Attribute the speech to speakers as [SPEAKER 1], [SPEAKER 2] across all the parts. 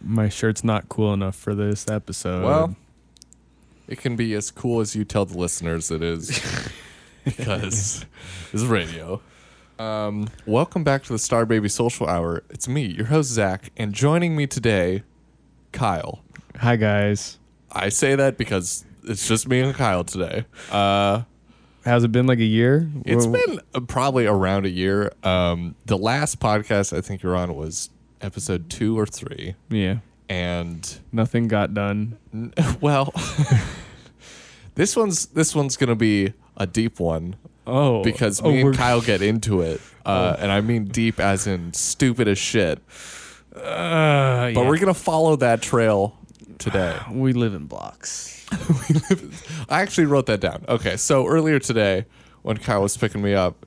[SPEAKER 1] my shirt's not cool enough for this episode.
[SPEAKER 2] Well, Um, it can be as cool as you tell the listeners it is because this is radio. Um, welcome back to the Star Baby Social Hour. It's me, your host, Zach, and joining me today, Kyle.
[SPEAKER 1] hi guys.
[SPEAKER 2] I say that because it's just me and Kyle today. Uh,
[SPEAKER 1] How's it been like a year?
[SPEAKER 2] It's
[SPEAKER 1] Wh-
[SPEAKER 2] been uh, probably around a year. Um, the last podcast I think you're on was episode two or three,
[SPEAKER 1] yeah.
[SPEAKER 2] and
[SPEAKER 1] Nothing got done.
[SPEAKER 2] n- well, this one's this one's gonna be a deep one
[SPEAKER 1] Oh,
[SPEAKER 2] because
[SPEAKER 1] oh,
[SPEAKER 2] me and
[SPEAKER 1] we're- Oh.
[SPEAKER 2] Kyle get into it, uh, and I mean deep as in stupid as shit.
[SPEAKER 1] Uh,
[SPEAKER 2] But we're gonna follow that trail today.
[SPEAKER 1] we live in blocks.
[SPEAKER 2] I actually wrote that down. Okay, so earlier today, when Kyle was picking me up,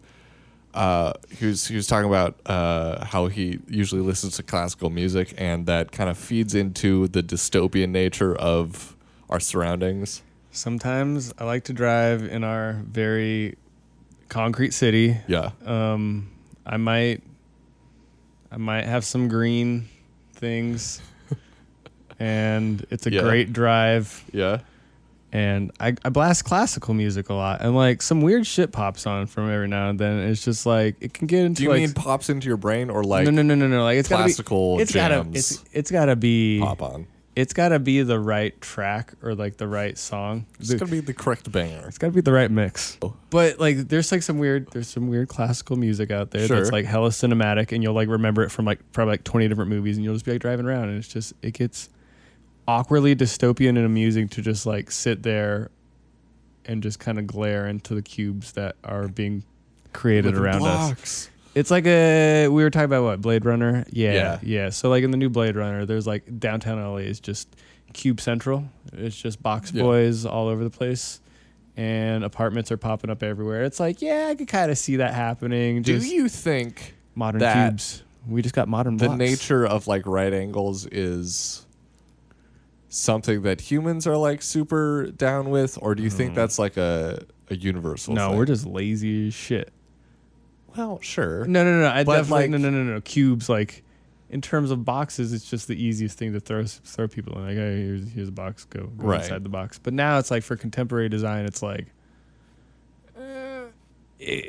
[SPEAKER 2] uh, he was he was talking about uh, how he usually listens to classical music, and that kind of feeds into the dystopian nature of our surroundings.
[SPEAKER 1] Sometimes I like to drive in our very concrete city.
[SPEAKER 2] Yeah,
[SPEAKER 1] Um, I might, I might have some green things, and it's a
[SPEAKER 2] Yeah.
[SPEAKER 1] great drive.
[SPEAKER 2] yeah,
[SPEAKER 1] and I, I blast classical music a lot and like some weird shit pops on from every now and then it's just like it can get into
[SPEAKER 2] Do you
[SPEAKER 1] like
[SPEAKER 2] mean pops into your brain or like
[SPEAKER 1] no no no no no like it's gotta
[SPEAKER 2] classical
[SPEAKER 1] be, it's gotta
[SPEAKER 2] jams?
[SPEAKER 1] it's it's gotta be
[SPEAKER 2] pop on?
[SPEAKER 1] it's gotta be the right track or like the right song
[SPEAKER 2] It's gonna be the correct banger.
[SPEAKER 1] it's gotta be the right mix but like there's like some weird there's some weird classical music out there
[SPEAKER 2] Sure.
[SPEAKER 1] that's like hella cinematic and you'll like remember it from like probably like 20 different movies and you'll just be like driving around and it's just it gets awkwardly dystopian and amusing to just like sit there and just kind of glare into the cubes that are being created around us
[SPEAKER 2] Blocks.
[SPEAKER 1] it's like a we were talking about what blade runner yeah,
[SPEAKER 2] Yeah.
[SPEAKER 1] yeah so like in the new blade runner there's like downtown la is just cube central it's just box
[SPEAKER 2] Yeah.
[SPEAKER 1] boys all over the place and apartments are popping up everywhere it's like yeah i could kind of see that happening
[SPEAKER 2] Do
[SPEAKER 1] just
[SPEAKER 2] you think
[SPEAKER 1] modern
[SPEAKER 2] that
[SPEAKER 1] cubes we just got modern
[SPEAKER 2] the
[SPEAKER 1] blocks.
[SPEAKER 2] nature of like right angles is something that humans are like super down with or do you think that's like a, a universal
[SPEAKER 1] Hmm. no
[SPEAKER 2] thing?
[SPEAKER 1] we're just lazy as shit
[SPEAKER 2] well sure
[SPEAKER 1] no no no i
[SPEAKER 2] But,
[SPEAKER 1] definitely
[SPEAKER 2] like-
[SPEAKER 1] no no no no cubes like in terms of boxes, it's just the easiest thing to throw throw people in. Like, hey, here's, here's a box, go, go
[SPEAKER 2] Right.
[SPEAKER 1] inside the box. But now it's like for contemporary design, it's like eh,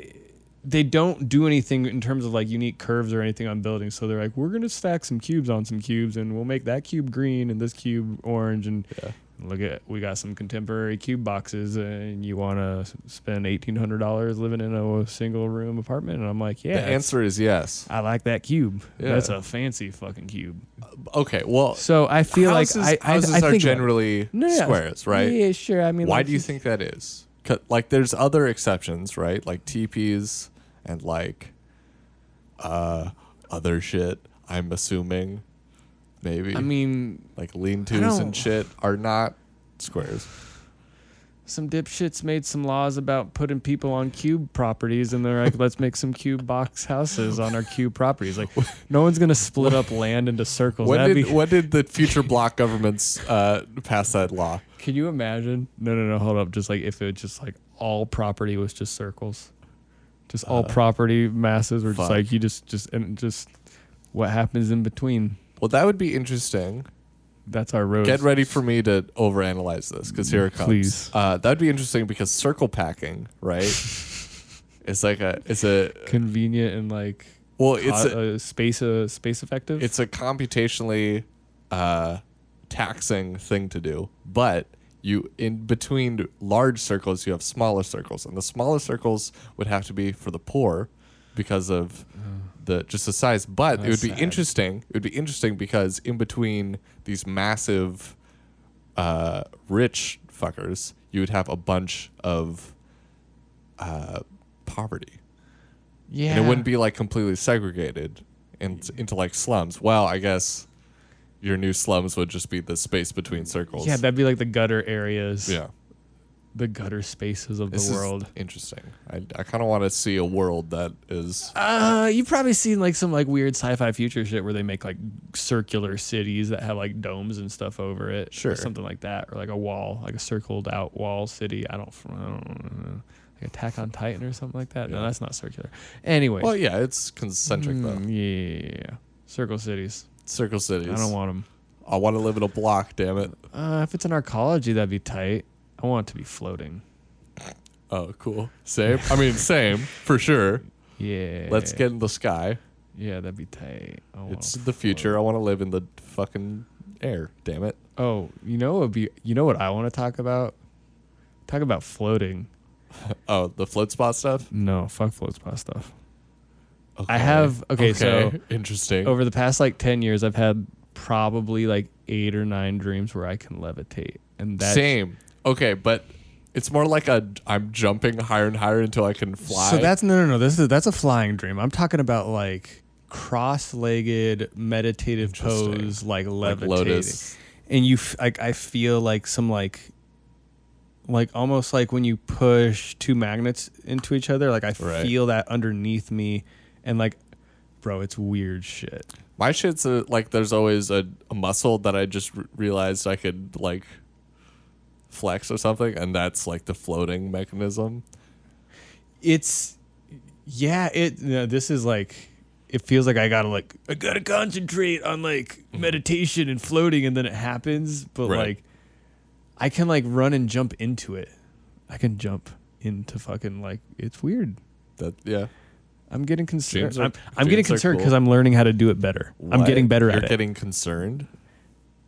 [SPEAKER 1] they don't do anything in terms of like unique curves or anything on buildings. So they're like, we're gonna stack some cubes on some cubes, and we'll make that cube green and this cube orange. And
[SPEAKER 2] Yeah.
[SPEAKER 1] look at we got some contemporary cube boxes, and you want to spend eighteen hundred dollars living in a single room apartment? And I'm like, yeah,
[SPEAKER 2] the
[SPEAKER 1] that's-
[SPEAKER 2] answer is yes
[SPEAKER 1] I like that cube.
[SPEAKER 2] Yeah.
[SPEAKER 1] That's a fancy fucking cube.
[SPEAKER 2] okay well
[SPEAKER 1] So I feel
[SPEAKER 2] houses,
[SPEAKER 1] like I, I,
[SPEAKER 2] houses
[SPEAKER 1] I
[SPEAKER 2] are
[SPEAKER 1] think
[SPEAKER 2] generally
[SPEAKER 1] No, no, no.
[SPEAKER 2] squares right
[SPEAKER 1] Yeah, sure. I mean,
[SPEAKER 2] why
[SPEAKER 1] like,
[SPEAKER 2] do you think that is 'Cause, like there's other exceptions right like teepees and like uh other shit i'm assuming maybe
[SPEAKER 1] I mean,
[SPEAKER 2] like lean-tos and
[SPEAKER 1] don't-
[SPEAKER 2] shit are not squares
[SPEAKER 1] some dipshits made some laws about putting people on cube properties, and they're like, let's make some cube box houses on our cube properties. Like, no one's gonna split up land into circles.
[SPEAKER 2] When
[SPEAKER 1] That'd
[SPEAKER 2] did
[SPEAKER 1] be-
[SPEAKER 2] when did the future block governments uh, pass that law?
[SPEAKER 1] can you imagine? No, no, no. Hold up. Just like if it just like all property was just circles, just all property masses were
[SPEAKER 2] Uh, fuck.
[SPEAKER 1] just like you just just and just what happens in between.
[SPEAKER 2] Well, that would be interesting.
[SPEAKER 1] That's our road.
[SPEAKER 2] Get ready for me to overanalyze this because here it comes.
[SPEAKER 1] Please.
[SPEAKER 2] Uh, that'd be interesting because circle packing, right? it's like a it's a
[SPEAKER 1] convenient and like
[SPEAKER 2] well
[SPEAKER 1] it's
[SPEAKER 2] it's a,
[SPEAKER 1] space uh, space effective.
[SPEAKER 2] it's a computationally uh, taxing thing to do, but you in between large circles you have smaller circles, and the smaller circles would have to be for the poor because of the just the size. But it would
[SPEAKER 1] Oh. That's
[SPEAKER 2] be
[SPEAKER 1] sad.
[SPEAKER 2] interesting. It would be interesting because in between these massive uh, rich fuckers, you would have a bunch of uh, poverty
[SPEAKER 1] yeah.
[SPEAKER 2] and it wouldn't be like completely segregated in, into like slums. Well, I guess your new slums would just be the space between circles.
[SPEAKER 1] Yeah, that'd be like the gutter areas.
[SPEAKER 2] yeah.
[SPEAKER 1] The gutter spaces of
[SPEAKER 2] This
[SPEAKER 1] the
[SPEAKER 2] is
[SPEAKER 1] world.
[SPEAKER 2] interesting. I, I kind of want to see a world that is
[SPEAKER 1] Uh, you've probably seen like some like weird sci-fi future shit where they make like circular cities that have like domes and stuff over it,
[SPEAKER 2] Sure.
[SPEAKER 1] or something like that, or like a wall, like a circled out wall city. I don't, I don't know, like Attack on Titan or something like that.
[SPEAKER 2] Yeah.
[SPEAKER 1] No, that's not circular. Anyway,
[SPEAKER 2] well, yeah, it's concentric though.
[SPEAKER 1] Mm, yeah, circle cities.
[SPEAKER 2] Circle cities.
[SPEAKER 1] Hmm. I don't want them.
[SPEAKER 2] I want to live in a block. Damn it.
[SPEAKER 1] Uh, if it's an arcology, that'd be tight. I want it to be floating.
[SPEAKER 2] Oh, cool. Same. I mean, same for sure.
[SPEAKER 1] Yeah.
[SPEAKER 2] Let's get in the sky.
[SPEAKER 1] Yeah, that'd be tight. I wanna
[SPEAKER 2] It's the future. I want to live in the fucking air. Damn it.
[SPEAKER 1] Oh, you know what would be you know what I want to talk about? Talk about floating.
[SPEAKER 2] Oh, the float spot stuff.
[SPEAKER 1] No, fuck float spa stuff.
[SPEAKER 2] Okay.
[SPEAKER 1] have- okay, so-
[SPEAKER 2] interesting.
[SPEAKER 1] Over the past like 10 years, I've had probably like 8 or 9 dreams where I can levitate. And that's
[SPEAKER 2] Same. Okay, but it's more like a I'm jumping higher and higher until I can fly.
[SPEAKER 1] So that's no no no, this is that's a flying dream. I'm talking about like cross-legged meditative
[SPEAKER 2] Interesting.
[SPEAKER 1] pose like
[SPEAKER 2] like
[SPEAKER 1] levitating.
[SPEAKER 2] Lotus.
[SPEAKER 1] and you f- like I feel like some like like almost like when you push two magnets into each other like I
[SPEAKER 2] Right.
[SPEAKER 1] feel that underneath me and like bro it's weird shit
[SPEAKER 2] My shit's a, like there's always a, a muscle that I just r- realized I could like flex or something, and that's like the floating mechanism.
[SPEAKER 1] it's yeah it no, this is like it feels like I gotta like I gotta concentrate on like meditation and floating and then it happens but
[SPEAKER 2] Mm-hmm. Right.
[SPEAKER 1] like I can like run and jump into it I can jump into fucking like it's weird
[SPEAKER 2] That yeah.
[SPEAKER 1] I'm getting concerned.
[SPEAKER 2] Dreams are-
[SPEAKER 1] I'm, I'm getting
[SPEAKER 2] dreams are
[SPEAKER 1] concerned
[SPEAKER 2] cool.
[SPEAKER 1] because I'm learning how to do it better. I'm
[SPEAKER 2] What?
[SPEAKER 1] getting better at
[SPEAKER 2] You're
[SPEAKER 1] it.
[SPEAKER 2] getting concerned.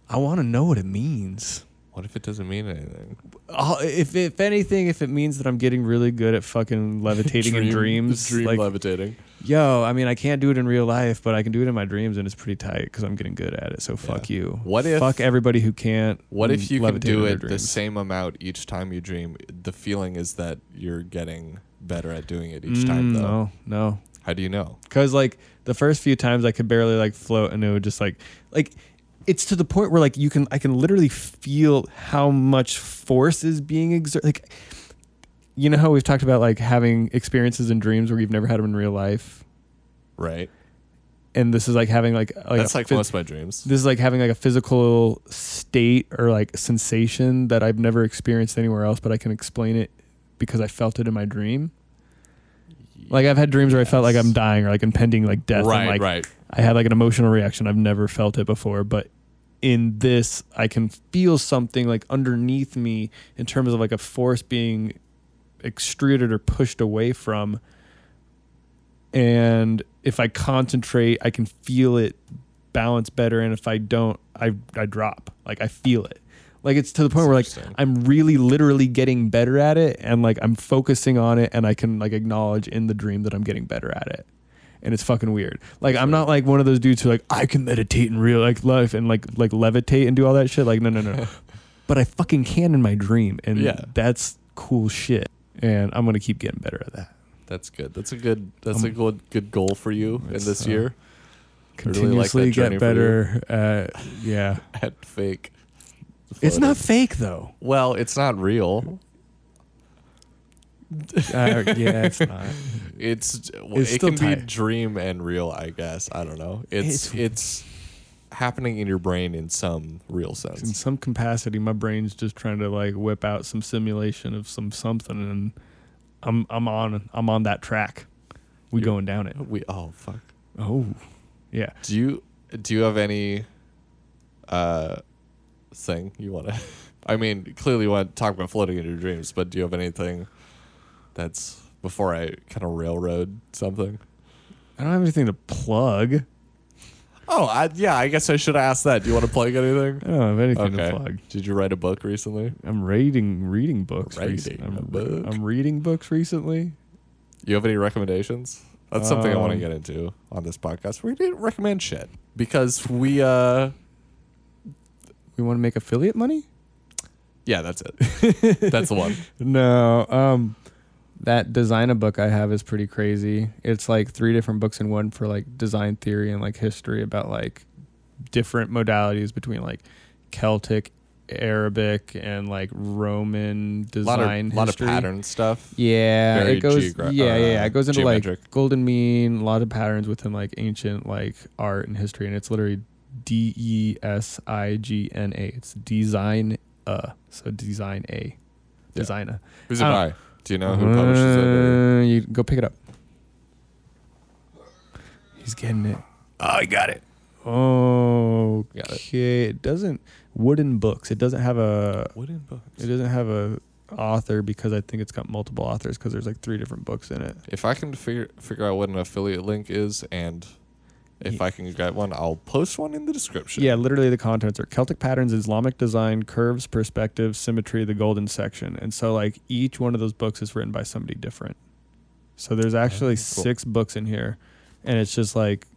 [SPEAKER 1] I want to know what it means.
[SPEAKER 2] What if it doesn't mean anything?
[SPEAKER 1] I'll- if if anything, if it means that I'm getting really good at fucking levitating in dreams,
[SPEAKER 2] dream
[SPEAKER 1] like
[SPEAKER 2] levitating.
[SPEAKER 1] yo, I mean, I can't do it in real life, but I can do it in my dreams, and it's pretty tight because I'm getting good at it. So fuck
[SPEAKER 2] Yeah.
[SPEAKER 1] you.
[SPEAKER 2] What if-
[SPEAKER 1] fuck everybody who can't?
[SPEAKER 2] What if you can
[SPEAKER 1] levitate
[SPEAKER 2] do
[SPEAKER 1] in their
[SPEAKER 2] it the
[SPEAKER 1] dreams.
[SPEAKER 2] same amount each time you dream? The feeling is that you're getting better at doing it each time,
[SPEAKER 1] Mm,
[SPEAKER 2] though.
[SPEAKER 1] No, no,
[SPEAKER 2] How do you know?
[SPEAKER 1] Cause like the first few times I could barely like float and it would just like like it's to the point where like you can I can literally feel how much force is being exerted. Like you know how we've talked about like having experiences and dreams where you've never had them in real life,
[SPEAKER 2] Right?
[SPEAKER 1] and this is like having like, like
[SPEAKER 2] That's
[SPEAKER 1] a
[SPEAKER 2] like
[SPEAKER 1] phys-
[SPEAKER 2] most of my dreams.
[SPEAKER 1] this is like having like a physical state or like sensation that I've never experienced anywhere else, but I can explain it because I felt it in my dream. Like I've had dreams where I felt like
[SPEAKER 2] Yes.
[SPEAKER 1] I'm dying or like impending like death. and,
[SPEAKER 2] right,
[SPEAKER 1] like,
[SPEAKER 2] right.
[SPEAKER 1] I had like an emotional reaction. I've never felt it before, but in this, I can feel something like underneath me in terms of like a force being extruded or pushed away from. And if I concentrate, I can feel it balance better. And if I don't, I, I drop. Like I feel it. Like it's to the point
[SPEAKER 2] That's
[SPEAKER 1] where like
[SPEAKER 2] interesting.
[SPEAKER 1] I'm really literally getting better at it and like I'm focusing on it and I can like acknowledge in the dream that I'm getting better at it. And it's fucking weird. Like I'm not like one of those dudes who like I can meditate in real like life and like like levitate and do all that shit. Like no no no. but I fucking can in my dream and
[SPEAKER 2] Yeah.
[SPEAKER 1] that's cool shit. And I'm gonna keep getting better at that.
[SPEAKER 2] That's good. That's a good. That's a
[SPEAKER 1] Um,
[SPEAKER 2] good good goal for you in
[SPEAKER 1] it's,
[SPEAKER 2] this
[SPEAKER 1] uh,
[SPEAKER 2] year I really like that
[SPEAKER 1] Continuously
[SPEAKER 2] journey
[SPEAKER 1] get
[SPEAKER 2] for
[SPEAKER 1] better at yeah.
[SPEAKER 2] at fake.
[SPEAKER 1] It's not
[SPEAKER 2] floating.
[SPEAKER 1] fake though.
[SPEAKER 2] Well, it's not real.
[SPEAKER 1] Uh, yeah, it's not.
[SPEAKER 2] It's,
[SPEAKER 1] It's
[SPEAKER 2] it
[SPEAKER 1] still
[SPEAKER 2] can be
[SPEAKER 1] tight.
[SPEAKER 2] dream and real, I guess. I don't know.
[SPEAKER 1] It's-
[SPEAKER 2] It's it's happening in your brain in some real
[SPEAKER 1] in
[SPEAKER 2] sense.
[SPEAKER 1] some capacity my brain's just trying to like whip out some simulation of some something and i'm i'm on i'm on that track we
[SPEAKER 2] You're-
[SPEAKER 1] going down it
[SPEAKER 2] We oh fuck.
[SPEAKER 1] oh yeah
[SPEAKER 2] Do you do you have any uh thing you want to? I mean, clearly you want to talk about floating in your dreams, but do you have anything that's before I kind of railroad something?
[SPEAKER 1] i don't have anything to plug
[SPEAKER 2] Oh, I, yeah. I guess I should ask that. Do you want to plug anything?
[SPEAKER 1] i don't have anything
[SPEAKER 2] Okay.
[SPEAKER 1] to plug
[SPEAKER 2] Did you write a book recently?
[SPEAKER 1] i'm reading reading books recent-
[SPEAKER 2] Reading a
[SPEAKER 1] I'm,
[SPEAKER 2] book.
[SPEAKER 1] I'm reading books recently
[SPEAKER 2] You have any recommendations? That's something I want to
[SPEAKER 1] Um,
[SPEAKER 2] get into on this podcast. We didn't recommend shit because we, uh,
[SPEAKER 1] we want to make affiliate money
[SPEAKER 2] yeah, that's it. that's the one.
[SPEAKER 1] no um that design a book i have is pretty crazy it's like three different books in one for like design theory and like history about like different modalities between like celtic arabic and like roman
[SPEAKER 2] A lot
[SPEAKER 1] design
[SPEAKER 2] of, lot of
[SPEAKER 1] history.
[SPEAKER 2] pattern stuff.
[SPEAKER 1] yeah
[SPEAKER 2] Very
[SPEAKER 1] it goes
[SPEAKER 2] geogra-
[SPEAKER 1] yeah, yeah yeah
[SPEAKER 2] uh,
[SPEAKER 1] it goes into
[SPEAKER 2] geometric.
[SPEAKER 1] like golden mean a lot of patterns within like ancient like art and history and it's literally E d-e-s-i-g-n-a it's design uh so design a
[SPEAKER 2] Yeah.
[SPEAKER 1] design a
[SPEAKER 2] Who's it
[SPEAKER 1] I
[SPEAKER 2] by? Do you know who publishes it? or-
[SPEAKER 1] uh, You go pick it up. He's getting it.
[SPEAKER 2] Oh, I got it. Got
[SPEAKER 1] Okay, it doesn't wooden books. It doesn't have a
[SPEAKER 2] Wooden books.
[SPEAKER 1] it doesn't have a author because I think it's got multiple authors because there's like three different books in it.
[SPEAKER 2] If I can figure figure out what an affiliate link is, and if
[SPEAKER 1] Ye-
[SPEAKER 2] I can get one, I'll post one in the description.
[SPEAKER 1] Yeah, literally the contents are Celtic patterns, Islamic design, curves, perspective, symmetry, the golden section. And so like each one of those books is written by somebody different. So there's actually
[SPEAKER 2] cool.
[SPEAKER 1] six books in here and it's just like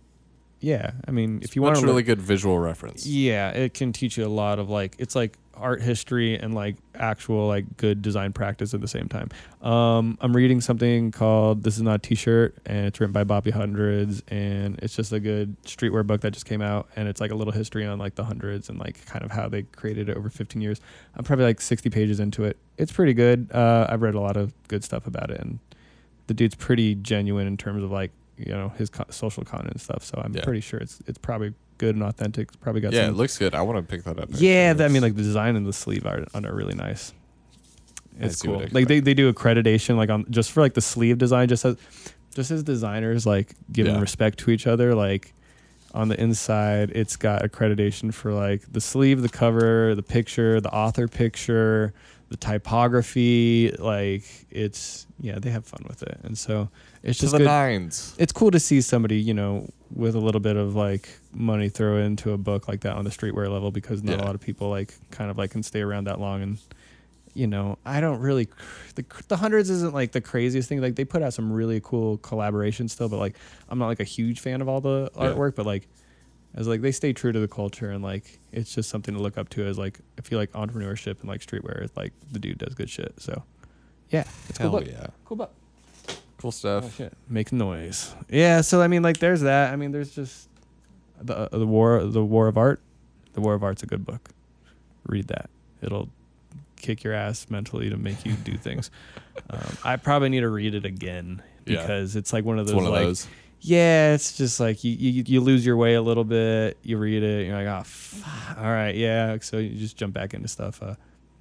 [SPEAKER 1] yeah, I mean, if you want
[SPEAKER 2] That's
[SPEAKER 1] to
[SPEAKER 2] really good visual reference.
[SPEAKER 1] Yeah, it can teach you a lot of like it's like art history and like actual like good design practice at the same time. Um, I'm reading something called "This Is Not a T-Shirt" and it's written by Bobby Hundreds and it's just a good streetwear book that just came out and it's like a little history on like the hundreds and like kind of how they created it over 15 years. I'm probably like 60 pages into it. It's pretty good. Uh, I've read a lot of good stuff about it and the dude's pretty genuine in terms of like you know his co- social content and stuff. So I'm
[SPEAKER 2] Yeah.
[SPEAKER 1] pretty sure it's it's probably good and authentic. It's probably got
[SPEAKER 2] Yeah,
[SPEAKER 1] some
[SPEAKER 2] it looks good. I want to pick that up.
[SPEAKER 1] yeah,
[SPEAKER 2] actually.
[SPEAKER 1] that, I mean, like the design and the sleeve art on are really nice.
[SPEAKER 2] I
[SPEAKER 1] It's
[SPEAKER 2] see what
[SPEAKER 1] cool.
[SPEAKER 2] I
[SPEAKER 1] Like they, they do accreditation like on just for like the sleeve design just as just as designers like giving
[SPEAKER 2] Yeah.
[SPEAKER 1] respect to each other like on the inside it's got accreditation for like the sleeve, the cover, the picture, the author picture, the typography, like it's yeah, they have fun with it. And so it's
[SPEAKER 2] to
[SPEAKER 1] just
[SPEAKER 2] the
[SPEAKER 1] good
[SPEAKER 2] nines.
[SPEAKER 1] it's cool to see somebody you know with a little bit of like money throw into a book like that on the streetwear level because not a
[SPEAKER 2] Yeah.
[SPEAKER 1] lot of people like kind of like can stay around that long and you know i don't really cr- the, cr- the hundreds isn't like the craziest thing like they put out some really cool collaborations still but like i'm not like a huge fan of all the
[SPEAKER 2] Yeah.
[SPEAKER 1] artwork but like as like they stay true to the culture and like it's just something to look up to as like i feel like entrepreneurship and like streetwear it's like the dude does good shit so yeah it's Oh, a cool
[SPEAKER 2] Hell
[SPEAKER 1] book
[SPEAKER 2] yeah,
[SPEAKER 1] cool book
[SPEAKER 2] cool stuff.
[SPEAKER 1] Make noise. Yeah, so I mean, like, there's that. I mean, there's just the uh, the war the war of art. The war of art's a good book. Read that. It'll kick your ass mentally to make you do things. um, I probably need to read it again
[SPEAKER 2] Yeah.
[SPEAKER 1] because it's like one of
[SPEAKER 2] it's
[SPEAKER 1] those
[SPEAKER 2] one of
[SPEAKER 1] like
[SPEAKER 2] those.
[SPEAKER 1] yeah, it's just like you, you you lose your way a little bit. You read it, you're like, oh, f- all right, yeah. So you just jump back into stuff. Uh,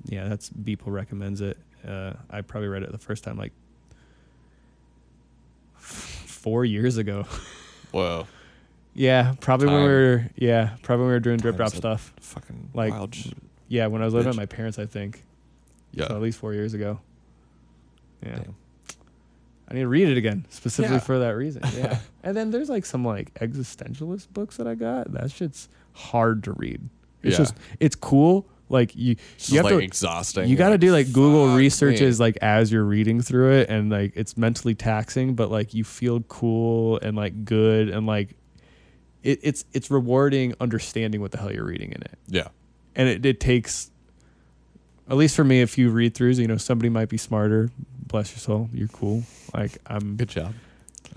[SPEAKER 1] yeah, that's Beeple recommends it. Uh, I probably read it the first time like four years ago.
[SPEAKER 2] Whoa,
[SPEAKER 1] yeah, probably when
[SPEAKER 2] Time.
[SPEAKER 1] we were yeah probably when we were doing drip drop
[SPEAKER 2] Time's up.
[SPEAKER 1] stuff.
[SPEAKER 2] fucking
[SPEAKER 1] Like-
[SPEAKER 2] wild. sh-
[SPEAKER 1] Yeah, when I was living
[SPEAKER 2] Bitch.
[SPEAKER 1] at my parents, I think.
[SPEAKER 2] Yeah,
[SPEAKER 1] So at least four years ago. Yeah.
[SPEAKER 2] Damn.
[SPEAKER 1] I need to read it again specifically
[SPEAKER 2] Yeah.
[SPEAKER 1] for that reason. Yeah. and then there's like some like existentialist books that I got. That shit's hard to read. It's
[SPEAKER 2] Yeah.
[SPEAKER 1] just it's cool. Like you
[SPEAKER 2] It's
[SPEAKER 1] you have
[SPEAKER 2] just, like
[SPEAKER 1] to
[SPEAKER 2] exhausting.
[SPEAKER 1] you got to
[SPEAKER 2] like,
[SPEAKER 1] do like Google
[SPEAKER 2] fuck
[SPEAKER 1] researches
[SPEAKER 2] me.
[SPEAKER 1] like as you're reading through it, and like it's mentally taxing, but like you feel cool and like good and like it, it's it's rewarding understanding what the hell you're reading in it
[SPEAKER 2] Yeah,
[SPEAKER 1] and it, it takes at least for me a few read throughs you know somebody might be smarter bless your soul you're cool like i'm
[SPEAKER 2] good job.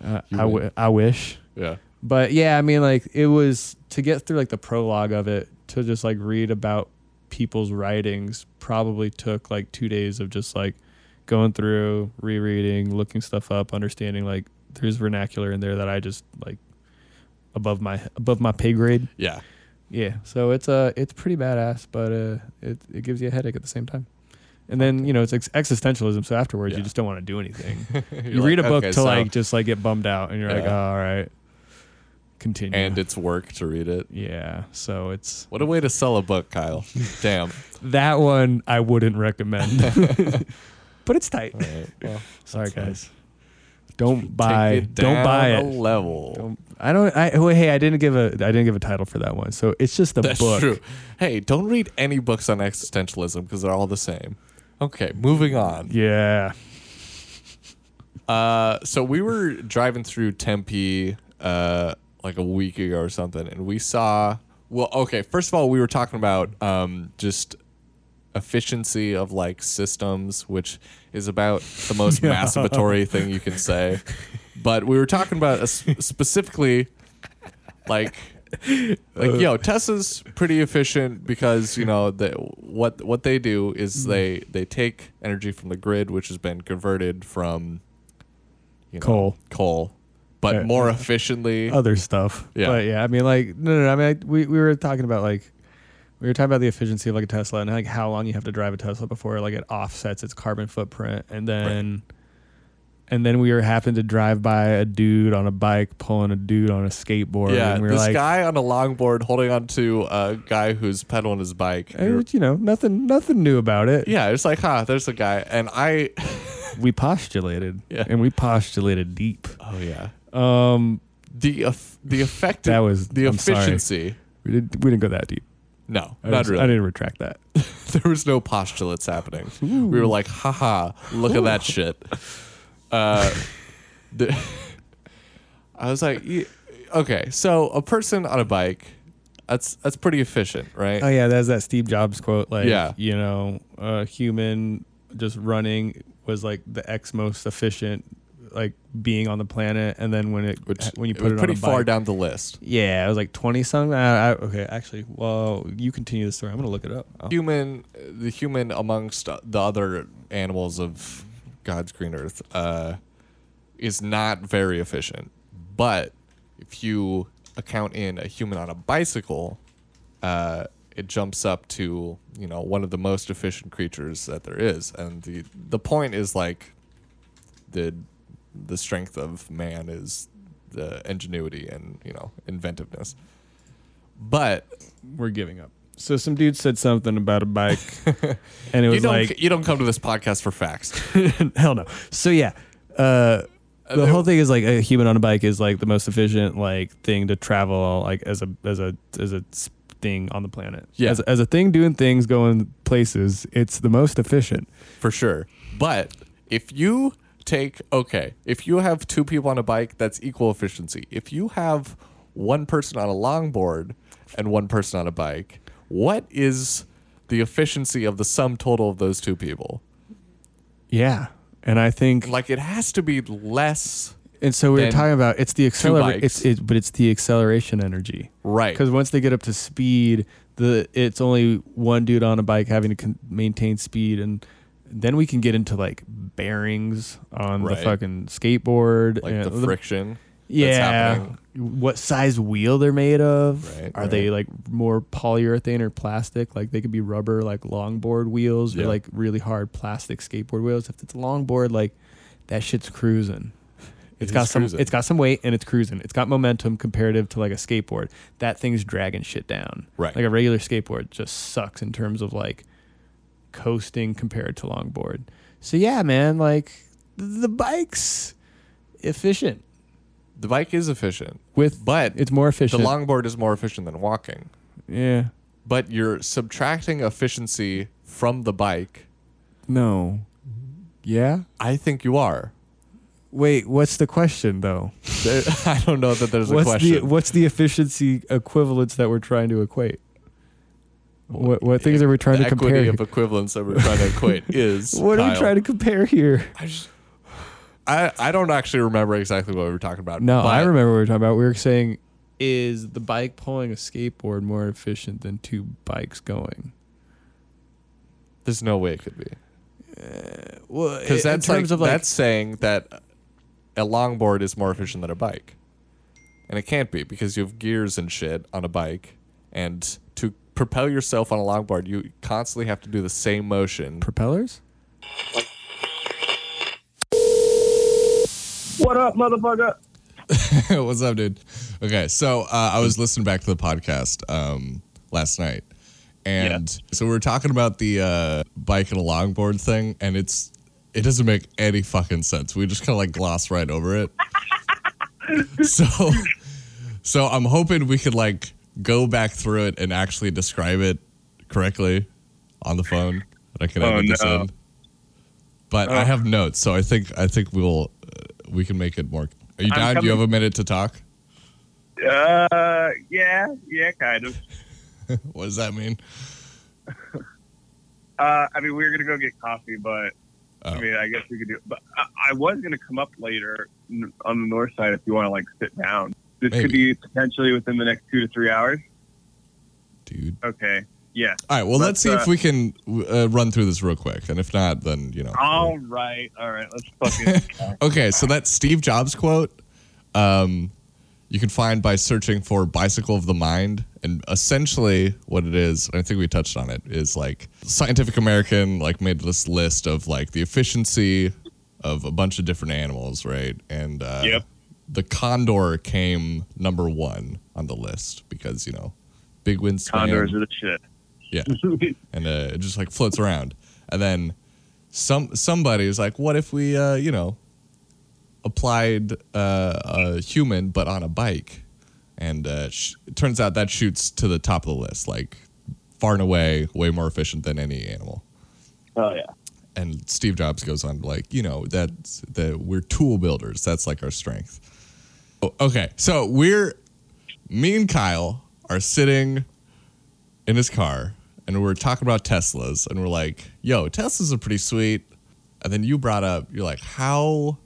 [SPEAKER 1] uh,
[SPEAKER 2] You
[SPEAKER 1] I, w- I wish
[SPEAKER 2] Yeah,
[SPEAKER 1] but yeah i mean like it was to get through like the prologue of it to just like read about people's writings probably took like two days of just like going through rereading looking stuff up understanding like there's vernacular in there that i just like above my above my pay grade
[SPEAKER 2] yeah.
[SPEAKER 1] yeah, so it's uh it's pretty badass, but uh it it gives you a headache at the same time. And then you know it's ex- existentialism, so afterwards
[SPEAKER 2] Yeah.
[SPEAKER 1] you just don't want to do anything.
[SPEAKER 2] You're
[SPEAKER 1] you
[SPEAKER 2] like,
[SPEAKER 1] read a book
[SPEAKER 2] okay,
[SPEAKER 1] to
[SPEAKER 2] so-
[SPEAKER 1] like just like get bummed out, and you're like, oh,
[SPEAKER 2] Yeah.
[SPEAKER 1] all right, continue.
[SPEAKER 2] and it's work to read it.
[SPEAKER 1] yeah, so it's
[SPEAKER 2] What a way to sell a book, Kyle. Damn.
[SPEAKER 1] that one I wouldn't recommend, but it's tight.
[SPEAKER 2] All right. Well,
[SPEAKER 1] Sorry
[SPEAKER 2] that's fine.
[SPEAKER 1] guys, don't buy
[SPEAKER 2] Take it
[SPEAKER 1] don't
[SPEAKER 2] down
[SPEAKER 1] buy
[SPEAKER 2] a
[SPEAKER 1] it.
[SPEAKER 2] level.
[SPEAKER 1] Don't, I don't. I well, hey, I didn't give a I didn't give a title for that one, so it's just a
[SPEAKER 2] That's
[SPEAKER 1] book.
[SPEAKER 2] true. Hey, don't read any books on existentialism because they're all the same. Okay, moving on.
[SPEAKER 1] Yeah,
[SPEAKER 2] Uh, so we were driving through Tempe uh, like a week ago or something, and we saw. Well, okay. First of all, we were talking about um, just efficiency of like systems, which is about the most
[SPEAKER 1] Yeah.
[SPEAKER 2] masturbatory thing you can say. But we were talking about a sp- specifically, like,
[SPEAKER 1] Uh,
[SPEAKER 2] like yo, Tesla's pretty efficient because you know the, what what they do is
[SPEAKER 1] Mm.
[SPEAKER 2] they they take energy from the grid, which has been converted from you know,
[SPEAKER 1] Coal.
[SPEAKER 2] coal, but
[SPEAKER 1] Uh,
[SPEAKER 2] more efficiently.
[SPEAKER 1] other stuff.
[SPEAKER 2] Yeah.
[SPEAKER 1] But yeah, I mean, like, no, no, no I mean, I, we, we were talking about like, we were talking about the efficiency of like a Tesla and like how long you have to drive a Tesla before like it offsets its carbon footprint. And then and then we were happened to drive by a dude on a bike pulling a dude on a skateboard.
[SPEAKER 2] yeah,
[SPEAKER 1] and we were
[SPEAKER 2] this
[SPEAKER 1] like,
[SPEAKER 2] guy on a longboard holding on to a guy who's pedaling his bike.
[SPEAKER 1] "Eh, you know, nothing, nothing new about it.
[SPEAKER 2] yeah, it's like, huh, there's a guy. And I,
[SPEAKER 1] We postulated,
[SPEAKER 2] Yeah.
[SPEAKER 1] and we postulated deep.
[SPEAKER 2] oh, yeah.
[SPEAKER 1] Um,
[SPEAKER 2] The, eff- the effective,
[SPEAKER 1] That was-
[SPEAKER 2] the
[SPEAKER 1] I'm sorry.
[SPEAKER 2] efficiency.
[SPEAKER 1] we didn't, we didn't go that deep.
[SPEAKER 2] No,
[SPEAKER 1] I
[SPEAKER 2] not
[SPEAKER 1] was-
[SPEAKER 2] really.
[SPEAKER 1] I didn't retract that.
[SPEAKER 2] there was no postulates happening. We were like, haha, look at that shit. Uh, the, I was like, "Ye- okay, so a person on a bike, that's that's pretty efficient, right?
[SPEAKER 1] Oh yeah, that's that Steve Jobs quote. Like,
[SPEAKER 2] Yeah.
[SPEAKER 1] you know, a human just running was like the X most efficient, like being on the planet. And then when it
[SPEAKER 2] Which
[SPEAKER 1] when you put
[SPEAKER 2] was
[SPEAKER 1] it, on
[SPEAKER 2] pretty
[SPEAKER 1] a bike,
[SPEAKER 2] far down the list.
[SPEAKER 1] yeah, it was like twenty something. I, I, okay, actually, well, you continue the story. I'm gonna look it up. Oh.
[SPEAKER 2] Human, the human amongst the other animals of God's green earth, uh, is not very efficient. But if you account in a human on a bicycle, uh, it jumps up to you know one of the most efficient creatures that there is. And the the point is like the the strength of man is the ingenuity and you know inventiveness. But
[SPEAKER 1] We're giving up. So some dude said something about a bike, and it
[SPEAKER 2] you
[SPEAKER 1] was
[SPEAKER 2] don't
[SPEAKER 1] like,
[SPEAKER 2] you don't come to this podcast for facts.
[SPEAKER 1] hell no. So yeah. Uh,
[SPEAKER 2] Uh,
[SPEAKER 1] the whole thing is like a human on a bike is like the most efficient like thing to travel like as a as a as a s- thing on the planet.
[SPEAKER 2] Yeah.
[SPEAKER 1] As, as a thing doing things going places, it's the most efficient.
[SPEAKER 2] for sure. But if you take okay, if you have two people on a bike, that's equal efficiency. If you have one person on a longboard and one person on a bike, what is the efficiency of the sum total of those two people?
[SPEAKER 1] Yeah. And I think
[SPEAKER 2] Like it has to be less
[SPEAKER 1] and so we were
[SPEAKER 2] then
[SPEAKER 1] talking about it's the acceler
[SPEAKER 2] bikes.
[SPEAKER 1] it's it, but it's the acceleration energy.
[SPEAKER 2] right.
[SPEAKER 1] Cuz once they get up to speed, the it's only one dude on a bike having to con- maintain speed and then we can get into like bearings on
[SPEAKER 2] Right.
[SPEAKER 1] the fucking skateboard
[SPEAKER 2] Like
[SPEAKER 1] and
[SPEAKER 2] the friction. that's
[SPEAKER 1] yeah
[SPEAKER 2] happening.
[SPEAKER 1] what size wheel they're made of
[SPEAKER 2] Right,
[SPEAKER 1] are they like more polyurethane or plastic like they could be rubber like longboard wheels
[SPEAKER 2] Yeah.
[SPEAKER 1] or like really hard plastic skateboard wheels if it's a longboard like that shit's cruising it's
[SPEAKER 2] is
[SPEAKER 1] got some
[SPEAKER 2] cruising.
[SPEAKER 1] it's got some weight and it's cruising it's got momentum comparative to like a skateboard that thing's dragging shit down
[SPEAKER 2] Right.
[SPEAKER 1] like a regular skateboard just sucks in terms of like coasting compared to longboard so yeah man like the bike's efficient
[SPEAKER 2] The bike is efficient,
[SPEAKER 1] with
[SPEAKER 2] but
[SPEAKER 1] it's more
[SPEAKER 2] the
[SPEAKER 1] efficient.
[SPEAKER 2] longboard is more efficient than walking.
[SPEAKER 1] yeah.
[SPEAKER 2] But you're subtracting efficiency from the bike.
[SPEAKER 1] No. Yeah.
[SPEAKER 2] I think you are.
[SPEAKER 1] Wait, what's the question though?
[SPEAKER 2] There- I don't know that there's a
[SPEAKER 1] what's
[SPEAKER 2] question.
[SPEAKER 1] the what's the efficiency equivalence that we're trying to equate? What what things are we trying to
[SPEAKER 2] the equity
[SPEAKER 1] compare? here?
[SPEAKER 2] of equivalence that we're trying to equate is.
[SPEAKER 1] what are we
[SPEAKER 2] Kyle.
[SPEAKER 1] trying to compare here?
[SPEAKER 2] I, just, I I don't actually remember exactly what we were talking about.
[SPEAKER 1] No,
[SPEAKER 2] but
[SPEAKER 1] I remember what we were talking about. We were saying is the bike pulling a skateboard more efficient than two bikes going?
[SPEAKER 2] There's no way it could be
[SPEAKER 1] Well,
[SPEAKER 2] because that's like, that's saying that a longboard is more efficient than a bike, and it can't be because you have gears and shit on a bike, and to propel yourself on a longboard, you constantly have to do the same motion.
[SPEAKER 1] propellers?
[SPEAKER 3] What up, motherfucker?
[SPEAKER 4] What's up, dude? Okay, so uh, I was listening back to the podcast um, last night, and so we were talking about the uh, bike and a longboard thing, and it's it doesn't make any fucking sense. We just kind of like gloss right over it. so, so I'm hoping we could like go back through it and actually describe it correctly on the phone. And I can
[SPEAKER 3] Oh,
[SPEAKER 4] edit this
[SPEAKER 3] no. Uh.
[SPEAKER 4] in. But I have notes, so I think I think we'll uh, we can make it more. Are you down?
[SPEAKER 3] I'm
[SPEAKER 4] Do you have
[SPEAKER 3] coming.
[SPEAKER 4] a minute to talk?
[SPEAKER 3] Uh, yeah, yeah, kind of.
[SPEAKER 4] What does that mean?
[SPEAKER 3] Uh, I mean, we were gonna go get coffee, but
[SPEAKER 4] Oh.
[SPEAKER 3] I mean, I guess we could do. But I, I was gonna come up later n- on the north side if you want to like sit down. This could
[SPEAKER 4] Maybe.
[SPEAKER 3] be potentially within the next two to three hours.
[SPEAKER 4] Dude.
[SPEAKER 3] Okay. Yeah.
[SPEAKER 4] All right. Well, let's,
[SPEAKER 3] Let's,
[SPEAKER 4] see
[SPEAKER 3] uh,
[SPEAKER 4] if we can uh, run through this real quick, and if not, then you know.
[SPEAKER 3] All right. All right. Let's fucking.
[SPEAKER 4] Okay. So that Steve Jobs quote, um, you can find by searching for "bicycle of the mind," and essentially what it is, and I think we touched on it, is like Scientific American like made this list of like the efficiency
[SPEAKER 2] of a bunch of different animals, right? And uh,
[SPEAKER 3] Yep.
[SPEAKER 2] the condor came number one on the list because you know big wingspan.
[SPEAKER 3] Condors are the shit.
[SPEAKER 2] Yeah. and uh, it just like floats around. And then some somebody is like, "What if we, uh, you know, applied uh, a human but on a bike?" And uh, sh- it turns out that shoots to the top of the list, like far and away, way more efficient than any animal.
[SPEAKER 3] oh yeah.
[SPEAKER 2] And Steve Jobs goes on like, you know, that's that we're tool builders. That's like our strength. Oh, okay, so we're me and Kyle are sitting in his car and we're talking about Teslas and we're like, yo, Teslas are pretty sweet. And then you brought up, you're like, how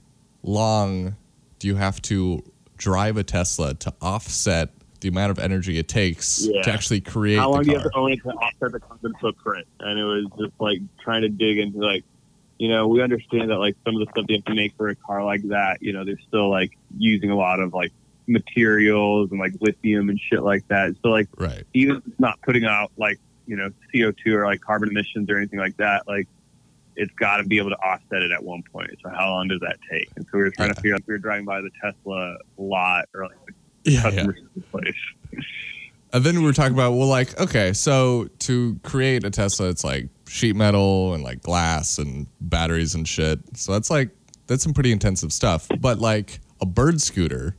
[SPEAKER 2] long do you have to drive a Tesla to offset the amount of energy it takes
[SPEAKER 3] Yeah.
[SPEAKER 2] to actually create
[SPEAKER 3] How
[SPEAKER 2] the
[SPEAKER 3] long do you have
[SPEAKER 2] car?
[SPEAKER 3] to own it to offset the carbon footprint? And it was just like trying to dig into like, you know, we understand that like some of the stuff you have to make for a car like that, you know, they're still like using a lot of like materials and like lithium and shit like that. So like
[SPEAKER 2] Right.
[SPEAKER 3] even if it's not putting out like, you know, CO two or like carbon emissions or anything like that, like it's got to be able to offset it at one point. So how long does that take? And so we were trying to
[SPEAKER 2] Yeah.
[SPEAKER 3] figure out. We were driving by the Tesla lot or like
[SPEAKER 2] Yeah,
[SPEAKER 3] the
[SPEAKER 2] yeah.
[SPEAKER 3] customer service place.
[SPEAKER 2] And then we were talking about, well, like, okay, so to create a Tesla, it's like sheet metal and like glass and batteries and shit. So that's like, that's some pretty intensive stuff. But like a bird scooter,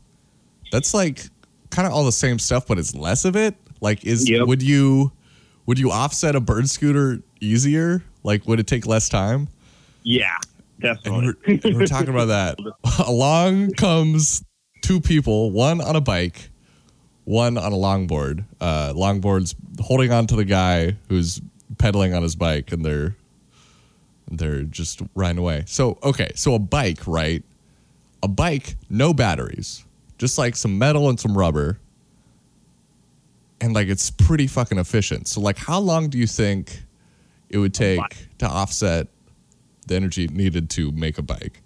[SPEAKER 2] that's like kind of all the same stuff, but it's less of it. Like, is,
[SPEAKER 3] Yep.
[SPEAKER 2] would you, would you offset a bird scooter easier? Like, would it take less time?
[SPEAKER 3] Yeah,
[SPEAKER 2] And
[SPEAKER 3] definitely.
[SPEAKER 2] we're, and we're talking about that. Along comes two people, one on a bike, one on a longboard. Uh, longboard's holding on to the guy who's pedaling on his bike, and they're they're just riding away. So okay, so a bike, right? A bike, no batteries, just like some metal and some rubber, and like it's pretty fucking efficient. So like, how long do you think it would take to offset the energy needed to make a bike?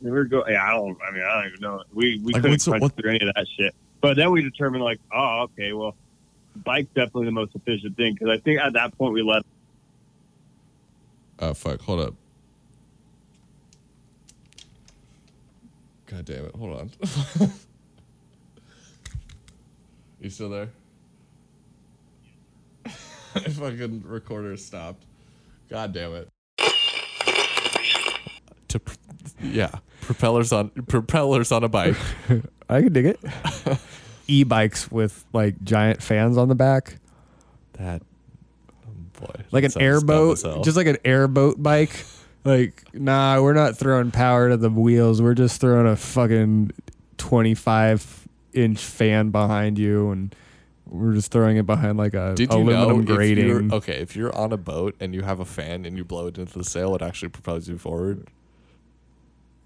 [SPEAKER 3] We We're go. Yeah, I don't. I mean, I don't even know. We we
[SPEAKER 2] Like,
[SPEAKER 3] couldn't
[SPEAKER 2] what's-
[SPEAKER 3] punch
[SPEAKER 2] what-
[SPEAKER 3] through any of that shit. But then we determined, like, oh, okay, well, bike's definitely the most efficient thing because I think at that point we left.
[SPEAKER 5] Uh,
[SPEAKER 2] Oh fuck! Hold up. God damn it! Hold on. you still there? My fucking recorder stopped. God damn it!
[SPEAKER 5] To, pr- yeah, propellers on propellers on a bike.
[SPEAKER 1] I can dig it. E-bikes with like giant fans on the back,
[SPEAKER 5] that oh boy,
[SPEAKER 1] like an airboat, just like an airboat bike. Like, nah, we're not throwing power to the wheels. We're just throwing a fucking twenty-five inch fan behind you, and we're just throwing it behind like a
[SPEAKER 5] Did you
[SPEAKER 1] aluminum
[SPEAKER 5] know
[SPEAKER 1] grating.
[SPEAKER 5] If you're, okay, if you're on a boat and you have a fan and you blow it into the sail, it actually propels you forward.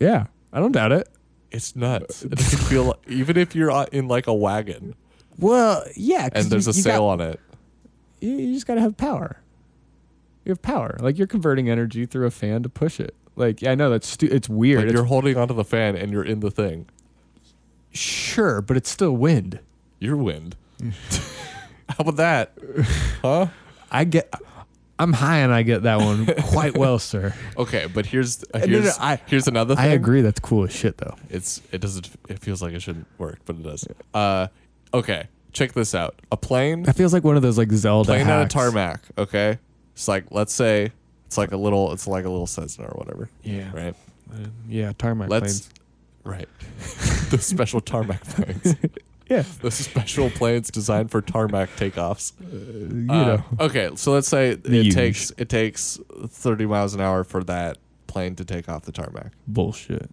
[SPEAKER 1] Yeah, I don't doubt it.
[SPEAKER 5] It's nuts. It doesn't feel like, even if you're on- in like a wagon
[SPEAKER 1] Well, yeah, 'cause
[SPEAKER 5] and there's
[SPEAKER 1] you-
[SPEAKER 5] a
[SPEAKER 1] you got-
[SPEAKER 5] sail on it.
[SPEAKER 1] you, you just gotta have power. You have power. Like you're converting energy through a fan to push it. Like yeah, I know that's stu- it's weird.
[SPEAKER 5] Like
[SPEAKER 1] It's-
[SPEAKER 5] you're holding onto the fan and you're in the thing.
[SPEAKER 1] sure, but it's still wind.
[SPEAKER 5] You're wind. How about that? Huh?
[SPEAKER 1] I get. I'm high and I get that one quite well, sir.
[SPEAKER 5] Okay, but here's
[SPEAKER 1] Uh, no,
[SPEAKER 5] here's
[SPEAKER 1] no, I-
[SPEAKER 5] here's another thing.
[SPEAKER 1] I agree. That's cool as shit, though.
[SPEAKER 5] It's it doesn't it feels like it shouldn't work, but it does. Uh okay, check this out. A plane
[SPEAKER 1] That feels like one of those like Zelda.
[SPEAKER 5] playing on a
[SPEAKER 1] hacks.
[SPEAKER 5] tarmac. Okay, it's like let's say it's like a little, it's like a little Cessna or whatever.
[SPEAKER 1] Yeah.
[SPEAKER 5] Right.
[SPEAKER 1] Yeah, tarmac
[SPEAKER 5] Let's.
[SPEAKER 1] planes.
[SPEAKER 5] Right. the special tarmac planes.
[SPEAKER 1] Yeah,
[SPEAKER 5] the special planes designed for tarmac takeoffs.
[SPEAKER 1] you
[SPEAKER 5] Uh,
[SPEAKER 1] know.
[SPEAKER 5] okay, so let's say it
[SPEAKER 1] huge.
[SPEAKER 5] takes it takes thirty miles an hour for that plane to take off the tarmac.
[SPEAKER 1] Bullshit.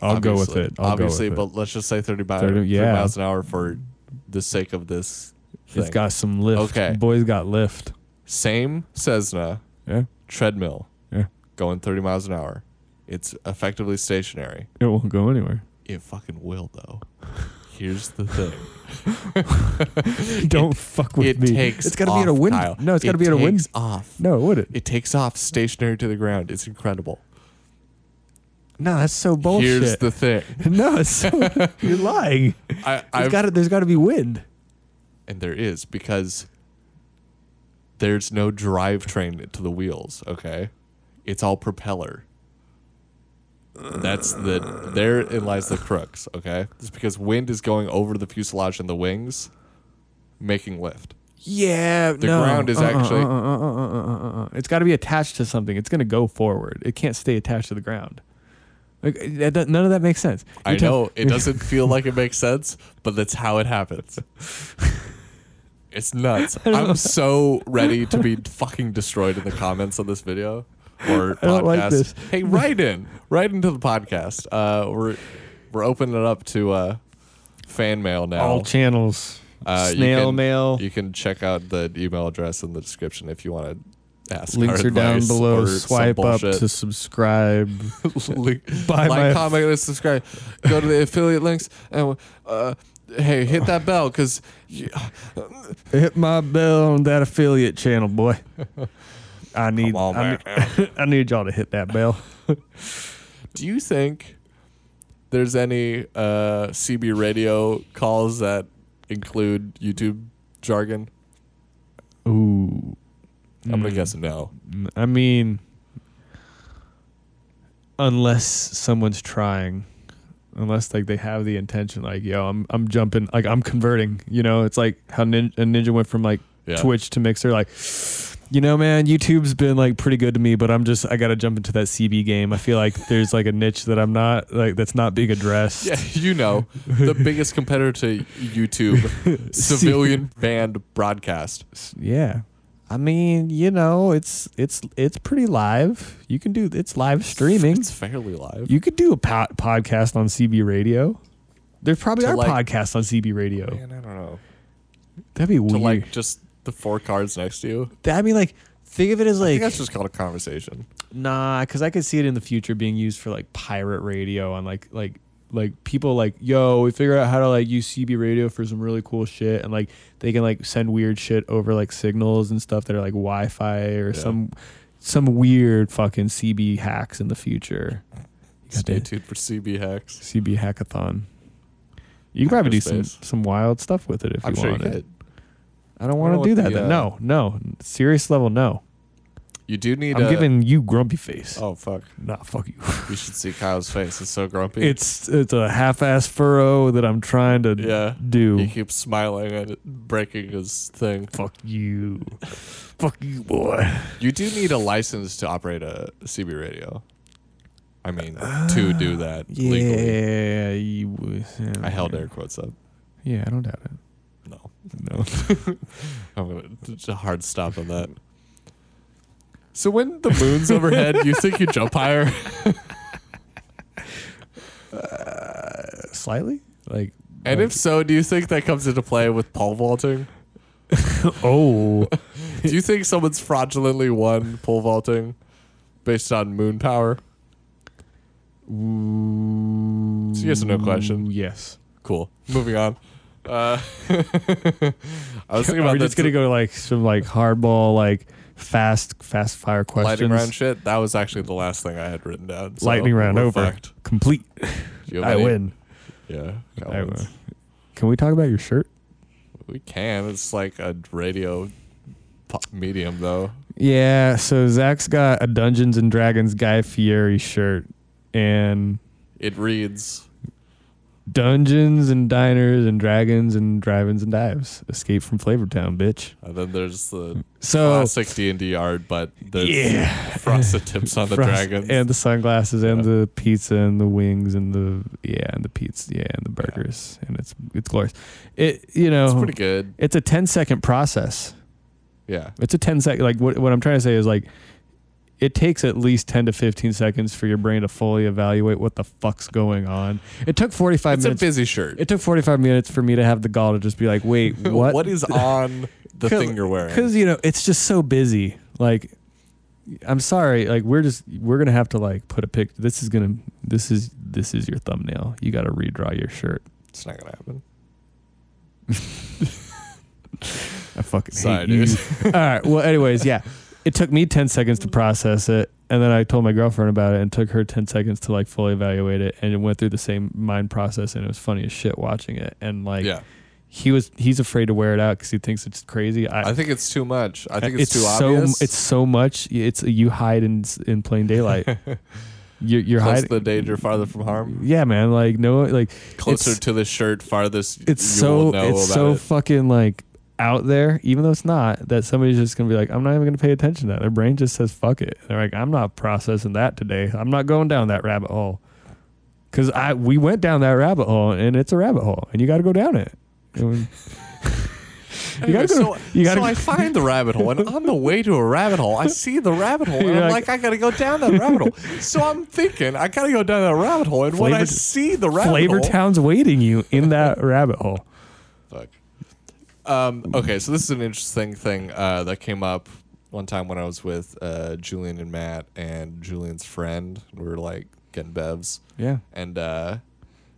[SPEAKER 1] I'll go with
[SPEAKER 5] Obviously.
[SPEAKER 1] it. I'll
[SPEAKER 5] obviously,
[SPEAKER 1] go with
[SPEAKER 5] but let's just say thirty, mi-
[SPEAKER 1] 30
[SPEAKER 5] 30
[SPEAKER 1] yeah.
[SPEAKER 5] miles an hour for the sake of this.
[SPEAKER 1] it. it's
[SPEAKER 5] thing.
[SPEAKER 1] got some lift.
[SPEAKER 5] Okay.
[SPEAKER 1] boy's got lift.
[SPEAKER 5] same Cessna
[SPEAKER 1] Yeah,
[SPEAKER 5] treadmill.
[SPEAKER 1] yeah.
[SPEAKER 5] going 30 miles an hour. It's effectively stationary.
[SPEAKER 1] It won't go anywhere.
[SPEAKER 5] It fucking will, though. Here's the thing.
[SPEAKER 1] Don't fuck with
[SPEAKER 5] it
[SPEAKER 1] me.
[SPEAKER 5] takes
[SPEAKER 1] it's gotta be in a
[SPEAKER 5] off,
[SPEAKER 1] wind.
[SPEAKER 5] Kyle.
[SPEAKER 1] No, it's gotta
[SPEAKER 5] It
[SPEAKER 1] be in a wind.
[SPEAKER 5] takes off.
[SPEAKER 1] No, it wouldn't.
[SPEAKER 5] It takes off stationary to the ground. It's incredible.
[SPEAKER 1] no, that's so bullshit.
[SPEAKER 5] Here's the thing.
[SPEAKER 1] no, it's so, you're lying.
[SPEAKER 5] I,
[SPEAKER 1] There's
[SPEAKER 5] I've,
[SPEAKER 1] got to there's got to be wind.
[SPEAKER 5] and there is because there's no drivetrain to the wheels, okay? It's all propeller.
[SPEAKER 2] That's the therein lies the crux. Okay, it's because wind is going over the fuselage and the wings, making lift.
[SPEAKER 1] Yeah,
[SPEAKER 2] The ground is actually-
[SPEAKER 1] uh, uh, uh, uh, uh, uh, uh. it's got to be attached to something. It's going to go forward. It can't stay attached to the ground. Like that, that- none of that makes sense.
[SPEAKER 2] I
[SPEAKER 1] You're tell-
[SPEAKER 2] know it doesn't feel like it makes sense, but that's how it happens. It's nuts. I'm so ready to be fucking destroyed in the comments on this video or podcast.
[SPEAKER 1] don't like this.
[SPEAKER 2] Hey, write in, write into the podcast. Uh, we're we're opening it up to uh, fan mail now.
[SPEAKER 1] all channels.
[SPEAKER 2] Uh, you
[SPEAKER 1] snail
[SPEAKER 2] can-
[SPEAKER 1] mail.
[SPEAKER 2] You can check out the email address in the description if you want to ask.
[SPEAKER 1] Links
[SPEAKER 2] our
[SPEAKER 1] are down
[SPEAKER 2] advice
[SPEAKER 1] below.
[SPEAKER 2] or some
[SPEAKER 1] Swipe up
[SPEAKER 2] bullshit.
[SPEAKER 1] to subscribe.
[SPEAKER 2] Link-
[SPEAKER 1] Buy
[SPEAKER 2] like,
[SPEAKER 1] my-
[SPEAKER 2] comment, and subscribe. Go to the affiliate links and uh, hey, hit that bell because
[SPEAKER 1] Hit my bell on that affiliate channel, boy. I need.
[SPEAKER 2] on,
[SPEAKER 1] I, need I need y'all to hit that bell.
[SPEAKER 2] do you think there's any uh, CB radio calls that include YouTube jargon?
[SPEAKER 1] Ooh. Hmm.
[SPEAKER 2] I'm gonna guess no.
[SPEAKER 1] I mean, unless someone's trying, unless like they have the intention, like yo, I'm I'm jumping, like I'm converting. You know, it's like how nin- a ninja went from like
[SPEAKER 2] Yeah.
[SPEAKER 1] Twitch to Mixer. Like, you know, man, YouTube's been like pretty good to me, but I'm just I gotta jump into that CB game. I feel like there's like a niche that I'm not like that's not being addressed.
[SPEAKER 2] Yeah, you know the biggest competitor to YouTube, civilian band broadcast.
[SPEAKER 1] Yeah. I mean, you know, it's it's it's pretty live. You can do it's live streaming.
[SPEAKER 2] It's fairly live.
[SPEAKER 1] You could do a po- podcast on CB Radio. There probably
[SPEAKER 2] To
[SPEAKER 1] are
[SPEAKER 2] like-
[SPEAKER 1] podcasts on CB Radio.
[SPEAKER 2] Man, I don't know.
[SPEAKER 1] That'd be
[SPEAKER 2] To
[SPEAKER 1] weird.
[SPEAKER 2] like just the four cards next to you.
[SPEAKER 1] That- I mean, like, think of it as
[SPEAKER 2] I
[SPEAKER 1] like
[SPEAKER 2] think that's just called a conversation.
[SPEAKER 1] nah, because I could see it in the future being used for like pirate radio on like like like people like yo, we figure out how to like use CB Radio for some really cool shit, and like they can like send weird shit over like signals and stuff that are like Wi-Fi or some some weird fucking CB hacks in the future.
[SPEAKER 2] Stay tuned for CB hacks.
[SPEAKER 1] CB Hackathon. You could probably do some,
[SPEAKER 2] Hackerspace.
[SPEAKER 1] some wild stuff with it if
[SPEAKER 2] I'm
[SPEAKER 1] you
[SPEAKER 2] sure you
[SPEAKER 1] wanted.
[SPEAKER 2] could.
[SPEAKER 1] I don't want
[SPEAKER 2] know
[SPEAKER 1] to do
[SPEAKER 2] what
[SPEAKER 1] that.
[SPEAKER 2] the,
[SPEAKER 1] then.
[SPEAKER 2] uh,
[SPEAKER 1] no, no, serious level, no.
[SPEAKER 2] You do need.
[SPEAKER 1] I'm
[SPEAKER 2] a,
[SPEAKER 1] giving you grumpy face.
[SPEAKER 2] Oh fuck!
[SPEAKER 1] Nah, fuck you.
[SPEAKER 2] You should see Kyle's face. It's so grumpy.
[SPEAKER 1] it's it's a half-ass furrow that I'm trying to
[SPEAKER 2] yeah.
[SPEAKER 1] do.
[SPEAKER 2] He keeps smiling and it- breaking his thing.
[SPEAKER 1] Fuck you, fuck you, boy.
[SPEAKER 2] You do need a license to operate a CB radio. I mean,
[SPEAKER 1] Ah,
[SPEAKER 2] to do that legally.
[SPEAKER 1] Yeah, you would. Yeah,
[SPEAKER 2] I held air quotes up.
[SPEAKER 1] Yeah, I don't doubt it.
[SPEAKER 2] No,
[SPEAKER 1] No.
[SPEAKER 2] I'm gonna it's a hard stop on that. So when the moon's overhead, you think you jump higher?
[SPEAKER 1] Slightly, like.
[SPEAKER 2] And if so, do you think that comes into play with pole vaulting?
[SPEAKER 1] oh,
[SPEAKER 2] Do you think someone's fraudulently won pole vaulting based on moon power? It's a yes or no question.
[SPEAKER 1] yes.
[SPEAKER 2] Cool. Moving on. Uh, I was thinking
[SPEAKER 1] Are
[SPEAKER 2] about
[SPEAKER 1] we just
[SPEAKER 2] that
[SPEAKER 1] gonna go like some like hardball like fast fast fire questions?
[SPEAKER 2] lightning round shit. That was actually the last thing I had written down. so
[SPEAKER 1] Lightning round
[SPEAKER 2] we're
[SPEAKER 1] over.
[SPEAKER 2] fucked.
[SPEAKER 1] Complete.
[SPEAKER 2] Do you have
[SPEAKER 1] I
[SPEAKER 2] any-
[SPEAKER 1] win.
[SPEAKER 2] Yeah. Kyle
[SPEAKER 1] I
[SPEAKER 2] wins.
[SPEAKER 1] win. Can we talk about your shirt?
[SPEAKER 2] We can. It's like a radio po- medium, though.
[SPEAKER 1] Yeah. So Zach's got a Dungeons and Dragons Guy Fieri shirt and
[SPEAKER 2] It reads.
[SPEAKER 1] Dungeons and Diners and Dragons and Drive-ins and Dives. Escape from Flavortown, bitch.
[SPEAKER 2] And then there's the
[SPEAKER 1] So
[SPEAKER 2] classic D and D art, but there's
[SPEAKER 1] Yeah.
[SPEAKER 2] frosted tips on the
[SPEAKER 1] Frost-
[SPEAKER 2] dragons.
[SPEAKER 1] and the sunglasses and
[SPEAKER 2] Yeah.
[SPEAKER 1] the pizza and the wings and the yeah and the pizza yeah and the burgers and it's it's glorious. It you know
[SPEAKER 2] it's pretty good.
[SPEAKER 1] it's a 10 second process.
[SPEAKER 2] Yeah.
[SPEAKER 1] It's a 10 second like what what I'm trying to say is like it takes at least 10 to 15 seconds for your brain to fully evaluate what the fuck's going on. It took 45
[SPEAKER 2] It's a
[SPEAKER 1] minutes.
[SPEAKER 2] busy shirt.
[SPEAKER 1] it took 45 minutes for me to have the gall to just be like, "Wait, what?
[SPEAKER 2] what is on the thing you're wearing?
[SPEAKER 1] Cuz you know, it's just so busy. Like I'm sorry, like we're just we're going to have to like put a pic. This is going to this is this is your thumbnail. You got to redraw your shirt.
[SPEAKER 2] It's not gonna happen.
[SPEAKER 1] I fucking hate
[SPEAKER 2] Sorry,
[SPEAKER 1] you.
[SPEAKER 2] dude.
[SPEAKER 1] All right. Well, anyways, yeah. It took me 10 seconds to process it. And then I told my girlfriend about it and took her 10 seconds to like fully evaluate it. And it went through the same mind process. And it was funny as shit watching it. And like,
[SPEAKER 2] yeah,
[SPEAKER 1] he was, he's afraid to wear it out because he thinks it's crazy. I,
[SPEAKER 2] I think it's too much. I think it's, too
[SPEAKER 1] so,
[SPEAKER 2] obvious.
[SPEAKER 1] It's so much. It's you hide in, in plain daylight. You're, you're
[SPEAKER 2] Close
[SPEAKER 1] hiding.
[SPEAKER 2] to the danger, farther from harm.
[SPEAKER 1] yeah, man. Like no, like
[SPEAKER 2] Closer
[SPEAKER 1] it's-
[SPEAKER 2] to the shirt, farthest.
[SPEAKER 1] it's
[SPEAKER 2] you
[SPEAKER 1] so
[SPEAKER 2] will know
[SPEAKER 1] it's
[SPEAKER 2] about
[SPEAKER 1] so
[SPEAKER 2] it.
[SPEAKER 1] fucking like out there, even though it's not, that somebody's just gonna be like, I'm not even gonna pay attention to that. Their brain just says fuck it. They're like, I'm not processing that today. I'm not going down that rabbit hole. Cause I we went down that rabbit hole and it's a rabbit hole and you gotta go down it. And- you gotta go
[SPEAKER 2] Anyway, so,
[SPEAKER 1] you gotta
[SPEAKER 2] so I find the rabbit hole, and on the way to a rabbit hole, I see the rabbit hole, and
[SPEAKER 1] You're
[SPEAKER 2] I'm
[SPEAKER 1] like-
[SPEAKER 2] like, I gotta go down that rabbit hole. So I'm thinking, I gotta go down that rabbit hole, and when I
[SPEAKER 1] Flavor-
[SPEAKER 2] see the rabbit
[SPEAKER 1] Flavor
[SPEAKER 2] hole,
[SPEAKER 1] Town's waiting you in that rabbit hole.
[SPEAKER 2] Fuck. Um, okay, so this is an interesting thing uh, that came up one time when I was with uh, Julian and Matt and Julian's friend. We were like getting bevs,
[SPEAKER 1] Yeah.
[SPEAKER 2] and uh,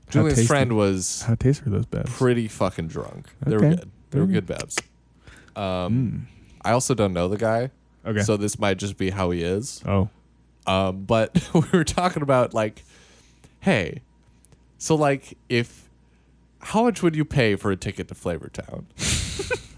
[SPEAKER 2] Julian's
[SPEAKER 1] tasty.
[SPEAKER 2] friend was
[SPEAKER 1] How tasty were those beds?
[SPEAKER 2] pretty fucking drunk. They were
[SPEAKER 1] Okay. Hmm.
[SPEAKER 2] good. They were good bevs. Um, I also don't know the guy,
[SPEAKER 1] Okay.
[SPEAKER 2] so this might just be how he is.
[SPEAKER 1] oh.
[SPEAKER 2] Um, but we were talking about like, hey, so like if how much would you pay for a ticket to Flavortown?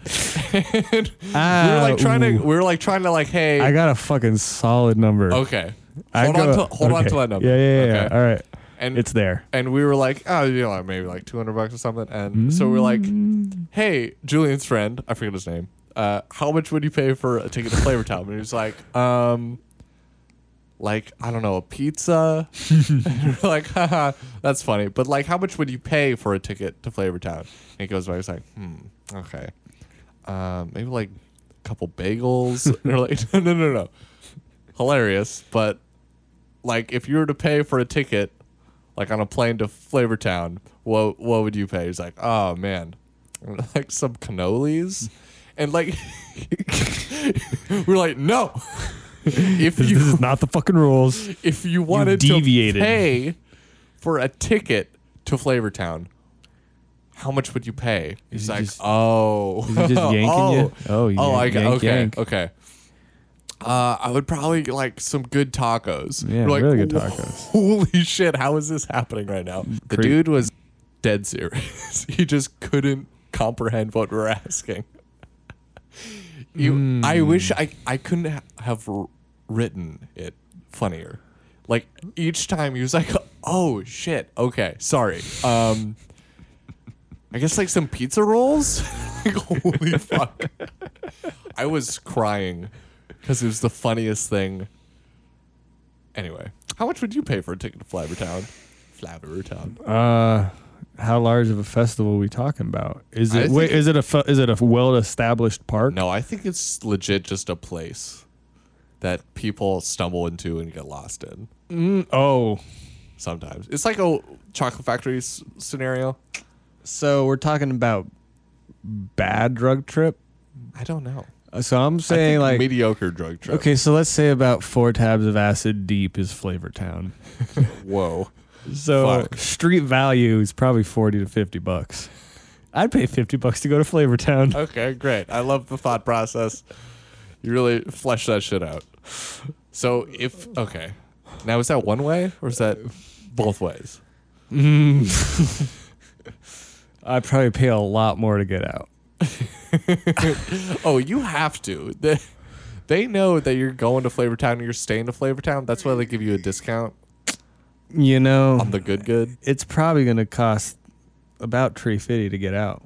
[SPEAKER 2] and we were like trying to we were like trying to like hey
[SPEAKER 1] Uh, I got a fucking solid number.
[SPEAKER 2] okay
[SPEAKER 1] I
[SPEAKER 2] hold on
[SPEAKER 1] go-
[SPEAKER 2] to, hold on
[SPEAKER 1] okay.
[SPEAKER 2] to that number
[SPEAKER 1] Yeah, yeah, yeah.
[SPEAKER 2] okay?
[SPEAKER 1] All right.
[SPEAKER 2] and
[SPEAKER 1] It's there.
[SPEAKER 2] and we were like oh you know maybe like two hundred bucks or something and so we are like
[SPEAKER 1] Mm.
[SPEAKER 2] hey Julian's friend I forget his name uh how much would you pay for a ticket to Flavortown and he was like um like I don't know a pizza. And we're like, haha, that's funny. But like, how much would you pay for a ticket to Flavortown? And he goes by. He's like, hmm, okay, um, maybe like a couple bagels. and they're like, no, no, no, no, hilarious. But like, if you were to pay for a ticket, like on a plane to Flavortown, what what would you pay? He's like, oh man, like some cannolis. And like, we're like, no. if
[SPEAKER 1] This,
[SPEAKER 2] you
[SPEAKER 1] this is not the fucking rules.
[SPEAKER 2] if you wanted
[SPEAKER 1] deviated.
[SPEAKER 2] to pay for a ticket to Flavortown, how much would you pay? He's
[SPEAKER 1] he
[SPEAKER 2] like,
[SPEAKER 1] just-
[SPEAKER 2] oh,
[SPEAKER 1] he just yanking you?
[SPEAKER 2] oh,
[SPEAKER 1] Oh, you
[SPEAKER 2] oh,
[SPEAKER 1] yank-
[SPEAKER 2] I got
[SPEAKER 1] yank,
[SPEAKER 2] okay,
[SPEAKER 1] yank.
[SPEAKER 2] okay. Uh, I would probably get, like some good tacos.
[SPEAKER 1] Yeah,
[SPEAKER 2] We're like,
[SPEAKER 1] really good
[SPEAKER 2] "Whoa,
[SPEAKER 1] tacos."
[SPEAKER 2] Holy shit! How is this happening right now? The
[SPEAKER 1] Cra-
[SPEAKER 2] dude was dead serious. he just couldn't comprehend what we were asking. You, I wish I, I couldn't ha- have r- written it funnier. Like each time he was like, "Oh shit, okay, sorry." Um, I guess like some pizza rolls. like holy fuck, I was crying because it was the funniest thing. Anyway, how much would you pay for a ticket to Flavortown? Flavortown.
[SPEAKER 1] Uh, how large of a festival are we talking about? Is
[SPEAKER 2] I
[SPEAKER 1] it
[SPEAKER 2] think
[SPEAKER 1] wait?
[SPEAKER 2] it-
[SPEAKER 1] Is it a fe- is it a well established park?
[SPEAKER 2] No, I think it's legit just a place that people stumble into and get lost in.
[SPEAKER 1] Oh,
[SPEAKER 2] sometimes. It's like a chocolate factory s- scenario.
[SPEAKER 1] so we're talking about bad drug trip.
[SPEAKER 2] I don't know.
[SPEAKER 1] Uh, So I'm
[SPEAKER 2] I
[SPEAKER 1] saying
[SPEAKER 2] think
[SPEAKER 1] like
[SPEAKER 2] mediocre drug trip.
[SPEAKER 1] okay, so let's say about four tabs of acid deep is Flavor Town.
[SPEAKER 2] Whoa.
[SPEAKER 1] So
[SPEAKER 2] Fuck.
[SPEAKER 1] street value is probably forty to fifty bucks. I'd pay fifty bucks to go to Flavor Town.
[SPEAKER 2] Okay, great. I love the thought process. You really flesh that shit out. So if okay, now is that one way or is that both ways?
[SPEAKER 1] I'd probably pay a lot more to get out.
[SPEAKER 2] Oh, you have to. They, they know that you're going to Flavortown and you're staying to Flavortown. That's why they give you a discount
[SPEAKER 1] You know,
[SPEAKER 2] on the good good.
[SPEAKER 1] it's probably going to cost about three fifty to get out.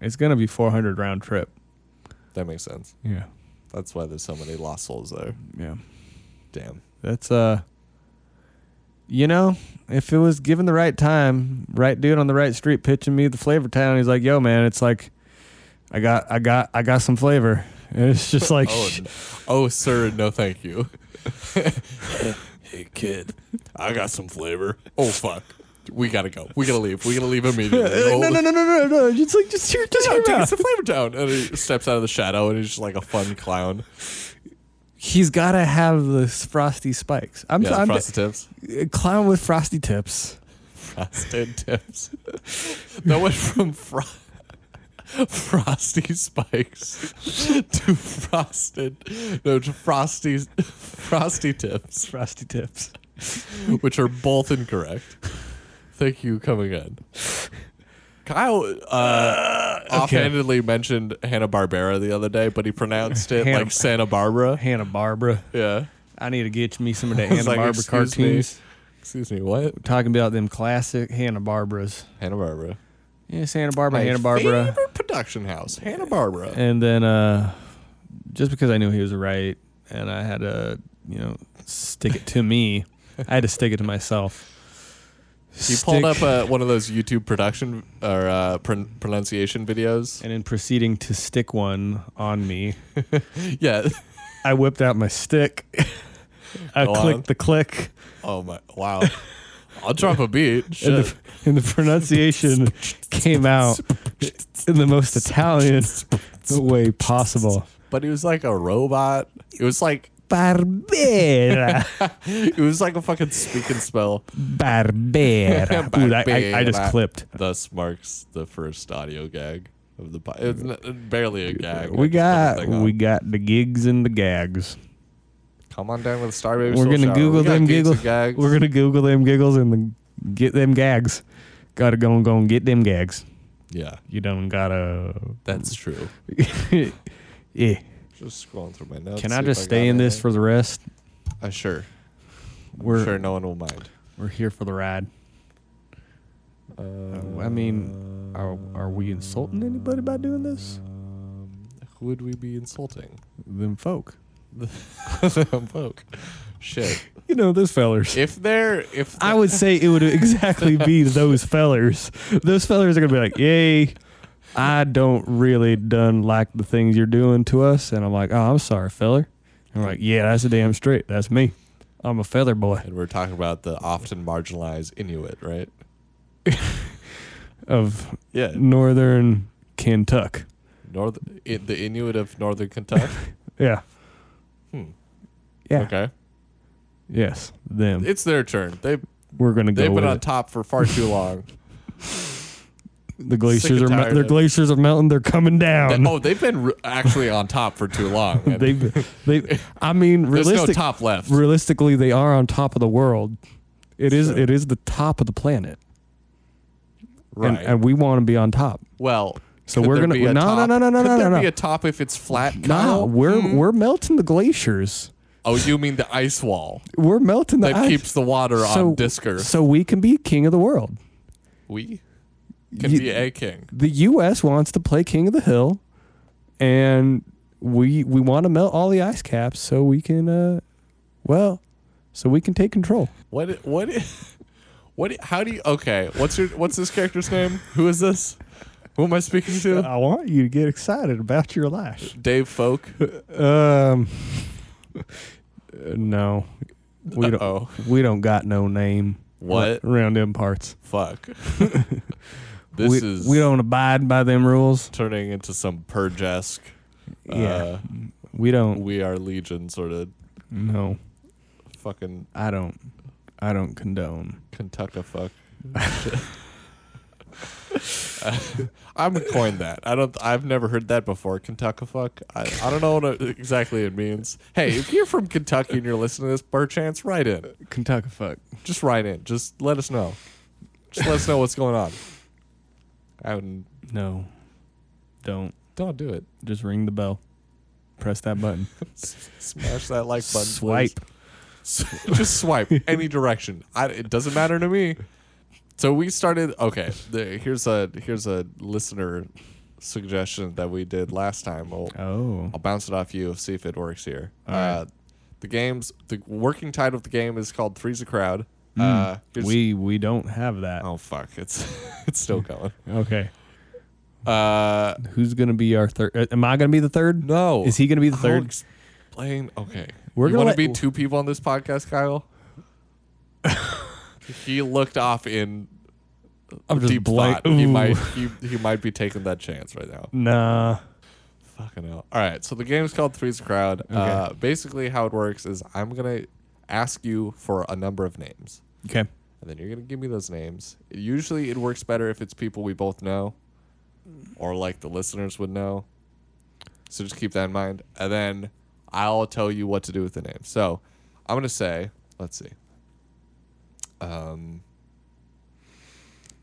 [SPEAKER 1] It's going to be four hundred round trip.
[SPEAKER 2] That makes sense.
[SPEAKER 1] Yeah,
[SPEAKER 2] That's why there's so many lost souls there.
[SPEAKER 1] yeah.
[SPEAKER 2] Damn.
[SPEAKER 1] That's uh, you know, if it was given the right time, right dude on the right street pitching me the flavor town, he's like, "Yo, man, it's like, I got, I got, I got some flavor." And it's just like,
[SPEAKER 2] Oh, n- oh, sir, no, thank you. hey, kid, I got some flavor. Oh, fuck. We gotta go. We gotta leave. We gotta leave immediately.
[SPEAKER 1] uh, no, no, no, no, no, no. It's like just here, just
[SPEAKER 2] No,
[SPEAKER 1] hear me
[SPEAKER 2] take
[SPEAKER 1] out.
[SPEAKER 2] us to flavor town. And he steps out of the shadow and he's just like a fun clown.
[SPEAKER 1] He's got to have the frosty spikes. I'm,
[SPEAKER 2] Yeah,
[SPEAKER 1] I'm
[SPEAKER 2] frosted tips.
[SPEAKER 1] a clown with frosty tips.
[SPEAKER 2] Frosted tips. that went from fro- frosty spikes to frosted, no, to frosty, frosty tips.
[SPEAKER 1] Frosty tips.
[SPEAKER 2] which are both incorrect. Thank you coming in. Kyle uh, offhandedly mentioned Hanna Barbera the other day, but he pronounced it
[SPEAKER 1] Hanna-
[SPEAKER 2] like Santa Barbara.
[SPEAKER 1] Hanna Barbera.
[SPEAKER 2] Yeah,
[SPEAKER 1] I need to get me some of that
[SPEAKER 2] It's
[SPEAKER 1] Hanna
[SPEAKER 2] like,
[SPEAKER 1] Barbera
[SPEAKER 2] "Excuse me."
[SPEAKER 1] cartoons.
[SPEAKER 2] Excuse me, what?
[SPEAKER 1] Talking about them classic Hanna Barbaras.
[SPEAKER 2] Hanna Barbera.
[SPEAKER 1] Yeah, Santa Barbara, Hanna Barbara.
[SPEAKER 2] Favorite production house, Hanna Barbera.
[SPEAKER 1] and then uh, just because I knew he was right, and I had to, you know, stick it to me. I had to stick it to myself.
[SPEAKER 2] You pulled up uh, one of those YouTube production or uh, pron- pronunciation videos.
[SPEAKER 1] and in proceeding to stick one on me,
[SPEAKER 2] Yeah.
[SPEAKER 1] I whipped out my stick. I
[SPEAKER 2] Go
[SPEAKER 1] clicked
[SPEAKER 2] on.
[SPEAKER 1] the click,
[SPEAKER 2] Oh my! Wow. I'll drop a beat. Shit.
[SPEAKER 1] and the, and the pronunciation came out in the most Italian way possible.
[SPEAKER 2] but it was like a robot. It was like
[SPEAKER 1] Barbera.
[SPEAKER 2] it was like a fucking speak and spell.
[SPEAKER 1] Barbera. Dude, I, I, I just
[SPEAKER 2] Barbera.
[SPEAKER 1] clipped.
[SPEAKER 2] Thus marks the first audio gag of the. Po- it's n- barely a gag. I
[SPEAKER 1] We
[SPEAKER 2] just put the
[SPEAKER 1] got
[SPEAKER 2] thing on.
[SPEAKER 1] we got the gigs and the gags.
[SPEAKER 2] Come on down with Star Baby.
[SPEAKER 1] We're
[SPEAKER 2] Soul
[SPEAKER 1] gonna
[SPEAKER 2] Shower.
[SPEAKER 1] Google
[SPEAKER 2] We got
[SPEAKER 1] them
[SPEAKER 2] gigs
[SPEAKER 1] giggles.
[SPEAKER 2] and Gags.
[SPEAKER 1] We're gonna Google them giggles and then get them gags. Gotta go and go and get them gags.
[SPEAKER 2] yeah,
[SPEAKER 1] You don't gotta.
[SPEAKER 2] that's true.
[SPEAKER 1] yeah.
[SPEAKER 2] Just scrolling through my notes.
[SPEAKER 1] Can
[SPEAKER 2] see
[SPEAKER 1] I
[SPEAKER 2] if
[SPEAKER 1] just stay
[SPEAKER 2] got
[SPEAKER 1] in this
[SPEAKER 2] anything.
[SPEAKER 1] for the rest?
[SPEAKER 2] Uh, sure.
[SPEAKER 1] We're
[SPEAKER 2] sure no one will mind.
[SPEAKER 1] we're here for the ride. Uh, I mean, are are we insulting anybody by doing this?
[SPEAKER 2] Um, who would we be insulting?
[SPEAKER 1] Them folk.
[SPEAKER 2] Folk. Shit.
[SPEAKER 1] You know those fellers.
[SPEAKER 2] If they're if
[SPEAKER 1] I would say it would exactly be those fellers. Those fellers are gonna be like, "Yay, I don't really done like the things you're doing to us," and I'm like, "Oh, I'm sorry, feller." And I'm like, "Yeah, that's a damn straight. That's me. I'm a feather boy
[SPEAKER 2] and we're talking about the often marginalized Inuit, right?
[SPEAKER 1] of
[SPEAKER 2] Yeah.
[SPEAKER 1] northern Kentucky."
[SPEAKER 2] North I, the Inuit of northern Kentucky.
[SPEAKER 1] Yeah.
[SPEAKER 2] Hmm.
[SPEAKER 1] Yeah.
[SPEAKER 2] Okay.
[SPEAKER 1] Yes, them.
[SPEAKER 2] It's their turn. They
[SPEAKER 1] We're gonna go
[SPEAKER 2] they've
[SPEAKER 1] with
[SPEAKER 2] been on
[SPEAKER 1] it.
[SPEAKER 2] top for far too long.
[SPEAKER 1] the
[SPEAKER 2] sick
[SPEAKER 1] glaciers
[SPEAKER 2] and
[SPEAKER 1] are
[SPEAKER 2] tired
[SPEAKER 1] mel- their
[SPEAKER 2] of-
[SPEAKER 1] glaciers are melting. They're coming
[SPEAKER 2] They-
[SPEAKER 1] down.
[SPEAKER 2] oh, they've been re- actually on top for too long. and
[SPEAKER 1] they, they. I mean,
[SPEAKER 2] there's no
[SPEAKER 1] realistic,
[SPEAKER 2] top left.
[SPEAKER 1] realistically, they are on top of the world. It is.
[SPEAKER 2] Sure.
[SPEAKER 1] It is the top of the planet,
[SPEAKER 2] right.
[SPEAKER 1] and, and we want to be on top.
[SPEAKER 2] well,
[SPEAKER 1] So
[SPEAKER 2] could
[SPEAKER 1] we're
[SPEAKER 2] there
[SPEAKER 1] gonna-
[SPEAKER 2] be a
[SPEAKER 1] no, no,
[SPEAKER 2] top?
[SPEAKER 1] no, no, no,
[SPEAKER 2] Could
[SPEAKER 1] no,
[SPEAKER 2] there
[SPEAKER 1] no,
[SPEAKER 2] be
[SPEAKER 1] no.
[SPEAKER 2] a top if it's flat?
[SPEAKER 1] Nah,
[SPEAKER 2] Kyle? Hmm.
[SPEAKER 1] we're we're melting the glaciers.
[SPEAKER 2] Oh, you mean the ice wall
[SPEAKER 1] We're melting the
[SPEAKER 2] that
[SPEAKER 1] ice.
[SPEAKER 2] keeps the water
[SPEAKER 1] so,
[SPEAKER 2] on disk Earth?
[SPEAKER 1] So we can be king of the world.
[SPEAKER 2] We can
[SPEAKER 1] Ye-
[SPEAKER 2] be a king.
[SPEAKER 1] The U.S. wants to play king of the hill, and we we want to melt all the ice caps so we can, uh, well, so we can take control.
[SPEAKER 2] What? i- What? i- What? i- How do you? Okay. What's your? What's this character's name? Who is this? Who am I speaking to?
[SPEAKER 1] I want you to get excited about your life.
[SPEAKER 2] Dave Folk.
[SPEAKER 1] Um, uh, no, we don't.
[SPEAKER 2] Oh,
[SPEAKER 1] We don't got no name.
[SPEAKER 2] What?
[SPEAKER 1] around them parts?
[SPEAKER 2] fuck. this
[SPEAKER 1] we,
[SPEAKER 2] is
[SPEAKER 1] we don't abide by them rules.
[SPEAKER 2] turning into some purge esque. Uh,
[SPEAKER 1] yeah, we don't.
[SPEAKER 2] we are legion sort of
[SPEAKER 1] No,
[SPEAKER 2] fucking
[SPEAKER 1] I don't. I don't condone.
[SPEAKER 2] Kentucky fuck. I'm gonna coin that. I don't. I've never heard that before. Kentucky fuck. I, I don't know what it- exactly it means. Hey, if you're from Kentucky and you're listening to this, perchance, write in.
[SPEAKER 1] Kentucky fuck.
[SPEAKER 2] Just write in. Just let us know. Just let us know what's going on. I would
[SPEAKER 1] No, don't.
[SPEAKER 2] don't do it.
[SPEAKER 1] Just ring the bell. Press that button.
[SPEAKER 2] S- Smash that like button. please.
[SPEAKER 1] Swipe.
[SPEAKER 2] just swipe any direction. I, it doesn't matter to me. So we started. Okay, the, here's a here's a listener suggestion that we did last time. I'll,
[SPEAKER 1] Oh,
[SPEAKER 2] I'll bounce it off you. See if it works here.
[SPEAKER 1] right.
[SPEAKER 2] Uh, the games. The working title of the game is called Three's a Crowd. Uh,
[SPEAKER 1] Hmm.
[SPEAKER 2] here's-
[SPEAKER 1] we we don't have that.
[SPEAKER 2] Oh fuck! It's it's still going.
[SPEAKER 1] Okay,
[SPEAKER 2] Uh,
[SPEAKER 1] who's gonna be our third? uh, Am I gonna be the third?
[SPEAKER 2] no.
[SPEAKER 1] Is he gonna be the
[SPEAKER 2] I'll
[SPEAKER 1] third?
[SPEAKER 2] Explain. Okay.
[SPEAKER 1] We're
[SPEAKER 2] We're you
[SPEAKER 1] gonna
[SPEAKER 2] want
[SPEAKER 1] let-
[SPEAKER 2] to be two people on this podcast, Kyle. he looked off in
[SPEAKER 1] I'm just
[SPEAKER 2] deep
[SPEAKER 1] blank.
[SPEAKER 2] thought. He
[SPEAKER 1] Ooh.
[SPEAKER 2] might he, he might be taking that chance right now.
[SPEAKER 1] Nah.
[SPEAKER 2] Fucking hell. All right. So the game's called Three's a Crowd. Uh, basically, how it works is I'm gonna ask you for a number of names,
[SPEAKER 1] Okay.
[SPEAKER 2] and then you're gonna give me those names. Usually, it works better if it's people we both know, or like the listeners would know. So just keep that in mind, and then I'll tell you what to do with the name. So I'm gonna say, let's see. Um,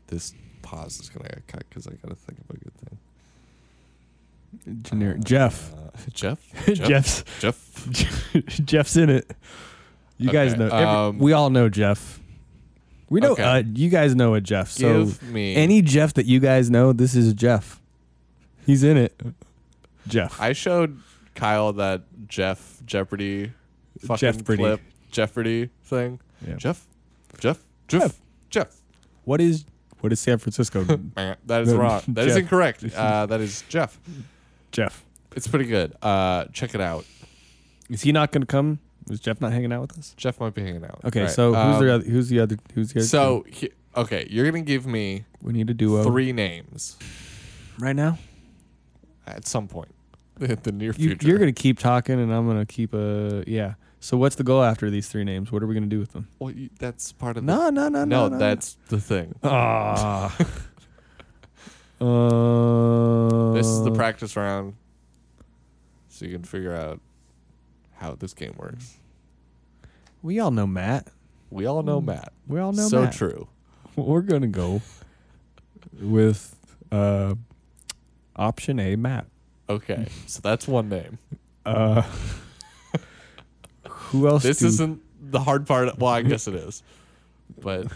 [SPEAKER 2] this pause is gonna get cut because I gotta think of a good thing.
[SPEAKER 1] Generic. Jeff.
[SPEAKER 2] Uh, Jeff?
[SPEAKER 1] Jeff's
[SPEAKER 2] Jeff.
[SPEAKER 1] Jeff's in it. You guys
[SPEAKER 2] Okay,
[SPEAKER 1] know. every-
[SPEAKER 2] um,
[SPEAKER 1] we all know Jeff. We know
[SPEAKER 2] Okay.
[SPEAKER 1] uh, you guys know a Jeff. So
[SPEAKER 2] Give me-
[SPEAKER 1] any Jeff that you guys know, this is Jeff. He's in it. Jeff.
[SPEAKER 2] I showed Kyle that Jeff Jeopardy fucking
[SPEAKER 1] Jeopardy.
[SPEAKER 2] clip Jeopardy thing.
[SPEAKER 1] Yeah.
[SPEAKER 2] Jeff, Jeff, Jeff, Jeff.
[SPEAKER 1] what is what is San Francisco?
[SPEAKER 2] Eh, That is
[SPEAKER 1] No,
[SPEAKER 2] wrong. That is
[SPEAKER 1] Jeff.
[SPEAKER 2] incorrect. Uh, that is Jeff.
[SPEAKER 1] Jeff.
[SPEAKER 2] It's pretty good. Uh, check it out.
[SPEAKER 1] Is he not going to come? Is Jeff not hanging out with us?
[SPEAKER 2] Jeff might be hanging out.
[SPEAKER 1] Okay,
[SPEAKER 2] Right.
[SPEAKER 1] so who's
[SPEAKER 2] Um,
[SPEAKER 1] the other, who's the other who's the other?
[SPEAKER 2] So he, okay, you're gonna give me
[SPEAKER 1] we need a duo
[SPEAKER 2] three names
[SPEAKER 1] right now.
[SPEAKER 2] at some point in the near
[SPEAKER 1] You,
[SPEAKER 2] future.
[SPEAKER 1] you're going to keep talking, and I'm going to keep a yeah. So what's the goal after these three names? What are we going to do with them?
[SPEAKER 2] Well, you, that's part of
[SPEAKER 1] No, no, no,
[SPEAKER 2] the,
[SPEAKER 1] no.
[SPEAKER 2] no, that's the thing.
[SPEAKER 1] Ah. uh,
[SPEAKER 2] This is the practice round, so you can figure out how this game works.
[SPEAKER 1] We all know Matt.
[SPEAKER 2] We all know Matt.
[SPEAKER 1] Hmm. We all know
[SPEAKER 2] so
[SPEAKER 1] Matt.
[SPEAKER 2] true.
[SPEAKER 1] We're gonna go with uh, option A, Matt.
[SPEAKER 2] Okay, so that's one name.
[SPEAKER 1] Uh, who else?
[SPEAKER 2] This
[SPEAKER 1] do-
[SPEAKER 2] isn't the hard part. Well, I guess it is, but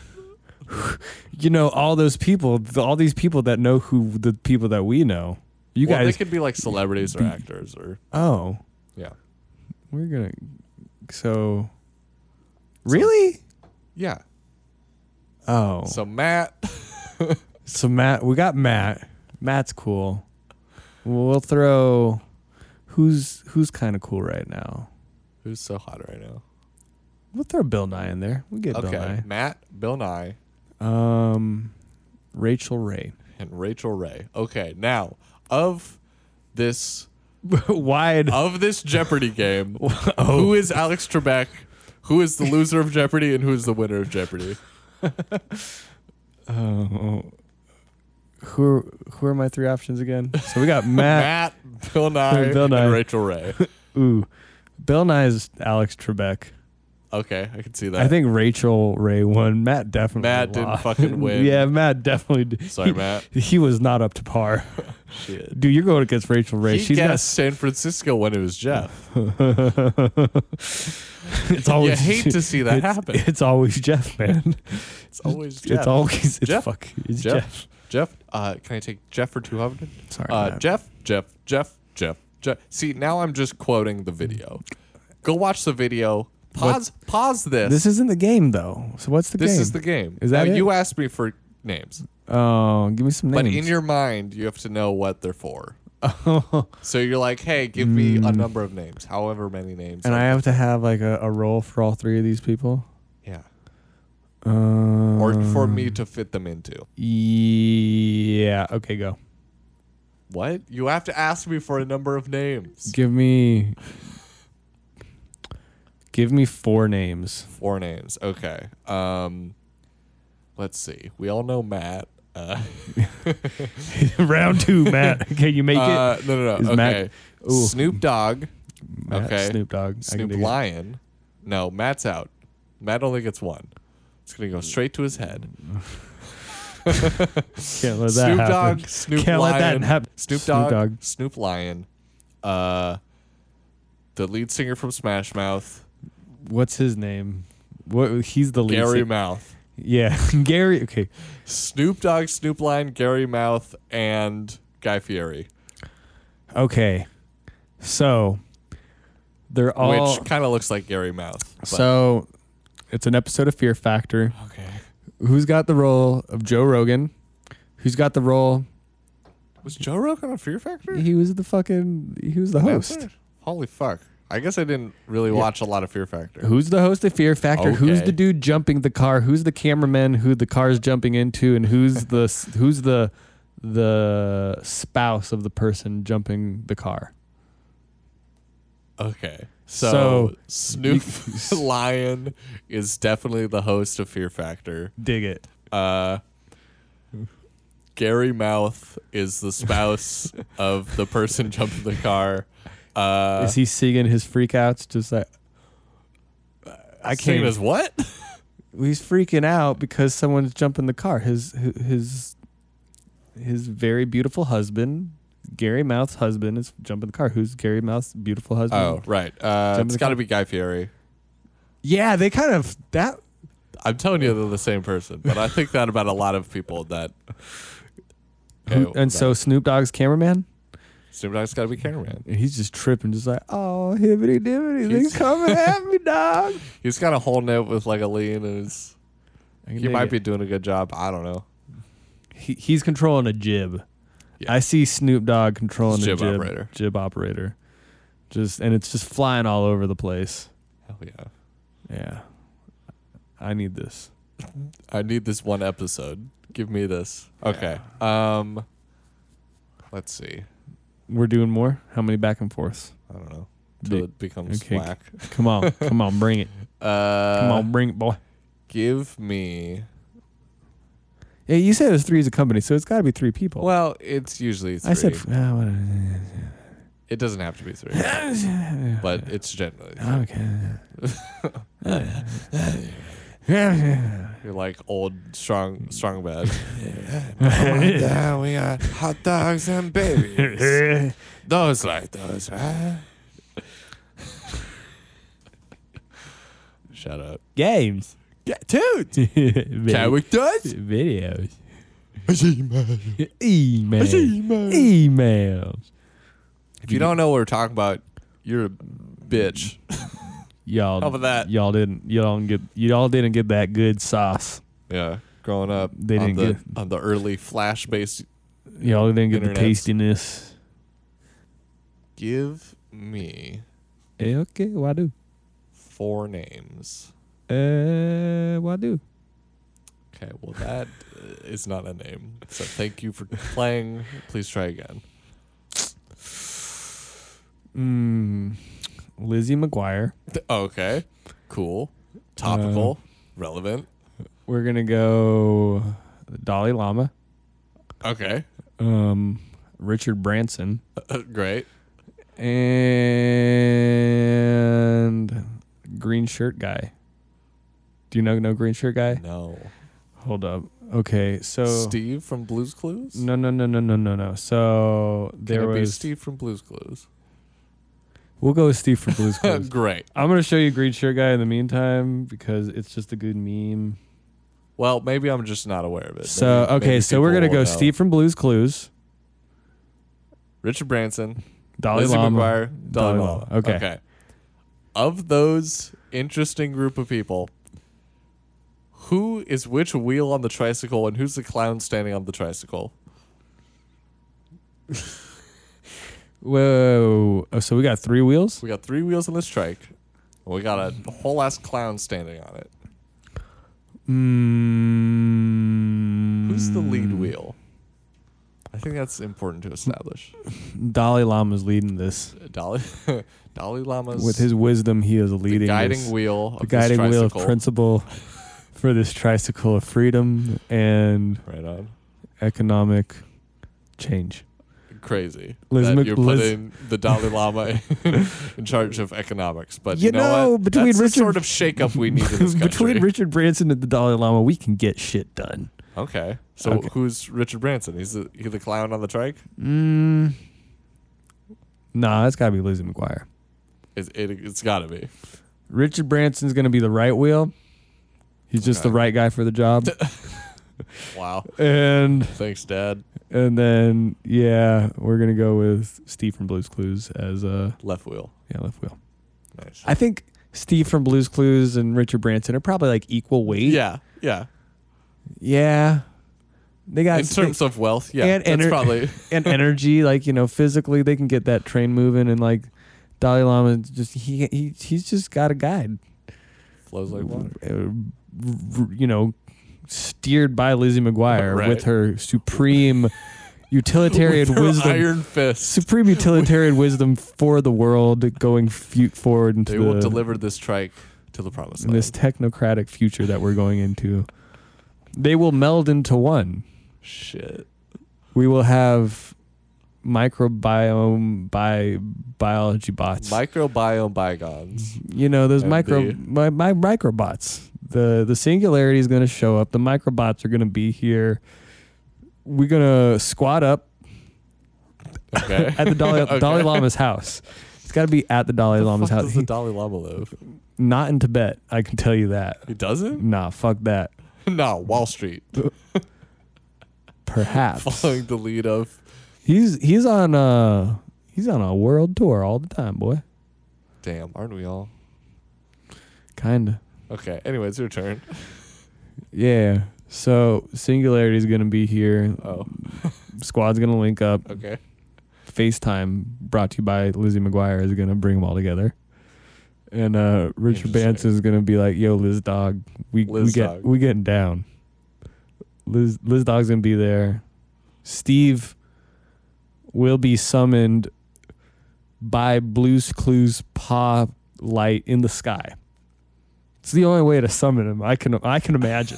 [SPEAKER 1] you know all those people, th- all these people that know who the people that we know. You
[SPEAKER 2] well,
[SPEAKER 1] guys.
[SPEAKER 2] they could be like celebrities or actors or
[SPEAKER 1] oh,
[SPEAKER 2] yeah,
[SPEAKER 1] we're gonna. So, really?
[SPEAKER 2] yeah.
[SPEAKER 1] Oh, so,
[SPEAKER 2] So Matt,
[SPEAKER 1] Matt, we got Matt. Matt's cool. We'll throw. Who's who's kind of cool right now?
[SPEAKER 2] who's so hot right now?
[SPEAKER 1] We'll throw Bill Nye in there. We get Bill
[SPEAKER 2] Okay,
[SPEAKER 1] Nye.
[SPEAKER 2] Matt, Bill Nye,
[SPEAKER 1] Um, Rachel Ray.
[SPEAKER 2] and Rachel Ray. Okay, now of this
[SPEAKER 1] Wide.
[SPEAKER 2] of this Jeopardy game,
[SPEAKER 1] Oh.
[SPEAKER 2] who is Alex Trebek? Who is the loser of Jeopardy and who is the winner of Jeopardy?
[SPEAKER 1] Oh, who are, who are my three options again? So we got Matt.
[SPEAKER 2] Matt, Bill Nye,
[SPEAKER 1] Uh, Bill Nye.
[SPEAKER 2] and Rachel Ray.
[SPEAKER 1] Ooh, Bill Nye's Alex Trebek.
[SPEAKER 2] Okay, I can see that.
[SPEAKER 1] I think Rachel Ray won. Matt definitely.
[SPEAKER 2] Matt didn't
[SPEAKER 1] lost.
[SPEAKER 2] fucking win.
[SPEAKER 1] yeah, Matt definitely. Did.
[SPEAKER 2] Sorry,
[SPEAKER 1] he,
[SPEAKER 2] Matt.
[SPEAKER 1] He was not up to par.
[SPEAKER 2] Shit.
[SPEAKER 1] Dude, you're going against Rachel Ray.
[SPEAKER 2] He
[SPEAKER 1] She's
[SPEAKER 2] guessed
[SPEAKER 1] not.
[SPEAKER 2] San Francisco when it was Jeff.
[SPEAKER 1] It's always.
[SPEAKER 2] you hate to see that
[SPEAKER 1] it's,
[SPEAKER 2] happen.
[SPEAKER 1] It's always Jeff, man.
[SPEAKER 2] It's always Jeff.
[SPEAKER 1] It's always. It's
[SPEAKER 2] Jeff.
[SPEAKER 1] fuck. It's
[SPEAKER 2] Jeff.
[SPEAKER 1] Jeff.
[SPEAKER 2] Jeff. Uh, can I take Jeff for 200?
[SPEAKER 1] Sorry,
[SPEAKER 2] Uh,
[SPEAKER 1] Matt.
[SPEAKER 2] Jeff, Jeff, Jeff, Jeff, Jeff. See, now I'm just quoting the video. Go watch the video. Pause. Pause this.
[SPEAKER 1] This isn't the game though. So what's the
[SPEAKER 2] This
[SPEAKER 1] game?
[SPEAKER 2] is the game.
[SPEAKER 1] Is that
[SPEAKER 2] now
[SPEAKER 1] it?
[SPEAKER 2] you asked me for names,
[SPEAKER 1] Oh, give me some names.
[SPEAKER 2] but in your mind you have to know what they're for. so you're like, hey, give me a number of names, however many names.
[SPEAKER 1] Mm. and
[SPEAKER 2] are-
[SPEAKER 1] I have to have like a, a role for all three of these people.
[SPEAKER 2] yeah,
[SPEAKER 1] Um,
[SPEAKER 2] or for me to fit them into.
[SPEAKER 1] yeah. Okay, go.
[SPEAKER 2] What? You have to ask me for a number of names.
[SPEAKER 1] Give me. Give me four names.
[SPEAKER 2] Four names. Okay. Um, let's see. We all know Matt. Uh,
[SPEAKER 1] Round two, Matt. Can you make
[SPEAKER 2] uh, no, no, no.
[SPEAKER 1] Is
[SPEAKER 2] okay.
[SPEAKER 1] Matt- Ooh.
[SPEAKER 2] Snoop Dogg.
[SPEAKER 1] it? Matt,
[SPEAKER 2] okay.
[SPEAKER 1] Snoop Dogg. I can
[SPEAKER 2] Snoop
[SPEAKER 1] dig it.
[SPEAKER 2] Lion. No, Matt's out. Matt only gets one. It's gonna go straight to his head.
[SPEAKER 1] Can't let that
[SPEAKER 2] Snoop
[SPEAKER 1] happen.
[SPEAKER 2] Dogg. Snoop
[SPEAKER 1] Can't
[SPEAKER 2] Lion.
[SPEAKER 1] let that happen.
[SPEAKER 2] Snoop
[SPEAKER 1] Snoop
[SPEAKER 2] Dogg.
[SPEAKER 1] Dogg.
[SPEAKER 2] Snoop Lion. Uh, the lead singer from Smash Mouth,
[SPEAKER 1] What's his name? What? He's the lead.
[SPEAKER 2] Gary
[SPEAKER 1] sing-
[SPEAKER 2] Mouth.
[SPEAKER 1] yeah, Gary. Okay.
[SPEAKER 2] Snoop Dogg, Snoop Lion, Gary Mouth, and Guy Fieri,
[SPEAKER 1] Okay. So they're all
[SPEAKER 2] which kind of looks like Gary Mouth. but-
[SPEAKER 1] Oh. so it's an episode of Fear Factor.
[SPEAKER 2] okay,
[SPEAKER 1] Who's got the role of Joe Rogan? Who's got the role?
[SPEAKER 2] was Joe Rogan on Fear Factor?
[SPEAKER 1] He was the fucking he was the host.
[SPEAKER 2] Holy fuck! I guess I didn't really watch a lot of Fear Factor.
[SPEAKER 1] Who's the host of Fear Factor? Who's
[SPEAKER 2] Okay.
[SPEAKER 1] the dude jumping the car? Who's the cameraman who the car's jumping into and who's the s- who's the the spouse of the person jumping the car?
[SPEAKER 2] Okay, so,
[SPEAKER 1] So-
[SPEAKER 2] Snoop Lion is definitely the host of Fear Factor.
[SPEAKER 1] Dig it.
[SPEAKER 2] Uh, Gary Mouth is the spouse of the person jumping the car. Uh,
[SPEAKER 1] Is he singing his freakouts just like I
[SPEAKER 2] same
[SPEAKER 1] can't
[SPEAKER 2] as what?
[SPEAKER 1] he's freaking out because someone's jumping the car. His his his very beautiful husband, Gary Mouth's husband, is jumping the car. Who's Gary Mouth's beautiful husband?
[SPEAKER 2] Oh, right. Uh,
[SPEAKER 1] Jumping
[SPEAKER 2] it's
[SPEAKER 1] the
[SPEAKER 2] got to
[SPEAKER 1] car?
[SPEAKER 2] be Guy Fieri.
[SPEAKER 1] yeah, they kind of that.
[SPEAKER 2] I'm telling you, they're the same person. But I think that about a lot of people that.
[SPEAKER 1] Who,
[SPEAKER 2] Okay,
[SPEAKER 1] and so Snoop Dogg's cameraman,
[SPEAKER 2] Snoop Dogg's got to be cameraman.
[SPEAKER 1] and he's just tripping, just like, oh, hibbity dibbity, they
[SPEAKER 2] He's-
[SPEAKER 1] coming at me, dog.
[SPEAKER 2] He's got a whole note with like a lean, and it's, he might be doing a good job. I don't know.
[SPEAKER 1] He, he's controlling a jib.
[SPEAKER 2] Yeah.
[SPEAKER 1] I see Snoop Dogg controlling
[SPEAKER 2] Jib
[SPEAKER 1] a jib
[SPEAKER 2] operator.
[SPEAKER 1] Jib operator, just and it's just flying all over the place.
[SPEAKER 2] Hell yeah!
[SPEAKER 1] Yeah, I need this.
[SPEAKER 2] I need this one episode. Give me this. Okay. Um, let's see.
[SPEAKER 1] We're doing more. How many back and forths?
[SPEAKER 2] I don't know. Till
[SPEAKER 1] Dick.
[SPEAKER 2] it becomes
[SPEAKER 1] Okay.
[SPEAKER 2] whack.
[SPEAKER 1] Come on, come on, bring it.
[SPEAKER 2] Uh,
[SPEAKER 1] Come on, bring it, boy.
[SPEAKER 2] Give me.
[SPEAKER 1] Yeah, you said it was three as a company, so it's got to be three people.
[SPEAKER 2] Well, it's usually three.
[SPEAKER 1] I said, f- ah, what-
[SPEAKER 2] it doesn't have to be three, but it's generally. three.
[SPEAKER 1] okay.
[SPEAKER 2] You're like old strong strong bad. we got hot dogs and babies. Those like those, huh? Shout out.
[SPEAKER 1] Games,
[SPEAKER 2] dude.
[SPEAKER 1] Video-
[SPEAKER 2] Characters.
[SPEAKER 1] videos,
[SPEAKER 2] if
[SPEAKER 1] emails, emails.
[SPEAKER 2] you don't know what we're talking about, you're a bitch.
[SPEAKER 1] Y'all,
[SPEAKER 2] How about that?
[SPEAKER 1] Y'all didn't. Y'all don't get. Y'all didn't get that good sauce.
[SPEAKER 2] Yeah. Growing up
[SPEAKER 1] They
[SPEAKER 2] on
[SPEAKER 1] didn't
[SPEAKER 2] the
[SPEAKER 1] get-
[SPEAKER 2] on the early flash based
[SPEAKER 1] Y'all didn't get the
[SPEAKER 2] Internets.
[SPEAKER 1] tastiness.
[SPEAKER 2] give me
[SPEAKER 1] Eh, okay, why do?
[SPEAKER 2] four names.
[SPEAKER 1] Uh, why do?
[SPEAKER 2] Okay, well that uh, is not a name. So thank you for playing. Please try again.
[SPEAKER 1] Mm, Lizzie McGuire.
[SPEAKER 2] Th- oh, Okay. Cool. Topical.
[SPEAKER 1] Uh,
[SPEAKER 2] relevant.
[SPEAKER 1] We're gonna go Dalai Lama.
[SPEAKER 2] Okay.
[SPEAKER 1] Um, Richard Branson.
[SPEAKER 2] Great.
[SPEAKER 1] and green shirt guy. Do you know no green shirt guy?
[SPEAKER 2] No.
[SPEAKER 1] Hold up. Okay, so
[SPEAKER 2] Steve from Blues Clues?
[SPEAKER 1] Oh. no, no, no, no, no, no, no. So there
[SPEAKER 2] Can it be
[SPEAKER 1] was.
[SPEAKER 2] Steve from Blues Clues.
[SPEAKER 1] We'll go with Steve for Blues
[SPEAKER 2] Uh,
[SPEAKER 1] Clues.
[SPEAKER 2] Great.
[SPEAKER 1] I'm gonna show you green shirt guy in the meantime because it's just a good meme.
[SPEAKER 2] Well, maybe I'm just not aware of it.
[SPEAKER 1] So
[SPEAKER 2] Maybe-
[SPEAKER 1] okay,
[SPEAKER 2] maybe
[SPEAKER 1] so we're
[SPEAKER 2] people
[SPEAKER 1] gonna go
[SPEAKER 2] will know.
[SPEAKER 1] Steve from Blues Clues,
[SPEAKER 2] Richard Branson,
[SPEAKER 1] Dolly
[SPEAKER 2] Lizzie
[SPEAKER 1] Lama.
[SPEAKER 2] McGuire, Dalai
[SPEAKER 1] Dalai
[SPEAKER 2] Lama.
[SPEAKER 1] Lama. Okay.
[SPEAKER 2] Okay. Of those interesting group of people, who is which wheel on the tricycle and who's the clown standing on the tricycle?
[SPEAKER 1] Whoa! Oh, so we got three wheels.
[SPEAKER 2] We got three wheels on this trike. And we got a whole ass clown standing on it.
[SPEAKER 1] Mm,
[SPEAKER 2] Who's the lead wheel? I think that's important to establish.
[SPEAKER 1] Dalai Lama's leading this.
[SPEAKER 2] Dalai, Dalai Lama's
[SPEAKER 1] With his wisdom, he is
[SPEAKER 2] the
[SPEAKER 1] leading
[SPEAKER 2] guiding
[SPEAKER 1] this,
[SPEAKER 2] wheel of
[SPEAKER 1] the guiding
[SPEAKER 2] this
[SPEAKER 1] wheel of
[SPEAKER 2] tricycle.
[SPEAKER 1] principle for this tricycle of freedom and
[SPEAKER 2] right on.
[SPEAKER 1] economic change.
[SPEAKER 2] Crazy.
[SPEAKER 1] Liz
[SPEAKER 2] that
[SPEAKER 1] Mc-
[SPEAKER 2] you're
[SPEAKER 1] Liz-
[SPEAKER 2] putting the Dalai Lama in, in charge of economics. But you,
[SPEAKER 1] You
[SPEAKER 2] know,
[SPEAKER 1] know,
[SPEAKER 2] what?
[SPEAKER 1] between
[SPEAKER 2] That's the
[SPEAKER 1] Richard-
[SPEAKER 2] sort of shakeup we need in this country.
[SPEAKER 1] Between Richard Branson and the Dalai Lama, we can get shit done.
[SPEAKER 2] okay, so
[SPEAKER 1] Okay.
[SPEAKER 2] who's Richard Branson? He's the, he the clown on the trike.
[SPEAKER 1] Mm. Nah, it's got to be Lizzie McGuire.
[SPEAKER 2] It's, it, it's got to be.
[SPEAKER 1] Richard Branson's going to be the right wheel. He's just
[SPEAKER 2] Okay.
[SPEAKER 1] the right guy for the job.
[SPEAKER 2] Wow.
[SPEAKER 1] and
[SPEAKER 2] Thanks, Dad.
[SPEAKER 1] and then yeah, we're going to go with Steve from Blue's Clues as a
[SPEAKER 2] Left wheel.
[SPEAKER 1] yeah, left wheel.
[SPEAKER 2] Nice.
[SPEAKER 1] I think Steve from Blues Clues and Richard Branson are probably like equal weight.
[SPEAKER 2] Yeah, yeah.
[SPEAKER 1] Yeah. They got
[SPEAKER 2] In terms of wealth, yeah,
[SPEAKER 1] and
[SPEAKER 2] that's
[SPEAKER 1] ener-
[SPEAKER 2] probably
[SPEAKER 1] and energy, like, you know, physically they can get that train moving and like Dalai Lama is just he he he's just got a guide.
[SPEAKER 2] flows like water.
[SPEAKER 1] Uh, r- r- you know, steered by Lizzie McGuire
[SPEAKER 2] Right.
[SPEAKER 1] with her supreme utilitarian
[SPEAKER 2] Her
[SPEAKER 1] wisdom.
[SPEAKER 2] Iron fist.
[SPEAKER 1] Supreme utilitarian wisdom for the world going fu- forward into
[SPEAKER 2] They
[SPEAKER 1] the,
[SPEAKER 2] will deliver this trike to the promised
[SPEAKER 1] in
[SPEAKER 2] land.
[SPEAKER 1] this technocratic future that we're going into. They will meld into one.
[SPEAKER 2] Shit.
[SPEAKER 1] We will have microbiome by biology bots.
[SPEAKER 2] Microbiome bygones.
[SPEAKER 1] you know those
[SPEAKER 2] and
[SPEAKER 1] micro
[SPEAKER 2] the-
[SPEAKER 1] my, my microbots. The the singularity is going to show up. The microbots are going to be here. We're going to squat up
[SPEAKER 2] Okay.
[SPEAKER 1] at the Dalai,
[SPEAKER 2] Okay.
[SPEAKER 1] Dalai Lama's house. It's got to be at the Dalai Lama's
[SPEAKER 2] Fuck
[SPEAKER 1] house.
[SPEAKER 2] does the
[SPEAKER 1] He-
[SPEAKER 2] Dalai Lama live?
[SPEAKER 1] not in Tibet. I can tell you that.
[SPEAKER 2] He doesn't?
[SPEAKER 1] Nah, fuck that.
[SPEAKER 2] no, Wall Street.
[SPEAKER 1] Perhaps
[SPEAKER 2] Following the lead of
[SPEAKER 1] he's he's on uh he's on a world tour all the time, boy.
[SPEAKER 2] Damn, aren't we all?
[SPEAKER 1] Kinda.
[SPEAKER 2] Okay. Anyway, it's your turn.
[SPEAKER 1] Yeah. So Singularity's gonna be here.
[SPEAKER 2] Oh,
[SPEAKER 1] Squad's gonna link up.
[SPEAKER 2] okay.
[SPEAKER 1] FaceTime brought to you by Lizzie McGuire is gonna bring them all together. And uh Richard
[SPEAKER 2] Interesting.
[SPEAKER 1] Banson's gonna be like, yo, Liz Dog, we we
[SPEAKER 2] Liz
[SPEAKER 1] get
[SPEAKER 2] Dog.
[SPEAKER 1] we getting down. Liz Liz Dog's gonna be there. Steve will be summoned by Blues Clues paw light in the sky. It's the only way to summon him. I can I can imagine.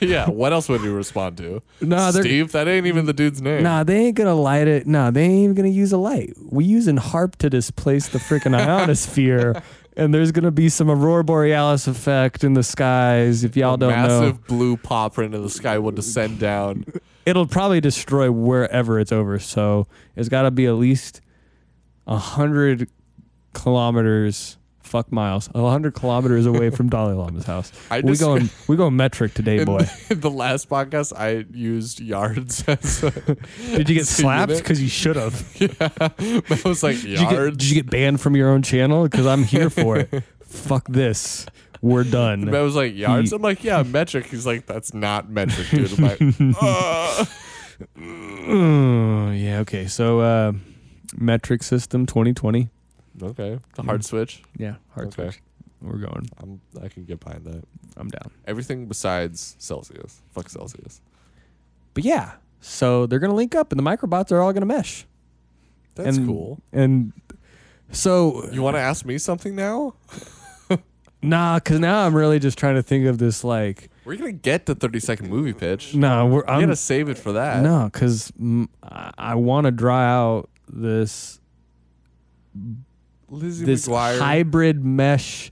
[SPEAKER 2] Yeah. What else would you respond to?
[SPEAKER 1] no, they're
[SPEAKER 2] Steve, that ain't even the dude's name.
[SPEAKER 1] Nah, they ain't gonna light it. Nah, they ain't even gonna use a light. We using harp to displace the freaking ionosphere, and there's gonna be some aurora borealis effect in the skies. If y'all
[SPEAKER 2] A
[SPEAKER 1] don't
[SPEAKER 2] massive
[SPEAKER 1] know,
[SPEAKER 2] blue pop into the sky will descend down.
[SPEAKER 1] it'll probably destroy wherever it's over. So it's got to be at least a hundred kilometers. Fuck miles, a hundred kilometers away from Dalai Lama's house.
[SPEAKER 2] I
[SPEAKER 1] we
[SPEAKER 2] just-
[SPEAKER 1] going, we going metric today,
[SPEAKER 2] In,
[SPEAKER 1] boy.
[SPEAKER 2] in the last podcast, I used yards as a,
[SPEAKER 1] Did you get
[SPEAKER 2] See
[SPEAKER 1] slapped?
[SPEAKER 2] that?
[SPEAKER 1] Because you should have.
[SPEAKER 2] I was like,
[SPEAKER 1] Did you, get,
[SPEAKER 2] yards.
[SPEAKER 1] did you get banned from your own channel? Because I'm here for it. Fuck this. We're done.
[SPEAKER 2] I was like, yards?
[SPEAKER 1] He-
[SPEAKER 2] I'm like, yeah, metric. He's like, that's not metric, dude. I'm like, "Uh."
[SPEAKER 1] Mm, yeah. Okay. So, uh, metric system 2020.
[SPEAKER 2] okay.
[SPEAKER 1] Hmm.
[SPEAKER 2] Hard switch.
[SPEAKER 1] Yeah. Hard
[SPEAKER 2] Okay.
[SPEAKER 1] switch. We're going.
[SPEAKER 2] I'm, I can get behind that.
[SPEAKER 1] I'm down.
[SPEAKER 2] Everything besides Celsius. Fuck Celsius.
[SPEAKER 1] But yeah. So they're gonna link up, and the microbots are all gonna mesh.
[SPEAKER 2] That's
[SPEAKER 1] and,
[SPEAKER 2] cool.
[SPEAKER 1] And so
[SPEAKER 2] You want to ask me something now?
[SPEAKER 1] nah, because now I'm really just trying to think of this like
[SPEAKER 2] We're gonna get the 30 second movie pitch.
[SPEAKER 1] nah. We're
[SPEAKER 2] I'm
[SPEAKER 1] I'm
[SPEAKER 2] gonna save it for that.
[SPEAKER 1] No, because mm, I, I want to draw out this
[SPEAKER 2] Lizzie
[SPEAKER 1] this
[SPEAKER 2] McGuire.
[SPEAKER 1] hybrid mesh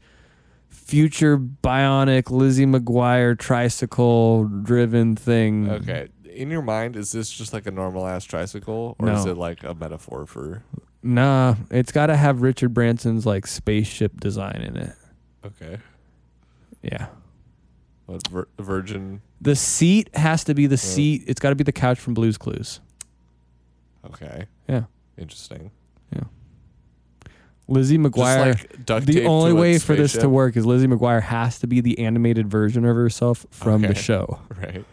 [SPEAKER 1] future bionic Lizzie McGuire tricycle driven thing.
[SPEAKER 2] Okay. In your mind, is this just like a normal ass tricycle, or is
[SPEAKER 1] No.
[SPEAKER 2] it like a metaphor for?
[SPEAKER 1] Nah, it's got to have Richard Branson's like spaceship design in it.
[SPEAKER 2] Okay.
[SPEAKER 1] Yeah.
[SPEAKER 2] What vir- Virgin?
[SPEAKER 1] The seat has to be the seat. It's got to be the couch from Blue's Clues.
[SPEAKER 2] Okay.
[SPEAKER 1] Yeah.
[SPEAKER 2] Interesting.
[SPEAKER 1] Lizzie McGuire.
[SPEAKER 2] Just like duct
[SPEAKER 1] the
[SPEAKER 2] tape
[SPEAKER 1] only
[SPEAKER 2] to a
[SPEAKER 1] way for this to
[SPEAKER 2] spaceship.
[SPEAKER 1] work is Lizzie McGuire has to be the animated version of herself from the
[SPEAKER 2] Okay.
[SPEAKER 1] show.
[SPEAKER 2] Right.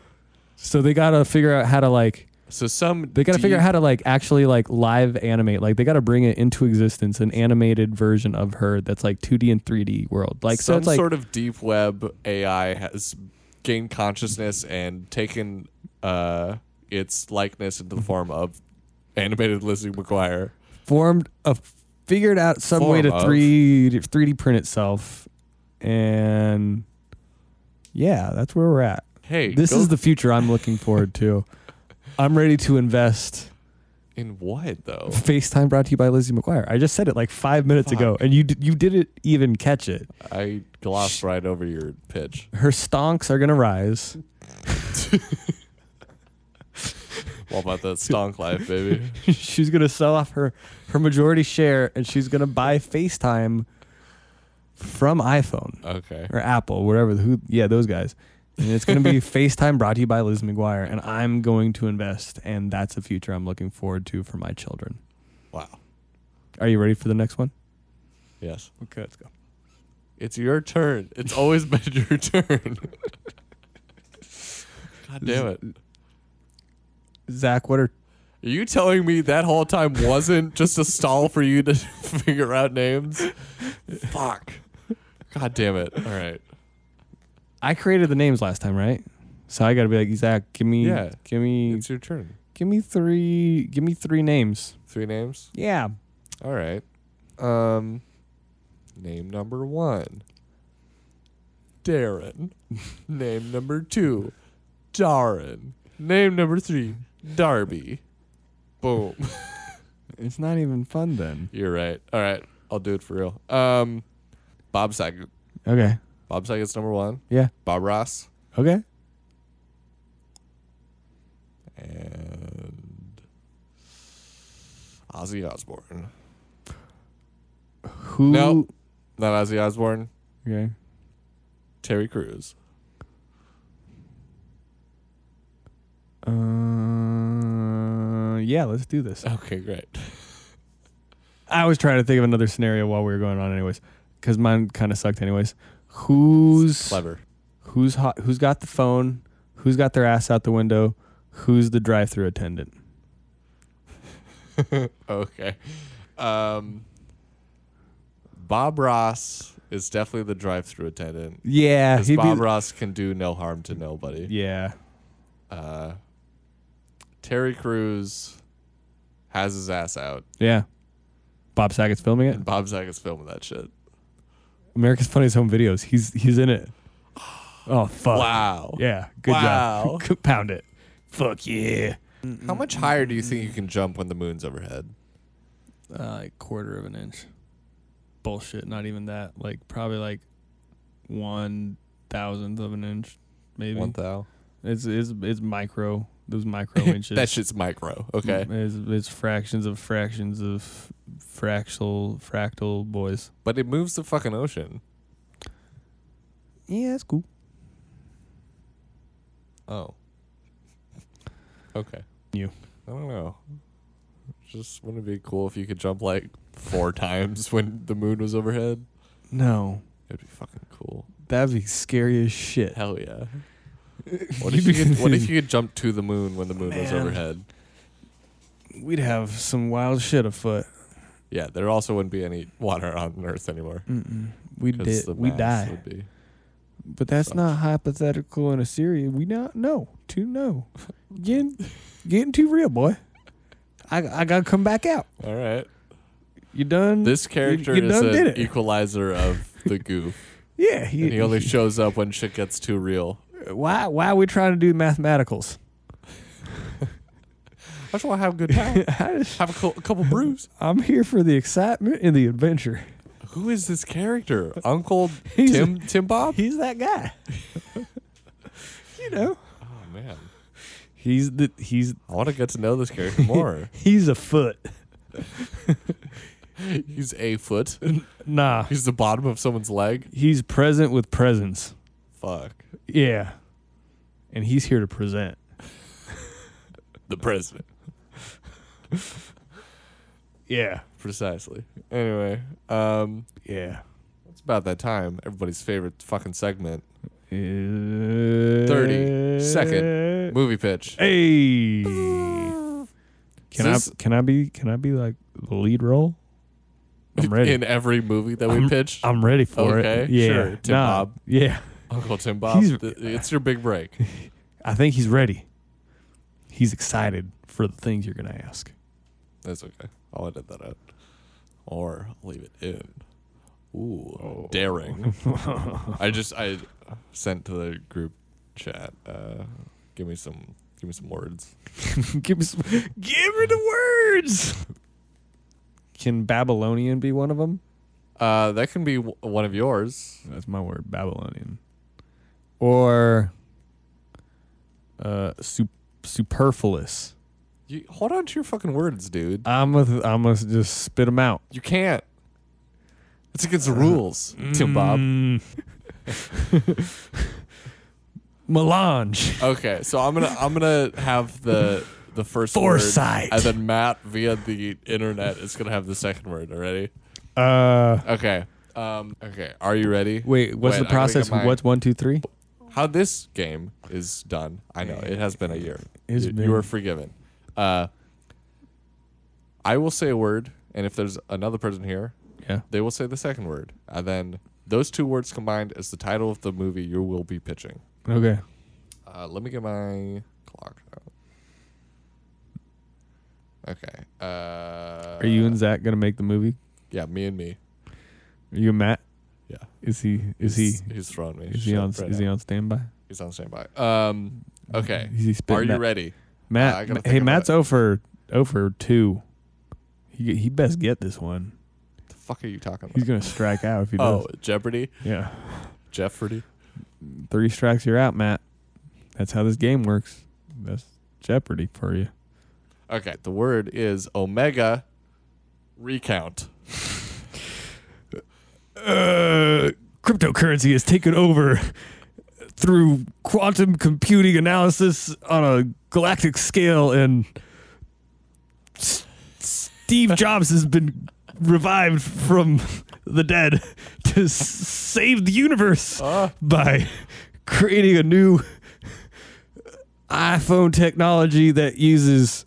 [SPEAKER 1] So they got to figure out how to like
[SPEAKER 2] So some
[SPEAKER 1] They got to
[SPEAKER 2] deep-
[SPEAKER 1] figure out how to like actually like live animate. Like they got to bring it into existence an animated version of her that's like 2D and 3D world. Like so
[SPEAKER 2] some
[SPEAKER 1] it's like
[SPEAKER 2] sort of deep web AI has gained consciousness and taken uh, its likeness into the form of animated Lizzie McGuire.
[SPEAKER 1] formed a figured out some way
[SPEAKER 2] Form
[SPEAKER 1] to
[SPEAKER 2] of.
[SPEAKER 1] 3 3D print itself and yeah, that's where we're at.
[SPEAKER 2] Hey,
[SPEAKER 1] This
[SPEAKER 2] go
[SPEAKER 1] is the future I'm looking forward to. I'm ready to invest.
[SPEAKER 2] in what though?
[SPEAKER 1] FaceTime brought to you by Lizzie McGuire. I just said it like 5 minutes ago and you d- you didn't even catch it.
[SPEAKER 2] I glossed right over your pitch.
[SPEAKER 1] Her stonks are going to rise.
[SPEAKER 2] All about that stonk life, baby.
[SPEAKER 1] she's gonna sell off her her majority share and she's gonna buy FaceTime from iPhone
[SPEAKER 2] Okay.
[SPEAKER 1] or Apple, whatever who yeah, those guys. And it's gonna be FaceTime brought to you by Liz McGuire, and I'm going to invest, and that's a future I'm looking forward to for my children.
[SPEAKER 2] Wow.
[SPEAKER 1] Are you ready for the next one?
[SPEAKER 2] Yes.
[SPEAKER 1] Okay, let's go.
[SPEAKER 2] It's your turn. It's always been your turn. God damn it.
[SPEAKER 1] Zach, what are
[SPEAKER 2] Are you telling me that whole time wasn't just a stall for you to figure out names? Fuck. God damn it. All right.
[SPEAKER 1] I created the names last time, right? So I gotta be like, Zach, give me
[SPEAKER 2] Yeah.
[SPEAKER 1] give me
[SPEAKER 2] It's your turn.
[SPEAKER 1] give me three give me three names.
[SPEAKER 2] Three names?
[SPEAKER 1] Yeah.
[SPEAKER 2] All right. Um name number 1. Darren. name number 2. Darren. Name number 3. Darby. Boom.
[SPEAKER 1] It's not even fun then.
[SPEAKER 2] You're right. All right. I'll do it for real. Um Bob Saget.
[SPEAKER 1] Okay.
[SPEAKER 2] Bob Saget's number 1.
[SPEAKER 1] Yeah.
[SPEAKER 2] Bob Ross.
[SPEAKER 1] Okay.
[SPEAKER 2] and Ozzy Osbourne.
[SPEAKER 1] Who?
[SPEAKER 2] Nope. Not Ozzy Osbourne.
[SPEAKER 1] Okay.
[SPEAKER 2] Terry Crews.
[SPEAKER 1] Uh, yeah, let's do this.
[SPEAKER 2] Okay, great.
[SPEAKER 1] I was trying to think of another scenario while we were going on, anyways, because mine kind of sucked, anyways. Who's
[SPEAKER 2] Clever.
[SPEAKER 1] who's hot? Who's got the phone? Who's got their ass out the window? Who's the drive-through attendant?
[SPEAKER 2] Okay. Um, Bob Ross is definitely the drive-through attendant.
[SPEAKER 1] Yeah,
[SPEAKER 2] 'Cause
[SPEAKER 1] he'd be-
[SPEAKER 2] Bob Ross can do no harm to nobody.
[SPEAKER 1] yeah,
[SPEAKER 2] Terry Crews has his ass out.
[SPEAKER 1] yeah. Bob Saget's filming it.
[SPEAKER 2] Bob Saget's filming that shit.
[SPEAKER 1] America's Funniest Home Videos. He's he's in it. Oh fuck!
[SPEAKER 2] Wow.
[SPEAKER 1] Yeah, good
[SPEAKER 2] Wow.
[SPEAKER 1] job. Pound it. Fuck yeah.
[SPEAKER 2] How much higher do you think you can jump when the moon's overhead?
[SPEAKER 1] uh, like quarter of an inch. Bullshit. Not even that. Like probably like one thousandth of an inch, maybe.
[SPEAKER 2] One thou.
[SPEAKER 1] it's it's it's micro. Those micro inches.
[SPEAKER 2] That shit's micro. Okay.
[SPEAKER 1] It's, it's fractions of fractions of fractal fractal boys.
[SPEAKER 2] But it moves the fucking ocean.
[SPEAKER 1] Yeah, that's cool.
[SPEAKER 2] Oh. Okay.
[SPEAKER 1] You.
[SPEAKER 2] I don't know. Just wouldn't it be cool if you could jump like four times when the moon was overhead?
[SPEAKER 1] No,
[SPEAKER 2] It'd be fucking cool.
[SPEAKER 1] that'd be scary as shit.
[SPEAKER 2] Hell yeah. What if you could, what if you could jump to the moon when the moon was
[SPEAKER 1] Man.
[SPEAKER 2] overhead?
[SPEAKER 1] We'd have some wild shit afoot.
[SPEAKER 2] Yeah, there also wouldn't be any water on Earth anymore.
[SPEAKER 1] We'd
[SPEAKER 2] 'cause
[SPEAKER 1] di-
[SPEAKER 2] the
[SPEAKER 1] we
[SPEAKER 2] mass
[SPEAKER 1] die.
[SPEAKER 2] Would be.
[SPEAKER 1] But that's not hypothetical in a serious. We not no too no, getting getting too real, boy. I I gotta come back out.
[SPEAKER 2] All right.
[SPEAKER 1] You done?
[SPEAKER 2] This character
[SPEAKER 1] you
[SPEAKER 2] is
[SPEAKER 1] done did
[SPEAKER 2] an
[SPEAKER 1] it.
[SPEAKER 2] equalizer of the goof.
[SPEAKER 1] yeah. He,
[SPEAKER 2] and he only shows up when shit gets too real.
[SPEAKER 1] why why are we trying to do mathematicals?
[SPEAKER 2] I just want to have a good time.
[SPEAKER 1] I just-
[SPEAKER 2] have a, cou- a couple brews.
[SPEAKER 1] I'm here for the excitement and the adventure.
[SPEAKER 2] Who is this character? Uncle
[SPEAKER 1] He's-
[SPEAKER 2] Tim Tim Bob?
[SPEAKER 1] He's that guy. you know.
[SPEAKER 2] Oh man.
[SPEAKER 1] He's the he's
[SPEAKER 2] I want to get to know this character more.
[SPEAKER 1] he's a foot.
[SPEAKER 2] He's a foot.
[SPEAKER 1] Nah,
[SPEAKER 2] He's the bottom of someone's leg.
[SPEAKER 1] he's present with presence.
[SPEAKER 2] Fuck.
[SPEAKER 1] Yeah, and he's here to present.
[SPEAKER 2] The president.
[SPEAKER 1] Yeah,
[SPEAKER 2] Precisely. Anyway, um,
[SPEAKER 1] yeah.
[SPEAKER 2] it's about that time. Everybody's favorite fucking segment.
[SPEAKER 1] 30
[SPEAKER 2] second Movie pitch.
[SPEAKER 1] Hey. Can
[SPEAKER 2] This-
[SPEAKER 1] I can I be can I be like the lead role? I'm ready.
[SPEAKER 2] In every movie that we
[SPEAKER 1] I'm-
[SPEAKER 2] pitch.
[SPEAKER 1] I'm ready for it.
[SPEAKER 2] Okay,
[SPEAKER 1] Yeah.
[SPEAKER 2] sure. Tim
[SPEAKER 1] nah,
[SPEAKER 2] Bob.
[SPEAKER 1] Yeah.
[SPEAKER 2] Uncle Tim Bob.
[SPEAKER 1] He's-
[SPEAKER 2] th- it's your big break.
[SPEAKER 1] I think he's ready. He's excited for the things you're gonna ask.
[SPEAKER 2] That's okay. I'll edit that out. Or leave it in. Ooh, daring. I just I sent to the group chat, uh, give me some give me some words.
[SPEAKER 1] give me some, give me the words. Can Babylonian be one of them?
[SPEAKER 2] Uh, that can be w- one of yours.
[SPEAKER 1] That's my word, Babylonian. Or uh sup- superfluous.
[SPEAKER 2] You hold on to your fucking words, dude.
[SPEAKER 1] I'm gonna I'm gonna just spit them out.
[SPEAKER 2] You can't. It's against the rules, Tim Bob.
[SPEAKER 1] Melange.
[SPEAKER 2] Okay, so I'm gonna I'm gonna have the the first
[SPEAKER 1] Foresight.
[SPEAKER 2] word, and then Matt via the internet is gonna have the second word. Already.
[SPEAKER 1] Uh,
[SPEAKER 2] Okay. Um, okay. Are you ready?
[SPEAKER 1] wait, what's
[SPEAKER 2] Wait,
[SPEAKER 1] the
[SPEAKER 2] I gotta
[SPEAKER 1] process?
[SPEAKER 2] get my-
[SPEAKER 1] What's one, two, three?
[SPEAKER 2] how this game is done. I know it has been a year.
[SPEAKER 1] It's
[SPEAKER 2] you,
[SPEAKER 1] been-
[SPEAKER 2] you are forgiven. Uh, I will say a word, and if there's another person here,
[SPEAKER 1] Yeah.
[SPEAKER 2] they will say the second word, and then those two words combined is the title of the movie you will be pitching.
[SPEAKER 1] Okay.
[SPEAKER 2] Uh, let me get my clock out. Okay. Uh,
[SPEAKER 1] Are you and Zach gonna make the movie?
[SPEAKER 2] Yeah, me and me.
[SPEAKER 1] Are you and Matt?
[SPEAKER 2] Yeah.
[SPEAKER 1] Is he? Is he?
[SPEAKER 2] He's- He's throwing me.
[SPEAKER 1] Is he
[SPEAKER 2] shit
[SPEAKER 1] on?
[SPEAKER 2] right
[SPEAKER 1] Is he
[SPEAKER 2] now. Uh,
[SPEAKER 1] on standby?
[SPEAKER 2] He's on standby. Um. Okay.
[SPEAKER 1] Is he
[SPEAKER 2] Are
[SPEAKER 1] spitting
[SPEAKER 2] you
[SPEAKER 1] that-
[SPEAKER 2] ready? I
[SPEAKER 1] Matt.
[SPEAKER 2] gotta think
[SPEAKER 1] hey,
[SPEAKER 2] about
[SPEAKER 1] Matt's
[SPEAKER 2] it.
[SPEAKER 1] over. Over two. He he best get this one.
[SPEAKER 2] The fuck are you talking
[SPEAKER 1] He's
[SPEAKER 2] about?
[SPEAKER 1] gonna strike out if he does.
[SPEAKER 2] Oh, Jeopardy.
[SPEAKER 1] Yeah.
[SPEAKER 2] Jeopardy.
[SPEAKER 1] Three strikes, you're out, Matt. That's how this game works. That's Jeopardy for you.
[SPEAKER 2] Okay, the word is omega recount.
[SPEAKER 1] uh, cryptocurrency has taken over through quantum computing analysis on a galactic scale, and S- Steve Jobs has been revived from the dead to s- save the universe by creating a new iPhone technology that uses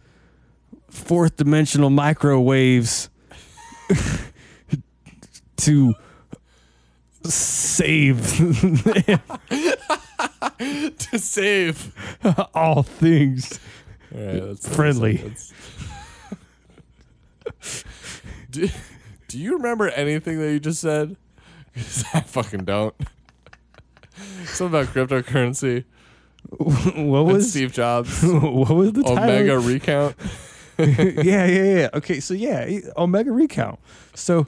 [SPEAKER 1] fourth dimensional microwaves to save
[SPEAKER 2] to save.
[SPEAKER 1] all things.
[SPEAKER 2] All right, that's
[SPEAKER 1] Friendly.
[SPEAKER 2] that's- do, do you remember anything that you just said? 'Cause I fucking don't. Something about cryptocurrency.
[SPEAKER 1] What
[SPEAKER 2] and
[SPEAKER 1] was
[SPEAKER 2] Steve Jobs?
[SPEAKER 1] what was the title?
[SPEAKER 2] Omega recount.
[SPEAKER 1] yeah, yeah, yeah. Okay, so yeah, e- Omega recount. So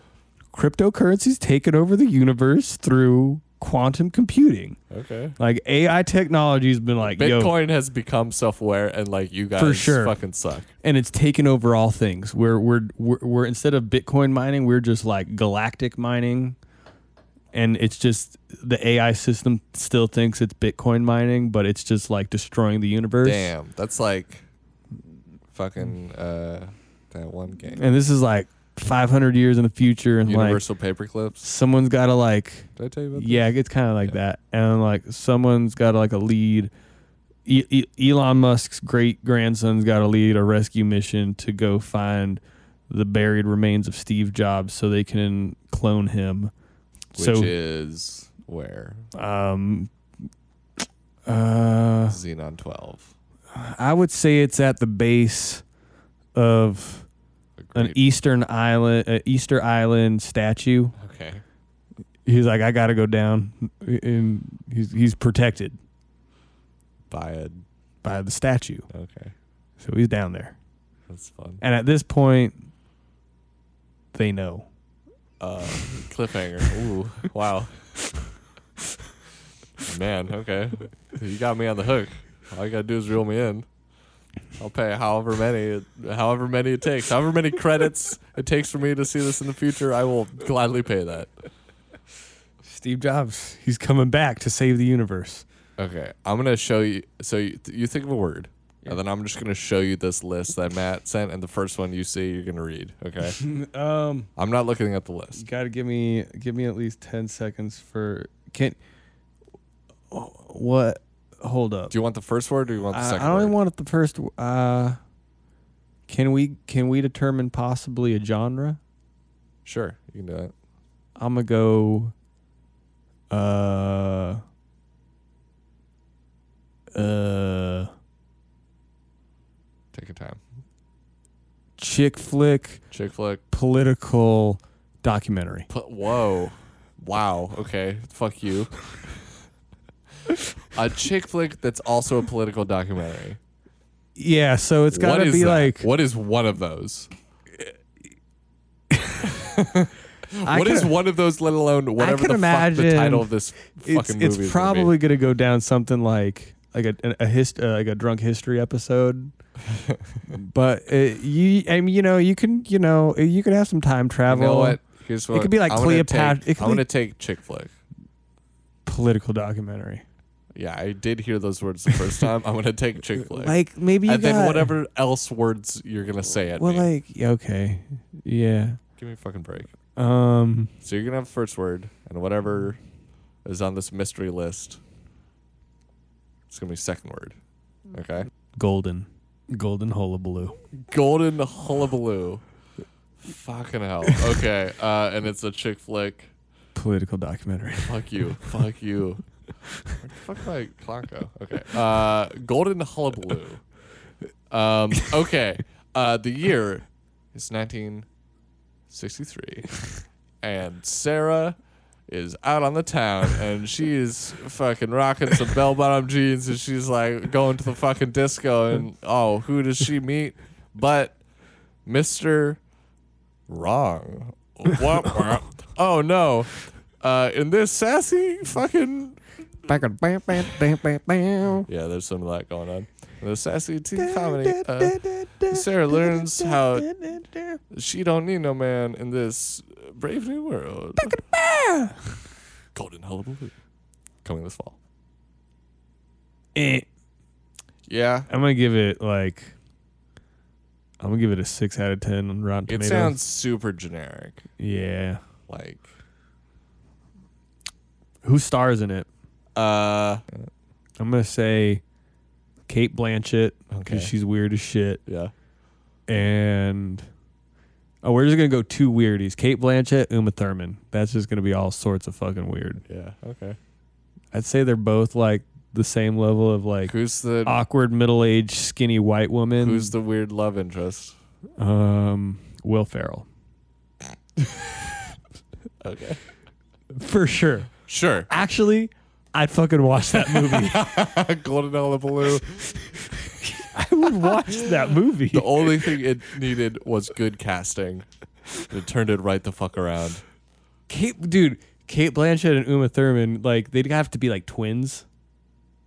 [SPEAKER 1] cryptocurrency's taken over the universe through quantum computing.
[SPEAKER 2] Okay.
[SPEAKER 1] Like AI technology's been like, yo,
[SPEAKER 2] Bitcoin has become self-aware, and like you guys
[SPEAKER 1] sure.
[SPEAKER 2] fucking suck.
[SPEAKER 1] and it's taken over all things. We're, we're we're we're instead of Bitcoin mining, we're just like galactic mining, and it's just the AI system still thinks it's Bitcoin mining, but it's just like destroying the universe.
[SPEAKER 2] Damn, that's like fucking uh, that one game.
[SPEAKER 1] And this is like 500 years in the future, and like
[SPEAKER 2] Universal paperclips.
[SPEAKER 1] someone's got to like
[SPEAKER 2] Did I tell you about
[SPEAKER 1] yeah it's kind of like that and like someone's got like a lead E- E- elon musk's great grandson's got to lead a rescue mission to go find the buried remains of steve jobs so they can clone him
[SPEAKER 2] this?
[SPEAKER 1] so
[SPEAKER 2] Which is where
[SPEAKER 1] um uh
[SPEAKER 2] Xenon 12.
[SPEAKER 1] i would say it's at the base of an
[SPEAKER 2] Agreed.
[SPEAKER 1] eastern island uh, easter island statue
[SPEAKER 2] okay.
[SPEAKER 1] he's like i gotta go down and he's, he's protected
[SPEAKER 2] Bioid.
[SPEAKER 1] by the statue
[SPEAKER 2] Okay.
[SPEAKER 1] so he's down there
[SPEAKER 2] That's fun.
[SPEAKER 1] And at this point, they know.
[SPEAKER 2] Uh, cliffhanger. Ooh. Wow. Man, okay. You got me on the hook. All you gotta do is reel me in. I'll pay however many, however many it takes, however many credits it takes for me to see this in the future. I will gladly pay that.
[SPEAKER 1] Steve Jobs, he's coming back to save the universe.
[SPEAKER 2] Okay, I'm gonna show you. So you, you think of a word, and then I'm just gonna show you this list that Matt sent, and the first one you see, you're gonna read. Okay,
[SPEAKER 1] Um,
[SPEAKER 2] I'm not looking at the list.
[SPEAKER 1] you gotta give me give me at least ten seconds for can. What? Hold up.
[SPEAKER 2] Do you want the first word, or do you want the
[SPEAKER 1] I, I
[SPEAKER 2] second?
[SPEAKER 1] don't even
[SPEAKER 2] word?
[SPEAKER 1] want it the first. w- Uh, can we can we determine possibly a genre?
[SPEAKER 2] Sure, you can do it.
[SPEAKER 1] I'm gonna go. Uh. Uh.
[SPEAKER 2] Take your time.
[SPEAKER 1] Chick flick.
[SPEAKER 2] Chick flick.
[SPEAKER 1] political documentary.
[SPEAKER 2] Put, whoa, wow. Okay, fuck you. a chick flick that's also a political documentary.
[SPEAKER 1] Yeah, so it's got
[SPEAKER 2] What
[SPEAKER 1] to
[SPEAKER 2] is
[SPEAKER 1] be
[SPEAKER 2] that?
[SPEAKER 1] like
[SPEAKER 2] what is one of those?
[SPEAKER 1] I
[SPEAKER 2] What is
[SPEAKER 1] could-
[SPEAKER 2] one of those? Let alone whatever
[SPEAKER 1] could
[SPEAKER 2] the fuck the
[SPEAKER 1] imagine
[SPEAKER 2] title of this fucking
[SPEAKER 1] it's,
[SPEAKER 2] movie is gonna
[SPEAKER 1] it's
[SPEAKER 2] be.
[SPEAKER 1] probably going to go down something like like a a, a hist, uh, like a drunk history episode. but uh you I mean you know you can you know you can have some time
[SPEAKER 2] You
[SPEAKER 1] travel.
[SPEAKER 2] know what? Here's what
[SPEAKER 1] could be like
[SPEAKER 2] I'm gonna
[SPEAKER 1] Cleopatra- it
[SPEAKER 2] Take,
[SPEAKER 1] could
[SPEAKER 2] I'm
[SPEAKER 1] be-
[SPEAKER 2] gonna take chick flick.
[SPEAKER 1] Political documentary.
[SPEAKER 2] Yeah, I did hear those words the first time. I'm gonna take chick flick.
[SPEAKER 1] Like maybe you
[SPEAKER 2] and
[SPEAKER 1] got
[SPEAKER 2] then whatever else words you're gonna say at
[SPEAKER 1] Well,
[SPEAKER 2] me.
[SPEAKER 1] like yeah, okay, yeah.
[SPEAKER 2] Give me a fucking break.
[SPEAKER 1] Um,
[SPEAKER 2] So you're gonna have the first word, and whatever is on this mystery list, it's gonna be second word. Okay.
[SPEAKER 1] golden, golden hullabaloo.
[SPEAKER 2] Golden hullabaloo. Fucking hell. Okay. Uh, and it's a chick flick.
[SPEAKER 1] Political documentary.
[SPEAKER 2] Fuck you. Fuck you. Where the fuck my Clanco. Okay. Uh, Golden Hullabaloo. Um, okay. Uh, the year is 1963. And Sarah is out on the town and she is fucking rocking some bell bottom jeans and she's like going to the fucking disco. And oh, who does she meet? But Mr wrong. Womp womp. oh no. Uh, in this sassy fucking yeah, there's some of that going on. The sassy teen comedy. Uh, Sarah learns how she don't need no man in this uh, brave new world. Golden Hullabaloo. Coming this fall.
[SPEAKER 1] Eh.
[SPEAKER 2] Yeah.
[SPEAKER 1] I'm gonna give it like I'm gonna give it a six out of ten on Rotten
[SPEAKER 2] It
[SPEAKER 1] Tomatoes.
[SPEAKER 2] sounds super generic.
[SPEAKER 1] yeah.
[SPEAKER 2] Like,
[SPEAKER 1] Who stars in it?
[SPEAKER 2] uh,
[SPEAKER 1] I'm gonna say Kate Blanchett
[SPEAKER 2] Okay.
[SPEAKER 1] because she's weird as shit.
[SPEAKER 2] yeah.
[SPEAKER 1] And oh, we're just gonna go two weirdies: Kate Blanchett, Uma Thurman. That's just gonna be all sorts of fucking weird.
[SPEAKER 2] Yeah. Okay.
[SPEAKER 1] I'd say they're both like the same level of like
[SPEAKER 2] Who's the
[SPEAKER 1] awkward middle-aged skinny white woman.
[SPEAKER 2] Who's the weird love interest?
[SPEAKER 1] um Will Ferrell
[SPEAKER 2] Okay.
[SPEAKER 1] for sure.
[SPEAKER 2] Sure.
[SPEAKER 1] Actually, I'd fucking watch that movie.
[SPEAKER 2] Golden Hullabaloo.
[SPEAKER 1] I would watch that movie.
[SPEAKER 2] The only thing it needed was good casting. It turned it right the fuck around.
[SPEAKER 1] Kate, dude, Kate Blanchett and Uma Thurman, like they'd have to be like twins.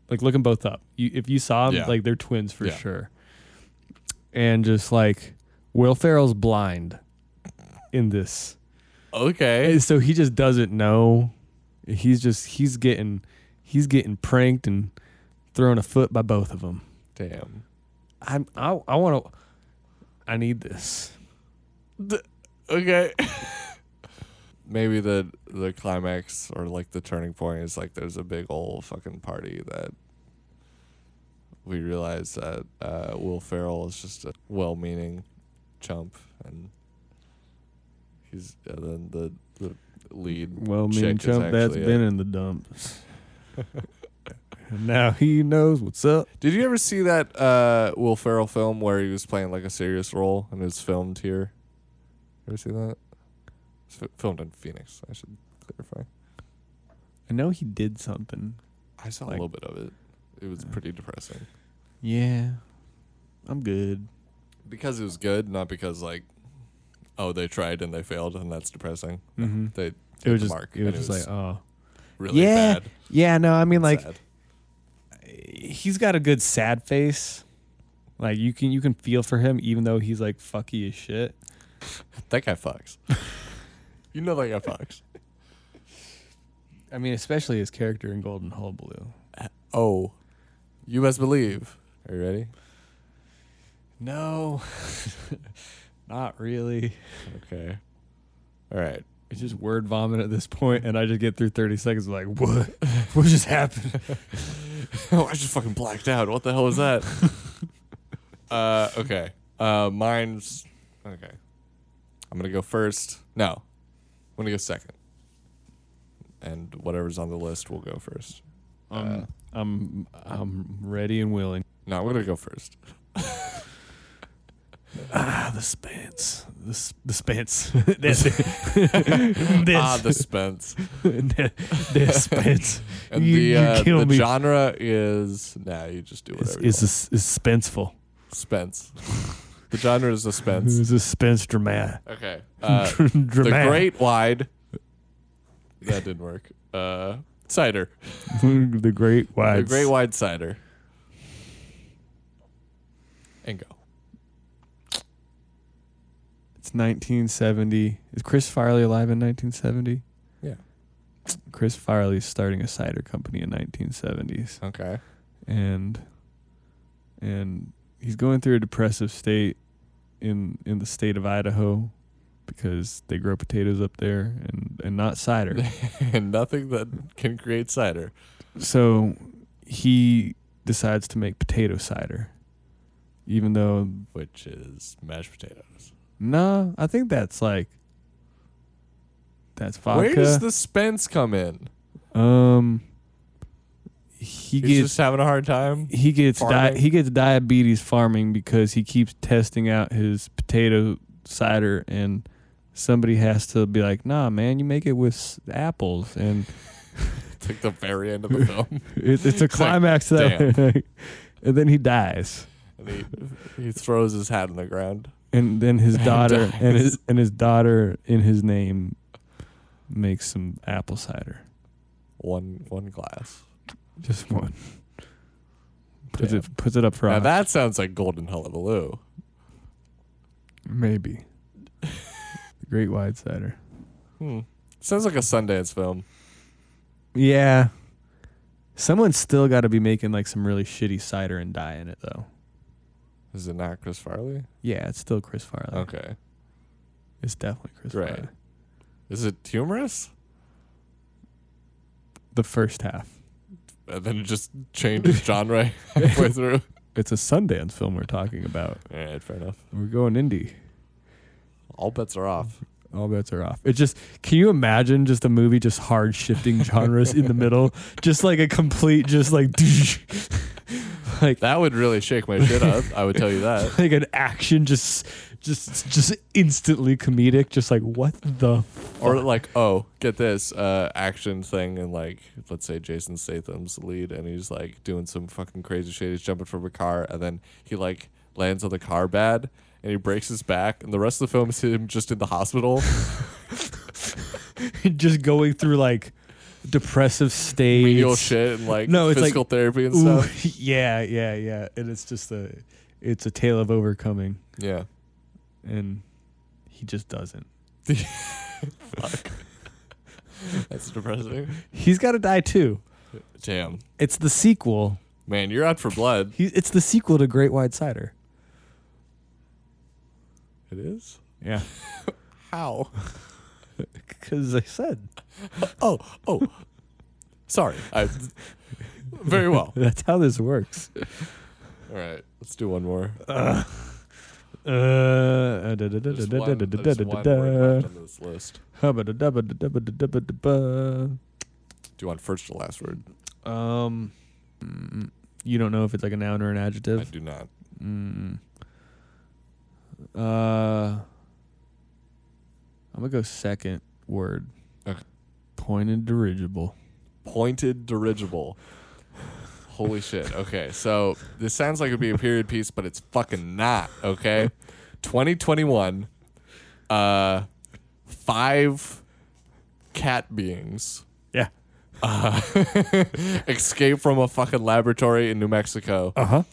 [SPEAKER 1] Like look them both up. You, if you saw them,
[SPEAKER 2] Yeah.
[SPEAKER 1] like they're twins for
[SPEAKER 2] Yeah.
[SPEAKER 1] sure. And just like Will Ferrell's blind in this,
[SPEAKER 2] Okay.
[SPEAKER 1] And so he just doesn't know. He's just he's getting he's getting pranked and thrown a foot by both of them.
[SPEAKER 2] Damn.
[SPEAKER 1] I'm I I want to. I need this.
[SPEAKER 2] Okay. Maybe the the climax or like the turning point is like there's a big old fucking party that we realize that uh, Will Ferrell is just a well-meaning chump and he's and then the the lead
[SPEAKER 1] Well, me
[SPEAKER 2] chick
[SPEAKER 1] and
[SPEAKER 2] is
[SPEAKER 1] Chump, that's
[SPEAKER 2] actually a-
[SPEAKER 1] been in the dumps. and now he knows what's up.
[SPEAKER 2] Did you ever see that uh, Will Ferrell film where he was playing like a serious role and it was filmed here? Ever see that? It's fi- filmed in Phoenix. I should clarify.
[SPEAKER 1] I know he did something.
[SPEAKER 2] I saw
[SPEAKER 1] Like-
[SPEAKER 2] a little bit of it. It was pretty depressing
[SPEAKER 1] Yeah, I'm good.
[SPEAKER 2] because it was good, not because like, oh, they tried and they failed and that's depressing.
[SPEAKER 1] Mm-hmm.
[SPEAKER 2] They hit
[SPEAKER 1] It was
[SPEAKER 2] the
[SPEAKER 1] just,
[SPEAKER 2] mark.
[SPEAKER 1] it was
[SPEAKER 2] and
[SPEAKER 1] just like, oh,
[SPEAKER 2] really
[SPEAKER 1] yeah,
[SPEAKER 2] bad.
[SPEAKER 1] yeah. No, I mean,
[SPEAKER 2] and
[SPEAKER 1] like,
[SPEAKER 2] sad.
[SPEAKER 1] he's got a good sad face. Like you can you can feel for him, even though he's like fucky as shit.
[SPEAKER 2] that guy fucks. you know that guy fucks.
[SPEAKER 1] I mean, especially his character in Golden Hullabaloo.
[SPEAKER 2] Oh, you best believe. Are you ready?
[SPEAKER 1] No, not really.
[SPEAKER 2] Okay. All right.
[SPEAKER 1] It's just word vomit at this point, and I just get through 30 seconds of like, what? What just happened?
[SPEAKER 2] oh, I just fucking blacked out. What the hell was that? uh, okay. Uh, mine's okay. I'm gonna go first. No, I'm gonna go second. And whatever's on the list will go first.
[SPEAKER 1] Um, I'm I'm ready and willing.
[SPEAKER 2] No, I'm gonna go first.
[SPEAKER 1] Ah, the spence. The s- the spence. That's it. this.
[SPEAKER 2] Ah, the Spence.
[SPEAKER 1] the, the spence.
[SPEAKER 2] And
[SPEAKER 1] you,
[SPEAKER 2] the
[SPEAKER 1] you
[SPEAKER 2] uh,
[SPEAKER 1] kill
[SPEAKER 2] the
[SPEAKER 1] me.
[SPEAKER 2] genre is nah. You just do
[SPEAKER 1] It's,
[SPEAKER 2] whatever. you
[SPEAKER 1] it's, a,
[SPEAKER 2] want.
[SPEAKER 1] s- it's suspenseful.
[SPEAKER 2] Spence. the genre is suspense.
[SPEAKER 1] It's a suspense dramatic.
[SPEAKER 2] Okay. Uh, the
[SPEAKER 1] dramatic.
[SPEAKER 2] Great Wide. That didn't work. Uh, cider.
[SPEAKER 1] the great
[SPEAKER 2] A
[SPEAKER 1] wives.
[SPEAKER 2] great wide cider. And go.
[SPEAKER 1] It's 1970. Is Chris Farley alive in 1970?
[SPEAKER 2] Yeah.
[SPEAKER 1] Chris Farley's starting a cider company in 1970s.
[SPEAKER 2] Okay.
[SPEAKER 1] and and he's going through a depressive state in in the state of Idaho because they grow potatoes up there and and not cider.
[SPEAKER 2] and nothing that can create cider.
[SPEAKER 1] so he decides to make potato cider. Even though
[SPEAKER 2] Which is mashed potatoes.
[SPEAKER 1] nah, I think that's like that's vodka.
[SPEAKER 2] Where does the Spence come in?
[SPEAKER 1] um he
[SPEAKER 2] He's
[SPEAKER 1] gets
[SPEAKER 2] just having a hard time.
[SPEAKER 1] he gets di-
[SPEAKER 2] Farming?
[SPEAKER 1] he gets diabetes farming because he keeps testing out his potato cider and somebody has to be like nah man you make it with s- apples and
[SPEAKER 2] It's like the very end of the film.
[SPEAKER 1] it, it's a climax
[SPEAKER 2] like,
[SPEAKER 1] that and then he dies
[SPEAKER 2] and he, he throws his hat on the ground.
[SPEAKER 1] and then his
[SPEAKER 2] And
[SPEAKER 1] daughter and
[SPEAKER 2] dies.
[SPEAKER 1] his and his daughter in his name makes some apple cider
[SPEAKER 2] One one glass.
[SPEAKER 1] just one puts it puts it up for
[SPEAKER 2] Now
[SPEAKER 1] us.
[SPEAKER 2] that sounds like golden hullabaloo.
[SPEAKER 1] Maybe. the Great Wide Sider.
[SPEAKER 2] Sounds like a Sundance film.
[SPEAKER 1] Yeah. Someone's still got to be making like some really shitty cider and dye in it though.
[SPEAKER 2] Is it not Chris Farley?
[SPEAKER 1] Yeah, it's still Chris Farley.
[SPEAKER 2] Okay.
[SPEAKER 1] It's definitely Chris
[SPEAKER 2] Oh. Right.
[SPEAKER 1] Farley.
[SPEAKER 2] Is it humorous?
[SPEAKER 1] The first half.
[SPEAKER 2] And then it just changes genre halfway through.
[SPEAKER 1] It's a Sundance film we're talking about.
[SPEAKER 2] All right, fair enough.
[SPEAKER 1] We're going indie.
[SPEAKER 2] All bets are off.
[SPEAKER 1] All bets are off. It's just can you imagine just a movie just hard shifting genres in the middle? Just like a complete just like like
[SPEAKER 2] That would really shake my shit up. I would tell you that.
[SPEAKER 1] like an action just just just instantly comedic just like what the
[SPEAKER 2] Or like, oh, get this uh, action thing, and like, let's say Jason Statham's the lead, and he's like doing some fucking crazy shit. He's jumping from a car, and then he like lands on the car bad, and he breaks his back, and the rest of the film is him just in the hospital.
[SPEAKER 1] just going through like depressive stage
[SPEAKER 2] Real shit and like
[SPEAKER 1] No, it's like,
[SPEAKER 2] physical therapy and
[SPEAKER 1] Ooh,
[SPEAKER 2] stuff.
[SPEAKER 1] yeah yeah yeah and it's just a it's a tale of overcoming
[SPEAKER 2] Yeah.
[SPEAKER 1] and he just doesn't
[SPEAKER 2] Fuck. That's depressing.
[SPEAKER 1] he's got to die too
[SPEAKER 2] Damn.
[SPEAKER 1] it's the sequel
[SPEAKER 2] Man, you're out for blood.
[SPEAKER 1] he, it's the sequel to great wide cider
[SPEAKER 2] It is?
[SPEAKER 1] yeah
[SPEAKER 2] How?
[SPEAKER 1] because i said
[SPEAKER 2] Oh, oh. Sorry. I, very well.
[SPEAKER 1] that's how this works
[SPEAKER 2] All right. Let's do one more.
[SPEAKER 1] uh,
[SPEAKER 2] There's one, there's one word left on this list.
[SPEAKER 1] Hubba-da-dubba-da-dubba-da-dubba-da-ba.
[SPEAKER 2] Do you want first or last word?
[SPEAKER 1] Um, mm, you don't know if it's like a noun or an
[SPEAKER 2] I
[SPEAKER 1] adjective.
[SPEAKER 2] do not.
[SPEAKER 1] Mm. Uh, I'm gonna go second word.
[SPEAKER 2] Okay.
[SPEAKER 1] Pointed dirigible.
[SPEAKER 2] Pointed dirigible. Holy shit. Okay. So this sounds like it'd be a period piece, but it's fucking not. Okay. 2021. Uh, five cat beings
[SPEAKER 1] Yeah.
[SPEAKER 2] uh, escape from a fucking laboratory in New Mexico,
[SPEAKER 1] Uh huh.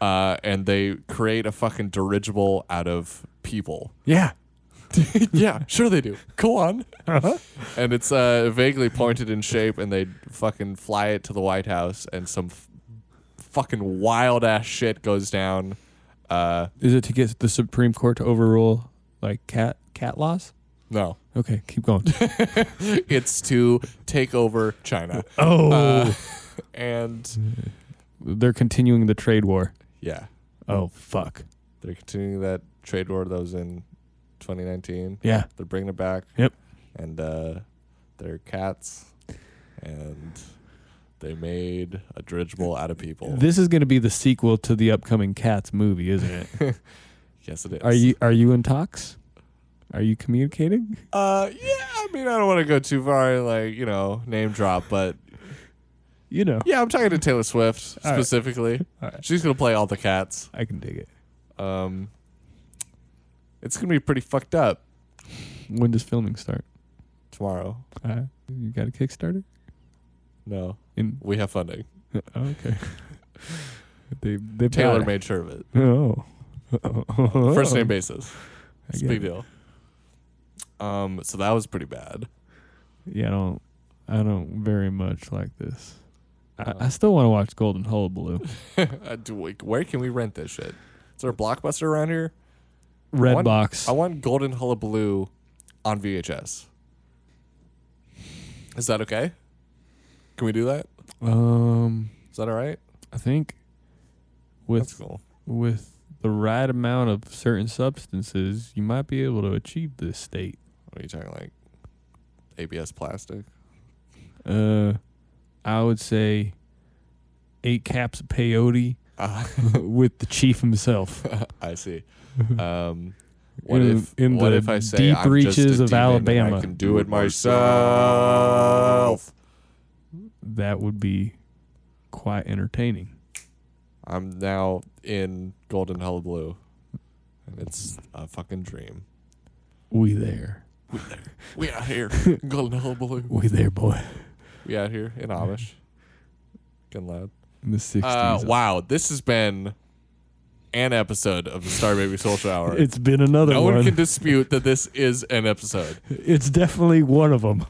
[SPEAKER 2] uh, and they create a fucking dirigible out of people.
[SPEAKER 1] Yeah.
[SPEAKER 2] yeah, sure they do. Go on.
[SPEAKER 1] Uh huh.
[SPEAKER 2] and it's uh, vaguely pointed in shape, and they fucking fly it to the White House, and some f- fucking wild ass shit goes down. Uh,
[SPEAKER 1] Is it to get the Supreme Court to overrule like cat cat laws?
[SPEAKER 2] no,
[SPEAKER 1] Okay, keep going.
[SPEAKER 2] it's to take over China,
[SPEAKER 1] oh,
[SPEAKER 2] and
[SPEAKER 1] they're continuing the trade war.
[SPEAKER 2] yeah,
[SPEAKER 1] Oh fuck.
[SPEAKER 2] they're continuing that trade war that was in 2019.
[SPEAKER 1] Yeah.
[SPEAKER 2] They're bringing it back.
[SPEAKER 1] Yep.
[SPEAKER 2] And uh, they're cats, and they made a dirigible out of people.
[SPEAKER 1] This is gonna be the sequel to the upcoming Cats movie, isn't it?
[SPEAKER 2] yes, it is.
[SPEAKER 1] Are you are you in talks? Are you communicating?
[SPEAKER 2] Uh, yeah. I mean, I don't want to go too far, and like you know, name drop, but
[SPEAKER 1] You know,
[SPEAKER 2] yeah, I'm talking to Taylor Swift
[SPEAKER 1] All right.
[SPEAKER 2] specifically.
[SPEAKER 1] All right.
[SPEAKER 2] She's gonna play all the cats.
[SPEAKER 1] I can dig it.
[SPEAKER 2] Um, it's gonna be pretty fucked up
[SPEAKER 1] When does filming start?
[SPEAKER 2] tomorrow.
[SPEAKER 1] Uh, you got a Kickstarter?
[SPEAKER 2] No,
[SPEAKER 1] In
[SPEAKER 2] we have funding.
[SPEAKER 1] oh, okay. they they
[SPEAKER 2] Taylor made sure of it.
[SPEAKER 1] Oh.
[SPEAKER 2] First name basis.
[SPEAKER 1] I
[SPEAKER 2] It's a
[SPEAKER 1] get
[SPEAKER 2] big
[SPEAKER 1] it.
[SPEAKER 2] deal. Um, so that was pretty bad.
[SPEAKER 1] Yeah, I don't. I don't very much like this. I,
[SPEAKER 2] Uh.
[SPEAKER 1] I still want to watch Golden Hullabaloo.
[SPEAKER 2] Uh, Do we, where can we rent this shit? Is there a blockbuster around here?
[SPEAKER 1] Red
[SPEAKER 2] want-
[SPEAKER 1] Box.
[SPEAKER 2] I want Golden Hullabaloo on VHS. Is that okay? Can we do that?
[SPEAKER 1] um,
[SPEAKER 2] Is that all right?
[SPEAKER 1] I think with
[SPEAKER 2] That's cool.
[SPEAKER 1] with the right amount of certain substances, you might be able to achieve this state.
[SPEAKER 2] What are you talking like? ABS plastic?
[SPEAKER 1] Uh, I would say eight caps of peyote
[SPEAKER 2] Ah,
[SPEAKER 1] with the chief himself.
[SPEAKER 2] I see. Um, what
[SPEAKER 1] In-
[SPEAKER 2] if
[SPEAKER 1] in
[SPEAKER 2] what
[SPEAKER 1] the
[SPEAKER 2] if I say
[SPEAKER 1] deep
[SPEAKER 2] I'm
[SPEAKER 1] reaches
[SPEAKER 2] just a
[SPEAKER 1] of
[SPEAKER 2] demon and
[SPEAKER 1] Alabama.
[SPEAKER 2] I can do it myself.
[SPEAKER 1] That would be quite entertaining.
[SPEAKER 2] I'm now in Golden Hullabaloo, and it's a fucking dream.
[SPEAKER 1] We there.
[SPEAKER 2] We out here, Golden Hullabaloo.
[SPEAKER 1] We there, boy.
[SPEAKER 2] We out here in Amish. Getting loud.
[SPEAKER 1] in the 60s.
[SPEAKER 2] Uh, wow, this has been an episode of the Star Baby Social Hour.
[SPEAKER 6] It's been another
[SPEAKER 2] no
[SPEAKER 6] one.
[SPEAKER 2] one can dispute that this is an episode.
[SPEAKER 6] it's definitely one of them.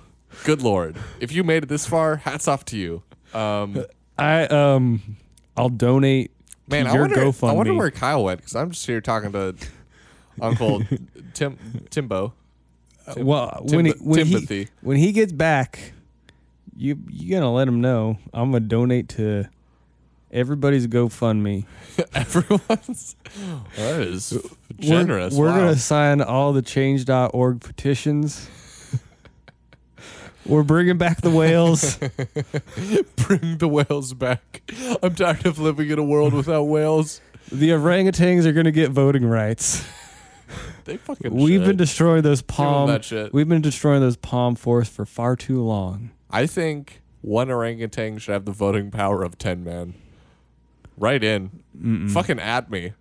[SPEAKER 2] Good lord. If you made it this far, hats off to you. Um,
[SPEAKER 1] I um I'll donate
[SPEAKER 2] man,
[SPEAKER 1] to
[SPEAKER 2] I
[SPEAKER 1] your
[SPEAKER 2] wonder,
[SPEAKER 1] GoFundMe.
[SPEAKER 2] I wonder where Kyle went because I'm just here talking to Uncle Tim Timbo.
[SPEAKER 1] well,
[SPEAKER 2] Uh, Tim-
[SPEAKER 1] when he, when,
[SPEAKER 2] Timothy.
[SPEAKER 1] he, when he gets back, you you gonna let him know I'm gonna donate to everybody's GoFundMe.
[SPEAKER 2] Everyone's that is
[SPEAKER 1] We're-
[SPEAKER 2] generous.
[SPEAKER 1] We're,
[SPEAKER 2] Wow.
[SPEAKER 1] gonna sign all the Change.org petitions. we're bringing back the whales.
[SPEAKER 2] bring the whales back. I'm tired of living in a world without whales.
[SPEAKER 1] the orangutans are gonna get voting rights.
[SPEAKER 2] They fucking.
[SPEAKER 1] We've been
[SPEAKER 2] should.
[SPEAKER 1] destroying those palm.
[SPEAKER 2] that shit.
[SPEAKER 1] We've been destroying those palm forests for far too long.
[SPEAKER 2] I think one orangutan should have the voting power of ten men. Right in, fucking at me.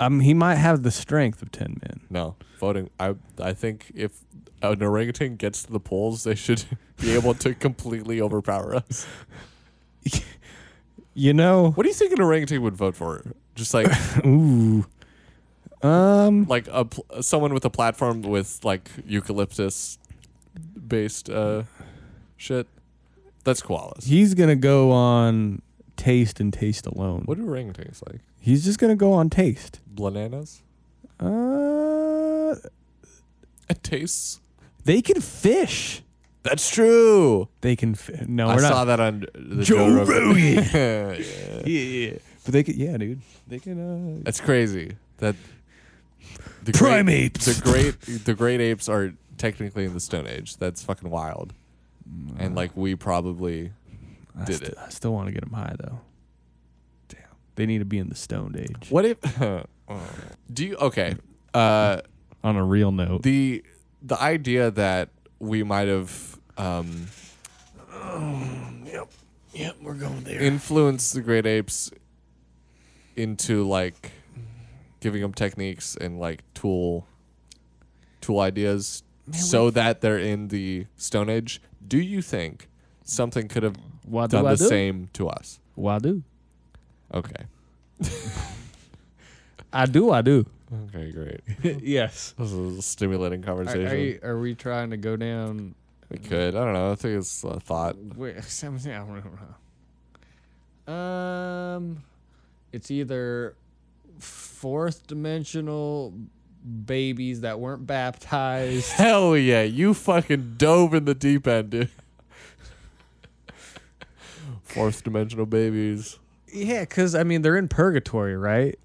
[SPEAKER 1] Um, he might have the strength of ten men.
[SPEAKER 2] No voting. I I think if an orangutan gets to the polls, they should be able to completely overpower us.
[SPEAKER 1] You know,
[SPEAKER 2] What do you think an orangutan would vote for? Just like
[SPEAKER 1] ooh, um,
[SPEAKER 2] like a pl- someone with a platform with like eucalyptus based uh shit. That's koalas.
[SPEAKER 1] he's gonna go on taste and taste alone.
[SPEAKER 2] What do orangutans like?
[SPEAKER 1] He's just gonna go on taste.
[SPEAKER 2] Bananas?
[SPEAKER 1] Uh,
[SPEAKER 2] It tastes.
[SPEAKER 1] they can fish.
[SPEAKER 2] That's true.
[SPEAKER 1] They can. Fi- no,
[SPEAKER 2] I
[SPEAKER 1] Oh, we're
[SPEAKER 2] saw
[SPEAKER 1] not.
[SPEAKER 2] that on the
[SPEAKER 1] Joe
[SPEAKER 2] Joe, Rogan.
[SPEAKER 1] Yeah, but they could. Yeah, dude, they can. Uh,
[SPEAKER 2] That's crazy. That the
[SPEAKER 6] Primates.
[SPEAKER 2] Great, the great the great apes are technically in the Stone Age. That's fucking wild. And like we probably
[SPEAKER 1] I
[SPEAKER 2] did
[SPEAKER 1] st-
[SPEAKER 2] it.
[SPEAKER 1] I still want to get them high though. Damn, they need to be in the stoned age.
[SPEAKER 2] What if oh. do you okay. Uh
[SPEAKER 1] On a real note,
[SPEAKER 2] the the idea that we might have um
[SPEAKER 6] Yep, we're going there.
[SPEAKER 2] influenced the great apes into like giving them techniques and like tool tool ideas so that they're in the stone age do you think something could have
[SPEAKER 1] why do
[SPEAKER 2] done
[SPEAKER 1] I
[SPEAKER 2] the
[SPEAKER 1] do?
[SPEAKER 2] same to us
[SPEAKER 1] Why do
[SPEAKER 2] okay
[SPEAKER 1] I do? I do.
[SPEAKER 2] okay great
[SPEAKER 1] yes.
[SPEAKER 2] this is a stimulating
[SPEAKER 1] Are,
[SPEAKER 2] conversation
[SPEAKER 1] are, you, are we trying to go down?
[SPEAKER 2] we could i don't know i think it's a thought
[SPEAKER 1] Wait, something- I don't know. Um, it's either fourth dimensional babies that weren't baptized.
[SPEAKER 2] hell yeah you fucking dove in the deep end dude fourth dimensional babies
[SPEAKER 1] yeah, because I mean they're in purgatory, right?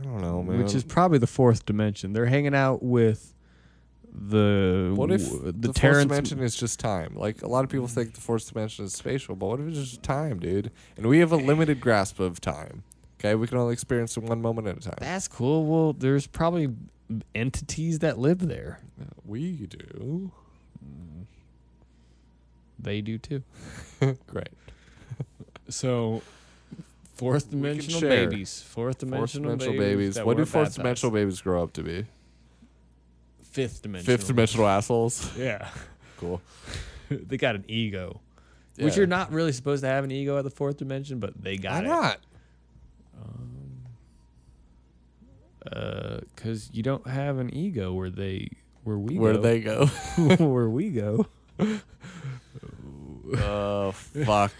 [SPEAKER 2] i don't know man
[SPEAKER 1] Which is probably the fourth dimension. They're hanging out with the
[SPEAKER 2] What if
[SPEAKER 1] w-
[SPEAKER 2] the,
[SPEAKER 1] the,
[SPEAKER 2] fourth
[SPEAKER 1] Terrence
[SPEAKER 2] dimension is just time? Like a lot of people think the fourth dimension is spatial, but what if it's just time, dude? And we have a limited grasp of time. Okay, we can only experience it one moment at a time.
[SPEAKER 1] That's cool. Well, there's probably entities that live there.
[SPEAKER 2] We do.
[SPEAKER 1] They do too.
[SPEAKER 2] Great.
[SPEAKER 1] So, fourth
[SPEAKER 2] can
[SPEAKER 1] dimensional
[SPEAKER 2] share.
[SPEAKER 1] babies, fourth
[SPEAKER 2] Fourth
[SPEAKER 1] dimensional,
[SPEAKER 2] dimensional
[SPEAKER 1] babies.
[SPEAKER 2] babies.
[SPEAKER 1] that
[SPEAKER 2] What do
[SPEAKER 1] weren't
[SPEAKER 2] fourth
[SPEAKER 1] baptized.
[SPEAKER 2] dimensional babies grow up to be?
[SPEAKER 1] fifth dimensional,
[SPEAKER 2] Fifth dimensional assholes.
[SPEAKER 1] Yeah,
[SPEAKER 2] Cool.
[SPEAKER 1] they got an ego,
[SPEAKER 2] Yeah.
[SPEAKER 1] which you're not really supposed to have an ego at the fourth dimension, but they
[SPEAKER 2] Why
[SPEAKER 1] got
[SPEAKER 2] not?
[SPEAKER 1] it because Uh, you don't have an ego where they where we
[SPEAKER 2] Where do
[SPEAKER 1] go.
[SPEAKER 2] they go?
[SPEAKER 1] where we go. Uh,
[SPEAKER 2] Oh fuck.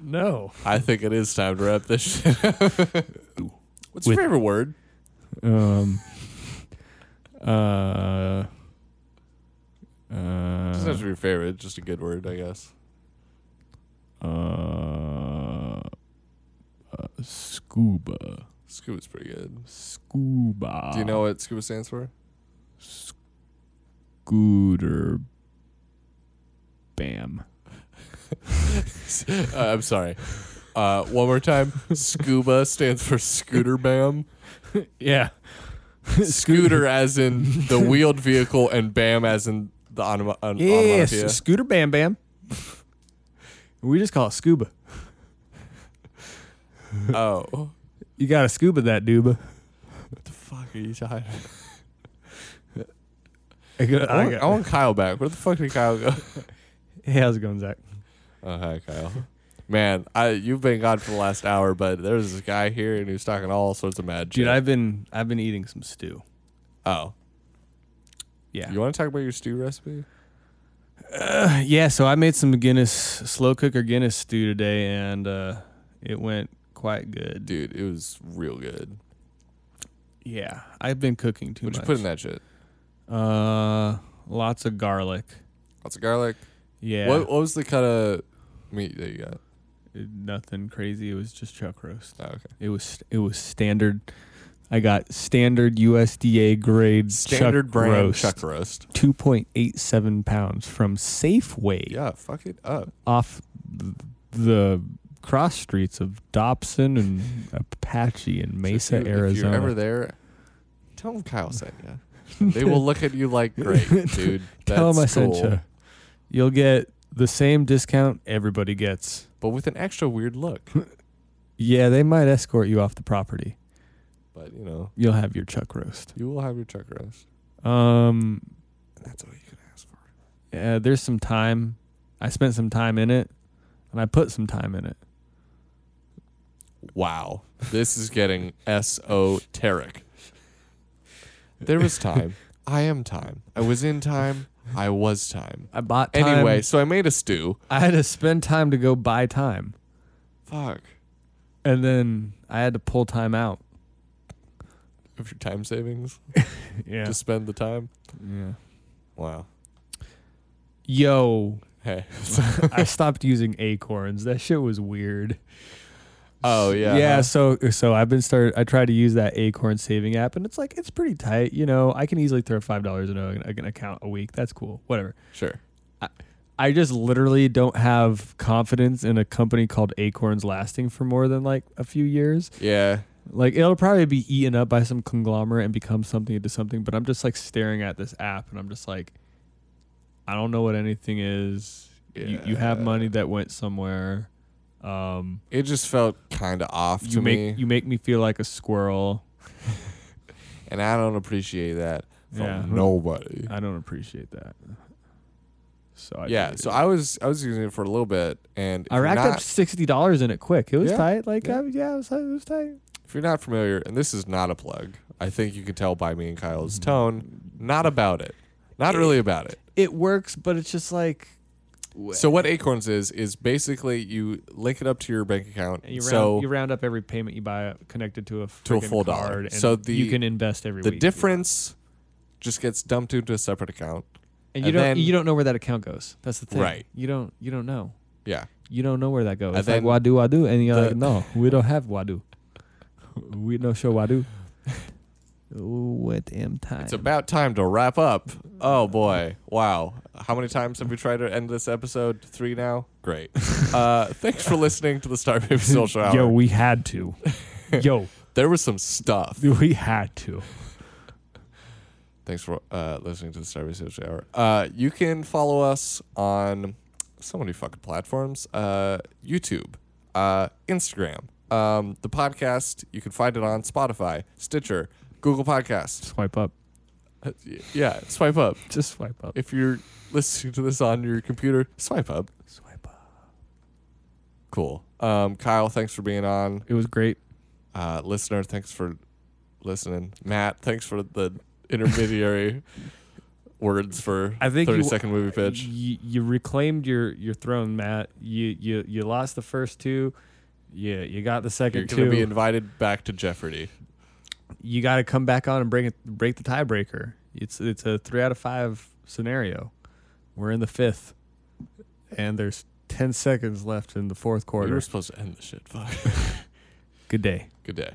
[SPEAKER 1] No,
[SPEAKER 2] I think it is time to wrap this shit up. What's your
[SPEAKER 1] With-
[SPEAKER 2] favorite word?
[SPEAKER 1] um, uh, uh,
[SPEAKER 2] It's not your favorite, just a good word, I guess.
[SPEAKER 1] uh, uh, scuba,
[SPEAKER 2] Scuba's pretty good. Uh,
[SPEAKER 1] scuba.
[SPEAKER 2] Do you know what scuba stands for?
[SPEAKER 1] scooter bam
[SPEAKER 2] Uh, I'm sorry. Uh, one more time. Scuba stands for scooter bam.
[SPEAKER 1] yeah
[SPEAKER 2] Scooter as in the wheeled vehicle, and bam as in the onoma- on- onomatopoeia.
[SPEAKER 1] scooter bam bam we just call it scuba
[SPEAKER 2] Oh,
[SPEAKER 1] you gotta scuba that duba
[SPEAKER 2] what the fuck are you talking? About?
[SPEAKER 1] I got,
[SPEAKER 2] I,
[SPEAKER 1] I
[SPEAKER 2] want, I want Kyle back. Where the fuck did Kyle go?
[SPEAKER 1] hey how's it going zach
[SPEAKER 2] Oh hi Kyle. man, I you've been gone for the last hour, but there's this guy here and he's talking all sorts of mad
[SPEAKER 1] Dude,
[SPEAKER 2] shit.
[SPEAKER 1] I've been I've been eating some stew.
[SPEAKER 2] oh,
[SPEAKER 1] Yeah.
[SPEAKER 2] you want to talk about your stew recipe?
[SPEAKER 1] Yeah, so I made some Guinness slow cooker Guinness stew today, and uh, it went quite good.
[SPEAKER 2] Dude, it was real good.
[SPEAKER 1] Yeah, I've been cooking too
[SPEAKER 2] What
[SPEAKER 1] much.
[SPEAKER 2] you put in that shit?
[SPEAKER 1] Uh, lots of garlic.
[SPEAKER 2] Lots of garlic.
[SPEAKER 1] Yeah,
[SPEAKER 2] What what was the kind of meat that you got?
[SPEAKER 1] it- nothing crazy. It was just chuck roast.
[SPEAKER 2] Oh, okay.
[SPEAKER 1] It was it was standard. I got standard USDA grade
[SPEAKER 2] Standard
[SPEAKER 1] chuck
[SPEAKER 2] brand
[SPEAKER 1] roast,
[SPEAKER 2] chuck roast.
[SPEAKER 1] two point eight seven pounds from Safeway
[SPEAKER 2] Yeah, fuck it up.
[SPEAKER 1] off th- the cross streets of Dobson and Apache and Mesa,
[SPEAKER 2] if you, If
[SPEAKER 1] Arizona.
[SPEAKER 2] you're ever there, tell them Kyle sent you. they will look at you like, great, dude. That's
[SPEAKER 1] Tell 'em I sent
[SPEAKER 2] cool.
[SPEAKER 1] you. You'll get the same discount everybody gets.
[SPEAKER 2] But with an extra weird look.
[SPEAKER 1] Yeah, they might escort you off the property.
[SPEAKER 2] But you know,
[SPEAKER 1] You'll have your chuck roast.
[SPEAKER 2] you will have your chuck roast.
[SPEAKER 1] Um,
[SPEAKER 2] That's all you can ask for.
[SPEAKER 1] yeah, there's some time. I spent some time in it, and I put some time in it.
[SPEAKER 2] Wow, this is getting esoteric. There was time. I am time. I was in time. I was time.
[SPEAKER 1] I bought time.
[SPEAKER 2] Anyway, so I made a stew.
[SPEAKER 1] I had to spend time to go buy time,
[SPEAKER 2] Fuck.
[SPEAKER 1] and then I had to pull time out.
[SPEAKER 2] Of your time savings
[SPEAKER 1] Yeah.
[SPEAKER 2] to spend the time.
[SPEAKER 1] yeah.
[SPEAKER 2] Wow.
[SPEAKER 1] Yo,
[SPEAKER 2] Hey.
[SPEAKER 1] I stopped using acorns. That shit was weird.
[SPEAKER 2] oh yeah.
[SPEAKER 1] Yeah, so so I've been started. I try to use that Acorn saving app, and it's like it's pretty tight. You know, I can easily throw five dollars in a- an account a week. That's cool. Whatever.
[SPEAKER 2] Sure.
[SPEAKER 1] I just literally don't have confidence in a company called Acorns lasting for more than like a few years.
[SPEAKER 2] Yeah.
[SPEAKER 1] Like it'll probably be eaten up by some conglomerate and become something into something. But I'm just like staring at this app, and I'm just like, I don't know what anything is. You, you have
[SPEAKER 2] Yeah.
[SPEAKER 1] money that went somewhere. Um,
[SPEAKER 2] It just felt kind of off
[SPEAKER 1] you
[SPEAKER 2] to
[SPEAKER 1] make
[SPEAKER 2] me,
[SPEAKER 1] you make me feel like a squirrel.
[SPEAKER 2] and I don't appreciate that from
[SPEAKER 1] Yeah.
[SPEAKER 2] nobody.
[SPEAKER 1] I don't appreciate that. So I
[SPEAKER 2] yeah,
[SPEAKER 1] deleted
[SPEAKER 2] so
[SPEAKER 1] it.
[SPEAKER 2] I was I was using it for a little bit, and if
[SPEAKER 1] I
[SPEAKER 2] you're
[SPEAKER 1] racked
[SPEAKER 2] not,
[SPEAKER 1] up sixty dollars in it quick. It was
[SPEAKER 2] Yeah,
[SPEAKER 1] tight. Like
[SPEAKER 2] yeah.
[SPEAKER 1] I, yeah, it was, it was tight.
[SPEAKER 2] If you're not familiar, and this is not a plug, I think you can tell by me and Kyle's tone, not about it, not really about it.
[SPEAKER 1] It works, but it's just like
[SPEAKER 2] So what Acorns is is basically you link it up to your bank account,
[SPEAKER 1] you round,
[SPEAKER 2] so
[SPEAKER 1] you round up every payment you buy connected to a
[SPEAKER 2] To a
[SPEAKER 1] freaking
[SPEAKER 2] full dollar.
[SPEAKER 1] card, and
[SPEAKER 2] So the-
[SPEAKER 1] you can invest every
[SPEAKER 2] the
[SPEAKER 1] week.
[SPEAKER 2] difference just gets dumped into a separate account.
[SPEAKER 1] and you
[SPEAKER 2] and
[SPEAKER 1] don't
[SPEAKER 2] then-
[SPEAKER 1] you don't know where that account goes. That's the thing.
[SPEAKER 2] Right.
[SPEAKER 1] You don't you don't know.
[SPEAKER 2] Yeah,
[SPEAKER 1] You don't know where that goes.
[SPEAKER 2] And
[SPEAKER 1] It's
[SPEAKER 2] then
[SPEAKER 1] like Wadu Wadu, and you're
[SPEAKER 2] the-
[SPEAKER 1] like, no, we don't have Wadu. we no show Wadu. what am time?
[SPEAKER 2] it's about time to wrap up. Oh boy, wow! How many times have we tried to end this episode? Three now. Great. Uh, thanks for listening to the Star Baby Social Hour.
[SPEAKER 6] Yo, we had to.
[SPEAKER 1] Yo,
[SPEAKER 2] there was some stuff.
[SPEAKER 6] We had to.
[SPEAKER 2] Thanks for uh, listening to the Starbucks Social Hour. Uh, you can follow us on so many fucking platforms uh, YouTube, uh, Instagram, um, the podcast. You can find it on Spotify, Stitcher, Google Podcasts.
[SPEAKER 1] swipe up.
[SPEAKER 2] Uh, y- yeah, swipe up.
[SPEAKER 1] Just swipe up.
[SPEAKER 2] If you're listening to this on your computer, swipe up.
[SPEAKER 1] Swipe up.
[SPEAKER 2] Cool. Um, Kyle, thanks for being on.
[SPEAKER 1] It was great.
[SPEAKER 2] Uh, listener, thanks for listening. Matt, thanks for the intermediary words for
[SPEAKER 1] I think you-
[SPEAKER 2] 30 second movie pitch.
[SPEAKER 1] You, you reclaimed your your throne, Matt. You you you lost the first two. Yeah, you got the
[SPEAKER 2] You're
[SPEAKER 1] second
[SPEAKER 2] going to
[SPEAKER 1] two.
[SPEAKER 2] be invited back to Jeopardy.
[SPEAKER 1] you got to come back on and break it, break the tiebreaker. It's it's a three out of five scenario. We're in the fifth, and there's ten seconds left in the fourth
[SPEAKER 2] We
[SPEAKER 1] quarter.
[SPEAKER 2] were supposed to end the shit. Fuck.
[SPEAKER 1] Good day.
[SPEAKER 2] Good day.